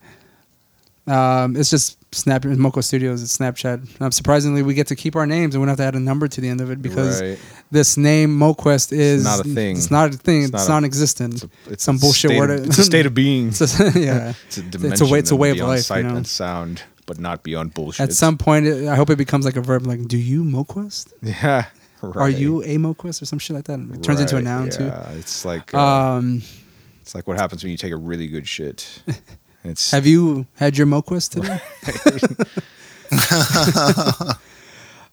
Speaker 2: um, it's just Snap Moco Studios at Snapchat. Um, surprisingly, we get to keep our names and we don't have to add a number to the end of it because
Speaker 1: Right.
Speaker 2: this name MoQuest is
Speaker 1: not a thing.
Speaker 2: It's not a thing. It's,
Speaker 1: not a-
Speaker 2: non-existent. It's,
Speaker 1: It's, a, it's
Speaker 2: some
Speaker 1: a
Speaker 2: bullshit
Speaker 1: state
Speaker 2: word.
Speaker 1: Of, it's a state of being. It's a,
Speaker 2: a- yeah.
Speaker 1: dimension.
Speaker 2: way- it's a
Speaker 1: of
Speaker 2: way of
Speaker 1: beyond
Speaker 2: life, you
Speaker 1: Sight
Speaker 2: know?
Speaker 1: and sound, but not beyond bullshit.
Speaker 2: At some point, it, I hope it becomes like a verb. Like, do you MoQuest?
Speaker 1: yeah.
Speaker 2: Are
Speaker 1: right.
Speaker 2: you a MoQuest or some shit like that? It turns into a
Speaker 1: Right,
Speaker 2: noun too.
Speaker 1: yeah. It's like uh,
Speaker 2: Um,
Speaker 1: it's like what happens when you take a really good shit. It's
Speaker 2: have you had your MoQuest today?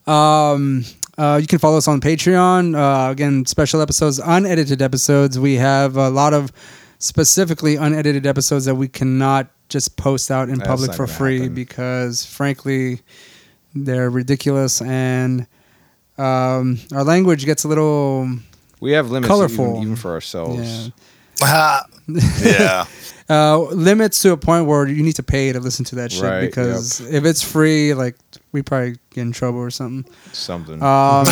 Speaker 2: um, uh, you can follow us on Patreon. Uh, again, special episodes, unedited episodes. We have a lot of specifically unedited episodes that we cannot just post out in
Speaker 1: That's
Speaker 2: public
Speaker 1: not
Speaker 2: for
Speaker 1: gonna
Speaker 2: free
Speaker 1: happen.
Speaker 2: because, frankly, they're ridiculous and um, our language gets a little.
Speaker 1: we have limits
Speaker 2: colorful.
Speaker 1: even, even for ourselves.
Speaker 2: Yeah.
Speaker 3: Ah, yeah.
Speaker 2: uh, limits to a point where you need to pay to listen to that shit
Speaker 1: Right,
Speaker 2: because if it's free, like we probably get in trouble or something.
Speaker 1: Something.
Speaker 2: Um,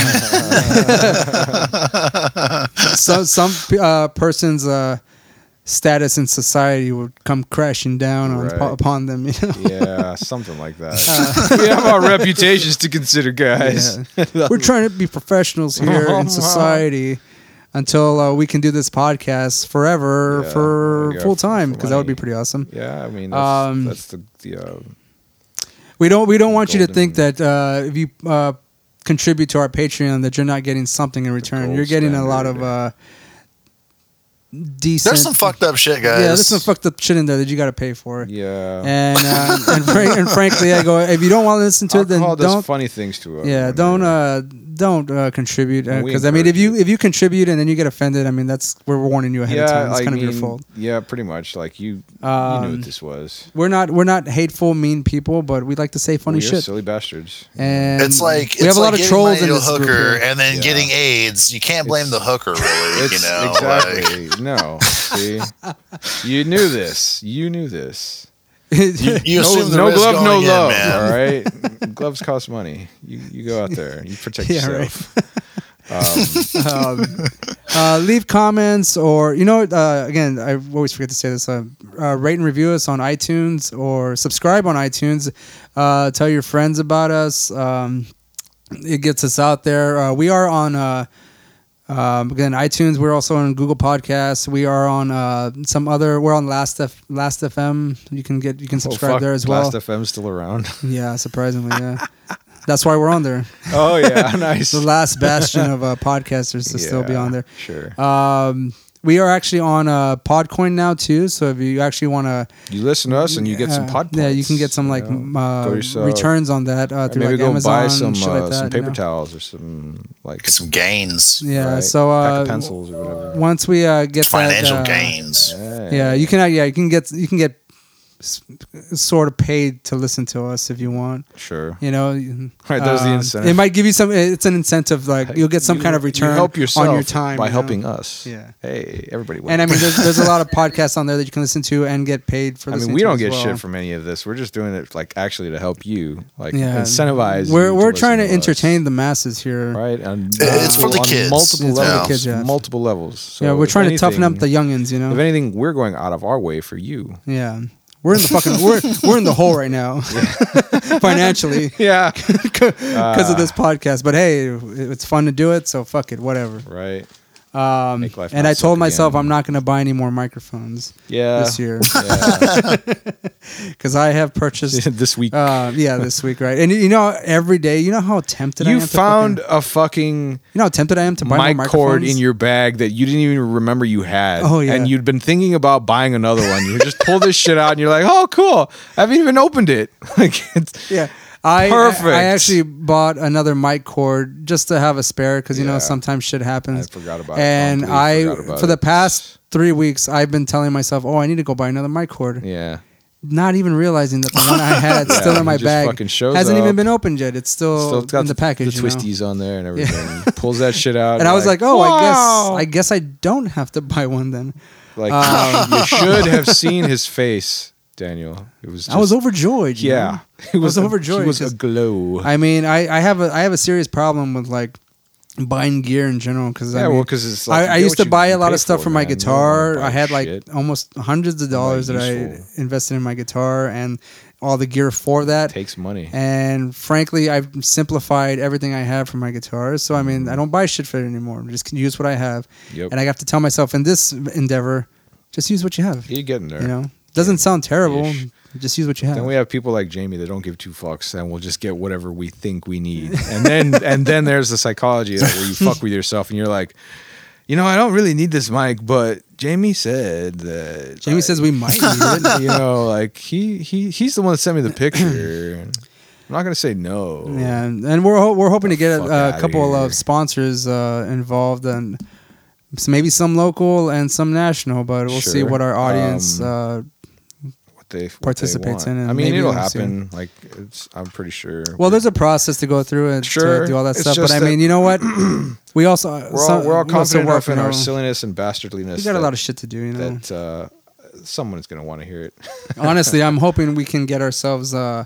Speaker 2: so some uh, person's uh, status in society would come crashing down on,
Speaker 1: Right.
Speaker 2: upon them. You know?
Speaker 1: yeah, something like that.
Speaker 2: Uh.
Speaker 1: we have our reputations to consider, guys.
Speaker 2: We're trying to be professionals here in society until uh, we can do this podcast forever
Speaker 1: Yeah,
Speaker 2: for
Speaker 1: yeah,
Speaker 2: full
Speaker 1: for-
Speaker 2: time
Speaker 1: for
Speaker 2: because that would be
Speaker 1: money.
Speaker 2: pretty awesome.
Speaker 1: Yeah, I mean that's,
Speaker 2: Um,
Speaker 1: that's the, the uh,
Speaker 2: We don't. We don't want you to
Speaker 1: Golden-
Speaker 2: think that uh, if you uh, contribute to our Patreon that you're not getting something in return.
Speaker 1: gold
Speaker 2: You're getting a lot of
Speaker 1: standard.
Speaker 2: uh, decent.
Speaker 3: There's some fucked up shit, guys.
Speaker 2: Yeah, there's some fucked up shit in there that you got to pay for.
Speaker 1: yeah.
Speaker 2: And uh, and, frank, and frankly, I go if you don't want to listen to it, then
Speaker 1: Alcohol does
Speaker 2: don't.
Speaker 1: funny things to us.
Speaker 2: Yeah, don't uh, don't uh, contribute
Speaker 1: And we
Speaker 2: because I mean, if
Speaker 1: encourage
Speaker 2: you
Speaker 1: it.
Speaker 2: if you contribute and then you get offended, I mean that's we're warning you ahead
Speaker 1: yeah,
Speaker 2: of time. It's
Speaker 1: I
Speaker 2: kind
Speaker 1: mean,
Speaker 2: of your fault.
Speaker 1: yeah, pretty much. Like you, you knew
Speaker 2: Um,
Speaker 1: what this was.
Speaker 2: We're not we're not hateful, mean people, but we like to say funny
Speaker 1: We are
Speaker 2: shit.
Speaker 1: silly bastards.
Speaker 2: And
Speaker 3: It's like
Speaker 2: we
Speaker 3: it's
Speaker 2: have a
Speaker 3: like
Speaker 2: lot of
Speaker 3: getting
Speaker 2: trolls
Speaker 3: money
Speaker 2: in
Speaker 3: to a
Speaker 2: this group
Speaker 3: hooker
Speaker 2: here.
Speaker 3: and then
Speaker 1: Yeah.
Speaker 3: getting AIDS. You can't blame the hooker, really.
Speaker 1: It's
Speaker 3: you know, like,
Speaker 1: exactly no. See, you knew this. You knew this.
Speaker 3: you
Speaker 1: no,
Speaker 3: assume the
Speaker 1: no
Speaker 3: risk
Speaker 1: glove, no
Speaker 3: going in,
Speaker 1: love.
Speaker 3: man.
Speaker 1: All right, gloves cost money. You you go out there, you protect
Speaker 2: Yeah, right.
Speaker 1: yourself.
Speaker 2: um, uh, leave comments or you know uh, again I always forget to say this uh, uh, rate and review us on iTunes or subscribe on iTunes uh, tell your friends about us um, it gets us out there uh, we are on uh, um, again iTunes we're also on Google Podcasts we are on uh, some other we're on Last F- Last FM you can get you can
Speaker 1: Oh,
Speaker 2: subscribe
Speaker 1: fuck,
Speaker 2: there as well
Speaker 1: Blast FM's still around.
Speaker 2: yeah surprisingly yeah that's why we're on there
Speaker 1: oh yeah, nice.
Speaker 2: it's the last bastion of uh, podcasters to still be
Speaker 1: Yeah,
Speaker 2: on there
Speaker 1: Sure.
Speaker 2: um, we are actually on uh, Podcoin now too. So if you actually want to,
Speaker 1: you listen to us and you get some pod.
Speaker 2: yeah, you
Speaker 1: points,
Speaker 2: can get some like
Speaker 1: you know.
Speaker 2: m- uh,
Speaker 1: Go yourself-
Speaker 2: returns on that uh,
Speaker 1: Or
Speaker 2: through
Speaker 1: maybe
Speaker 2: like
Speaker 1: go
Speaker 2: Amazon,
Speaker 1: buy some
Speaker 2: shit
Speaker 1: uh,
Speaker 2: like that,
Speaker 1: some
Speaker 2: you
Speaker 1: paper
Speaker 2: know?
Speaker 1: towels or some like
Speaker 3: Get some gains.
Speaker 2: Yeah.
Speaker 1: right,
Speaker 2: So
Speaker 1: pack
Speaker 2: uh,
Speaker 1: of pencils or whatever.
Speaker 2: once we uh, get
Speaker 3: Financial
Speaker 2: that, uh,
Speaker 3: gains.
Speaker 2: yeah, you can. uh, Yeah, you can get. You can get s- sort of paid to listen to us if you want.
Speaker 1: sure.
Speaker 2: You know,
Speaker 1: Right, that was the
Speaker 2: um,
Speaker 1: incentive.
Speaker 2: It might give you some. It's an incentive. Like you'll get some
Speaker 1: You-
Speaker 2: kind of
Speaker 1: you
Speaker 2: return
Speaker 1: help yourself
Speaker 2: on your time
Speaker 1: by
Speaker 2: you know?
Speaker 1: helping us.
Speaker 2: Yeah.
Speaker 1: Hey, everybody.
Speaker 2: And I
Speaker 1: wins.
Speaker 2: mean, there's, there's a lot of podcasts on there that you can listen to and get paid for.
Speaker 1: I
Speaker 2: listening
Speaker 1: mean, we
Speaker 2: to
Speaker 1: don't
Speaker 2: as
Speaker 1: get
Speaker 2: well.
Speaker 1: shit from any of this. We're just doing it like actually to help you, like
Speaker 2: Yeah.
Speaker 1: incentivize.
Speaker 2: We're
Speaker 1: you
Speaker 2: we're
Speaker 1: listen
Speaker 2: trying to
Speaker 1: us,
Speaker 2: entertain the masses here.
Speaker 1: right? And uh,
Speaker 3: It's for the kids.
Speaker 1: multiple
Speaker 2: It's for the
Speaker 1: levels,
Speaker 2: kids, yeah.
Speaker 1: multiple levels. So
Speaker 2: yeah, we're
Speaker 1: if
Speaker 2: trying to toughen up
Speaker 1: anything-
Speaker 2: the youngins, you know.
Speaker 1: If anything, we're going out of our way for you.
Speaker 2: yeah, we're in the fucking we're we're in the hole right now, financially,
Speaker 1: Yeah. Uh,
Speaker 2: because of this podcast. But hey, it's fun to do it, so fuck it, whatever.
Speaker 1: right.
Speaker 2: Um,
Speaker 1: Make life
Speaker 2: and
Speaker 1: not
Speaker 2: I told
Speaker 1: suck
Speaker 2: myself
Speaker 1: again.
Speaker 2: I'm not going to buy any more microphones
Speaker 1: Yeah.
Speaker 2: this year
Speaker 1: Yeah.
Speaker 2: because I have purchased.
Speaker 1: this week.
Speaker 2: Uh, yeah, this week, right? And you know, every day, you know how tempted I am.
Speaker 1: you
Speaker 2: to
Speaker 1: found
Speaker 2: fucking-
Speaker 1: a fucking
Speaker 2: you know how tempted I am to buy more
Speaker 1: mic cord
Speaker 2: microphones?
Speaker 1: in your bag that you didn't even remember you had.
Speaker 2: Oh, yeah.
Speaker 1: And you'd been thinking about buying another one. You just pull this shit out and you're like, oh, cool. I haven't even opened it. Like, it's,
Speaker 2: Yeah. I,
Speaker 1: Perfect.
Speaker 2: I actually bought another mic cord just to have a spare because you know
Speaker 1: Yeah.
Speaker 2: sometimes shit happens.
Speaker 1: I forgot about it.
Speaker 2: And
Speaker 1: Completely
Speaker 2: I,
Speaker 1: forgot about
Speaker 2: for the
Speaker 1: it.
Speaker 2: past three weeks, I've been telling myself, "Oh, I need to go buy another mic cord,"
Speaker 1: yeah.
Speaker 2: not even realizing that the one I had
Speaker 1: Yeah,
Speaker 2: still in my
Speaker 1: it just
Speaker 2: bag
Speaker 1: fucking shows
Speaker 2: hasn't even
Speaker 1: up.
Speaker 2: been opened yet. It's still,
Speaker 1: Still got
Speaker 2: in the, package.
Speaker 1: The
Speaker 2: you know?
Speaker 1: twisties on there and everything. Pulls that shit out.
Speaker 2: And I was like, "Oh,
Speaker 1: wow."
Speaker 2: I guess I guess I don't have to buy one then."
Speaker 1: Like,
Speaker 2: uh,
Speaker 1: you should have seen his face, Daniel. It was. Just,
Speaker 2: I was overjoyed. you
Speaker 1: Yeah,
Speaker 2: know?
Speaker 1: he
Speaker 2: was
Speaker 1: a-
Speaker 2: overjoyed
Speaker 1: He was
Speaker 2: 'cause
Speaker 1: aglow.
Speaker 2: I mean, I, I have a I have a serious problem with like buying gear in general because
Speaker 1: yeah,
Speaker 2: I mean,
Speaker 1: well, because it's. Like, you
Speaker 2: I, I
Speaker 1: get
Speaker 2: used
Speaker 1: what
Speaker 2: to
Speaker 1: you
Speaker 2: buy
Speaker 1: can
Speaker 2: a lot
Speaker 1: pay
Speaker 2: of stuff for, my
Speaker 1: man. You don't wanna
Speaker 2: guitar.
Speaker 1: buy
Speaker 2: I had like
Speaker 1: shit.
Speaker 2: almost hundreds of dollars that I
Speaker 1: useful.
Speaker 2: invested in my guitar, and all the gear for that.
Speaker 1: takes money.
Speaker 2: And frankly, I've simplified everything I have for my guitars. So I mean, I don't buy shit for it anymore. I just can use what I have.
Speaker 1: Mm. Yep.
Speaker 2: And I have to tell myself in this endeavor, just use what you have.
Speaker 1: You're getting there.
Speaker 2: You know, doesn't sound terrible.
Speaker 1: Ish.
Speaker 2: Just use what you have.
Speaker 1: Then we have people like Jamie that don't give two fucks, and we'll just get whatever we think we need. And then and then there's the psychology of where you fuck with yourself, and you're like, you know, I don't really need this mic, but Jamie said that.
Speaker 2: Jamie
Speaker 1: like,
Speaker 2: says we might need it.
Speaker 1: you know, like he he he's the one that sent me the picture. I'm not gonna say no.
Speaker 2: Yeah, and and we're ho- we're hoping to get
Speaker 1: fuck
Speaker 2: a,
Speaker 1: outta
Speaker 2: a couple
Speaker 1: here.
Speaker 2: of sponsors uh, involved, and s- maybe some local and some national. But we'll see
Speaker 1: Sure.
Speaker 2: what our audience.
Speaker 1: Um,
Speaker 2: uh,
Speaker 1: What they what
Speaker 2: Participates
Speaker 1: they want.
Speaker 2: in it,
Speaker 1: I mean,
Speaker 2: maybe
Speaker 1: it'll
Speaker 2: we'll see.
Speaker 1: happen. Like it's, I'm pretty sure.
Speaker 2: well, there's a process to go through and to
Speaker 1: Sure,
Speaker 2: do all that
Speaker 1: it's
Speaker 2: stuff. But
Speaker 1: just
Speaker 2: I
Speaker 1: that-
Speaker 2: mean, you know what? we also
Speaker 1: we're all,
Speaker 2: some-
Speaker 1: we're all
Speaker 2: we also
Speaker 1: confident
Speaker 2: work,
Speaker 1: enough in
Speaker 2: you know,
Speaker 1: our silliness and bastardliness.
Speaker 2: We got
Speaker 1: that,
Speaker 2: a lot of shit to do, you know.
Speaker 1: that uh, someone's gonna want to hear it.
Speaker 2: Honestly, I'm hoping we can get ourselves uh,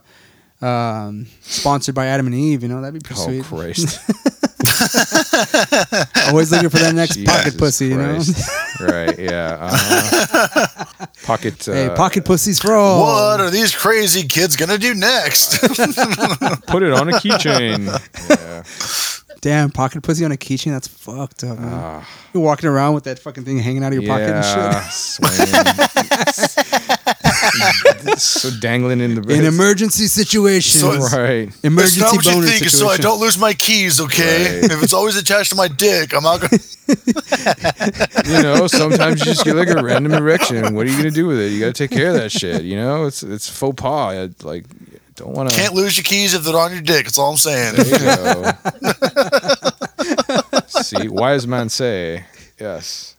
Speaker 2: um, sponsored by Adam and Eve. You know, that'd be pretty
Speaker 1: Oh
Speaker 2: sweet.
Speaker 1: Christ!
Speaker 2: Always looking for that next
Speaker 1: Jesus
Speaker 2: pocket pussy, you know.
Speaker 1: Christ. right? Yeah. uh-huh. Pocket. Uh,
Speaker 2: Hey, pocket pussies for all.
Speaker 3: What are these crazy kids gonna do next?
Speaker 1: Put it on a keychain. yeah.
Speaker 2: Damn, pocket pussy on a keychain? That's fucked up, man.
Speaker 1: Ah,
Speaker 2: You're walking around with that fucking thing hanging out of your pocket and
Speaker 1: yeah.
Speaker 2: shit.
Speaker 1: swinging. so dangling in the
Speaker 2: In emergency situations.
Speaker 3: So it's-
Speaker 1: Right.
Speaker 3: It's
Speaker 2: emergency
Speaker 3: not what you
Speaker 2: boner
Speaker 3: think, it's so I
Speaker 2: situation.
Speaker 3: don't lose my keys, okay?
Speaker 1: Right.
Speaker 3: If it's always attached to my dick, I'm not gonna.
Speaker 1: you know, sometimes you just get like a random erection. What are you gonna do with it? You gotta take care of that shit. You know, it's it's faux pas. I, like, don't want to.
Speaker 3: Can't lose your keys if they're on your dick. That's all I'm saying.
Speaker 1: Uh. There you go. See, wise man say, yes,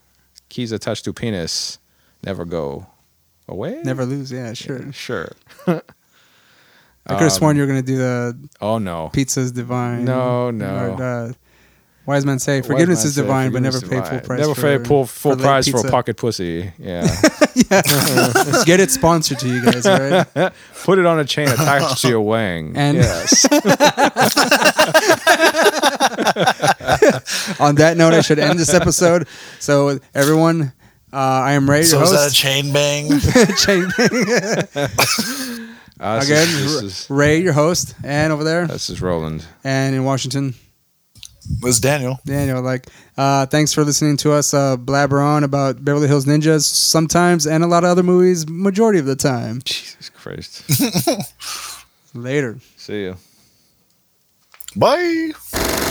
Speaker 1: keys attached to penis never go away.
Speaker 2: Never lose, yeah, sure.
Speaker 1: Sure.
Speaker 2: I
Speaker 1: Um,
Speaker 2: could have sworn you were gonna do the
Speaker 1: Oh no.
Speaker 2: pizza's divine.
Speaker 1: No, no.
Speaker 2: Or, uh, wise men say
Speaker 1: Wise
Speaker 2: forgiveness
Speaker 1: man
Speaker 2: is
Speaker 1: say,
Speaker 2: divine, but never
Speaker 1: forgiveness
Speaker 2: pay
Speaker 1: is
Speaker 2: full
Speaker 1: divine.
Speaker 2: price.
Speaker 1: Never
Speaker 2: for,
Speaker 1: pay full, full
Speaker 2: for the
Speaker 1: price for a
Speaker 2: pizza.
Speaker 1: pocket pussy. Yeah.
Speaker 2: Get it sponsored to you guys, all right?
Speaker 1: Put it on a chain attached to your wang.
Speaker 2: And-
Speaker 1: yes.
Speaker 2: On that note, I should end this episode. So everyone, uh, I am Ray,
Speaker 3: So
Speaker 2: your
Speaker 3: is that a
Speaker 2: host.
Speaker 3: chain bang?
Speaker 2: Chain-
Speaker 1: Uh, this
Speaker 2: Again,
Speaker 1: is- this
Speaker 2: R-
Speaker 1: is,
Speaker 2: Ray, your host, and over there,
Speaker 1: this is Roland.
Speaker 2: and in Washington,
Speaker 3: This is Daniel.
Speaker 2: Daniel. Like, uh, thanks for listening to us uh, blabber on about Beverly Hills Ninjas sometimes, and a lot of other movies, majority of the time.
Speaker 1: Jesus Christ.
Speaker 2: Later.
Speaker 1: See you.
Speaker 3: Bye.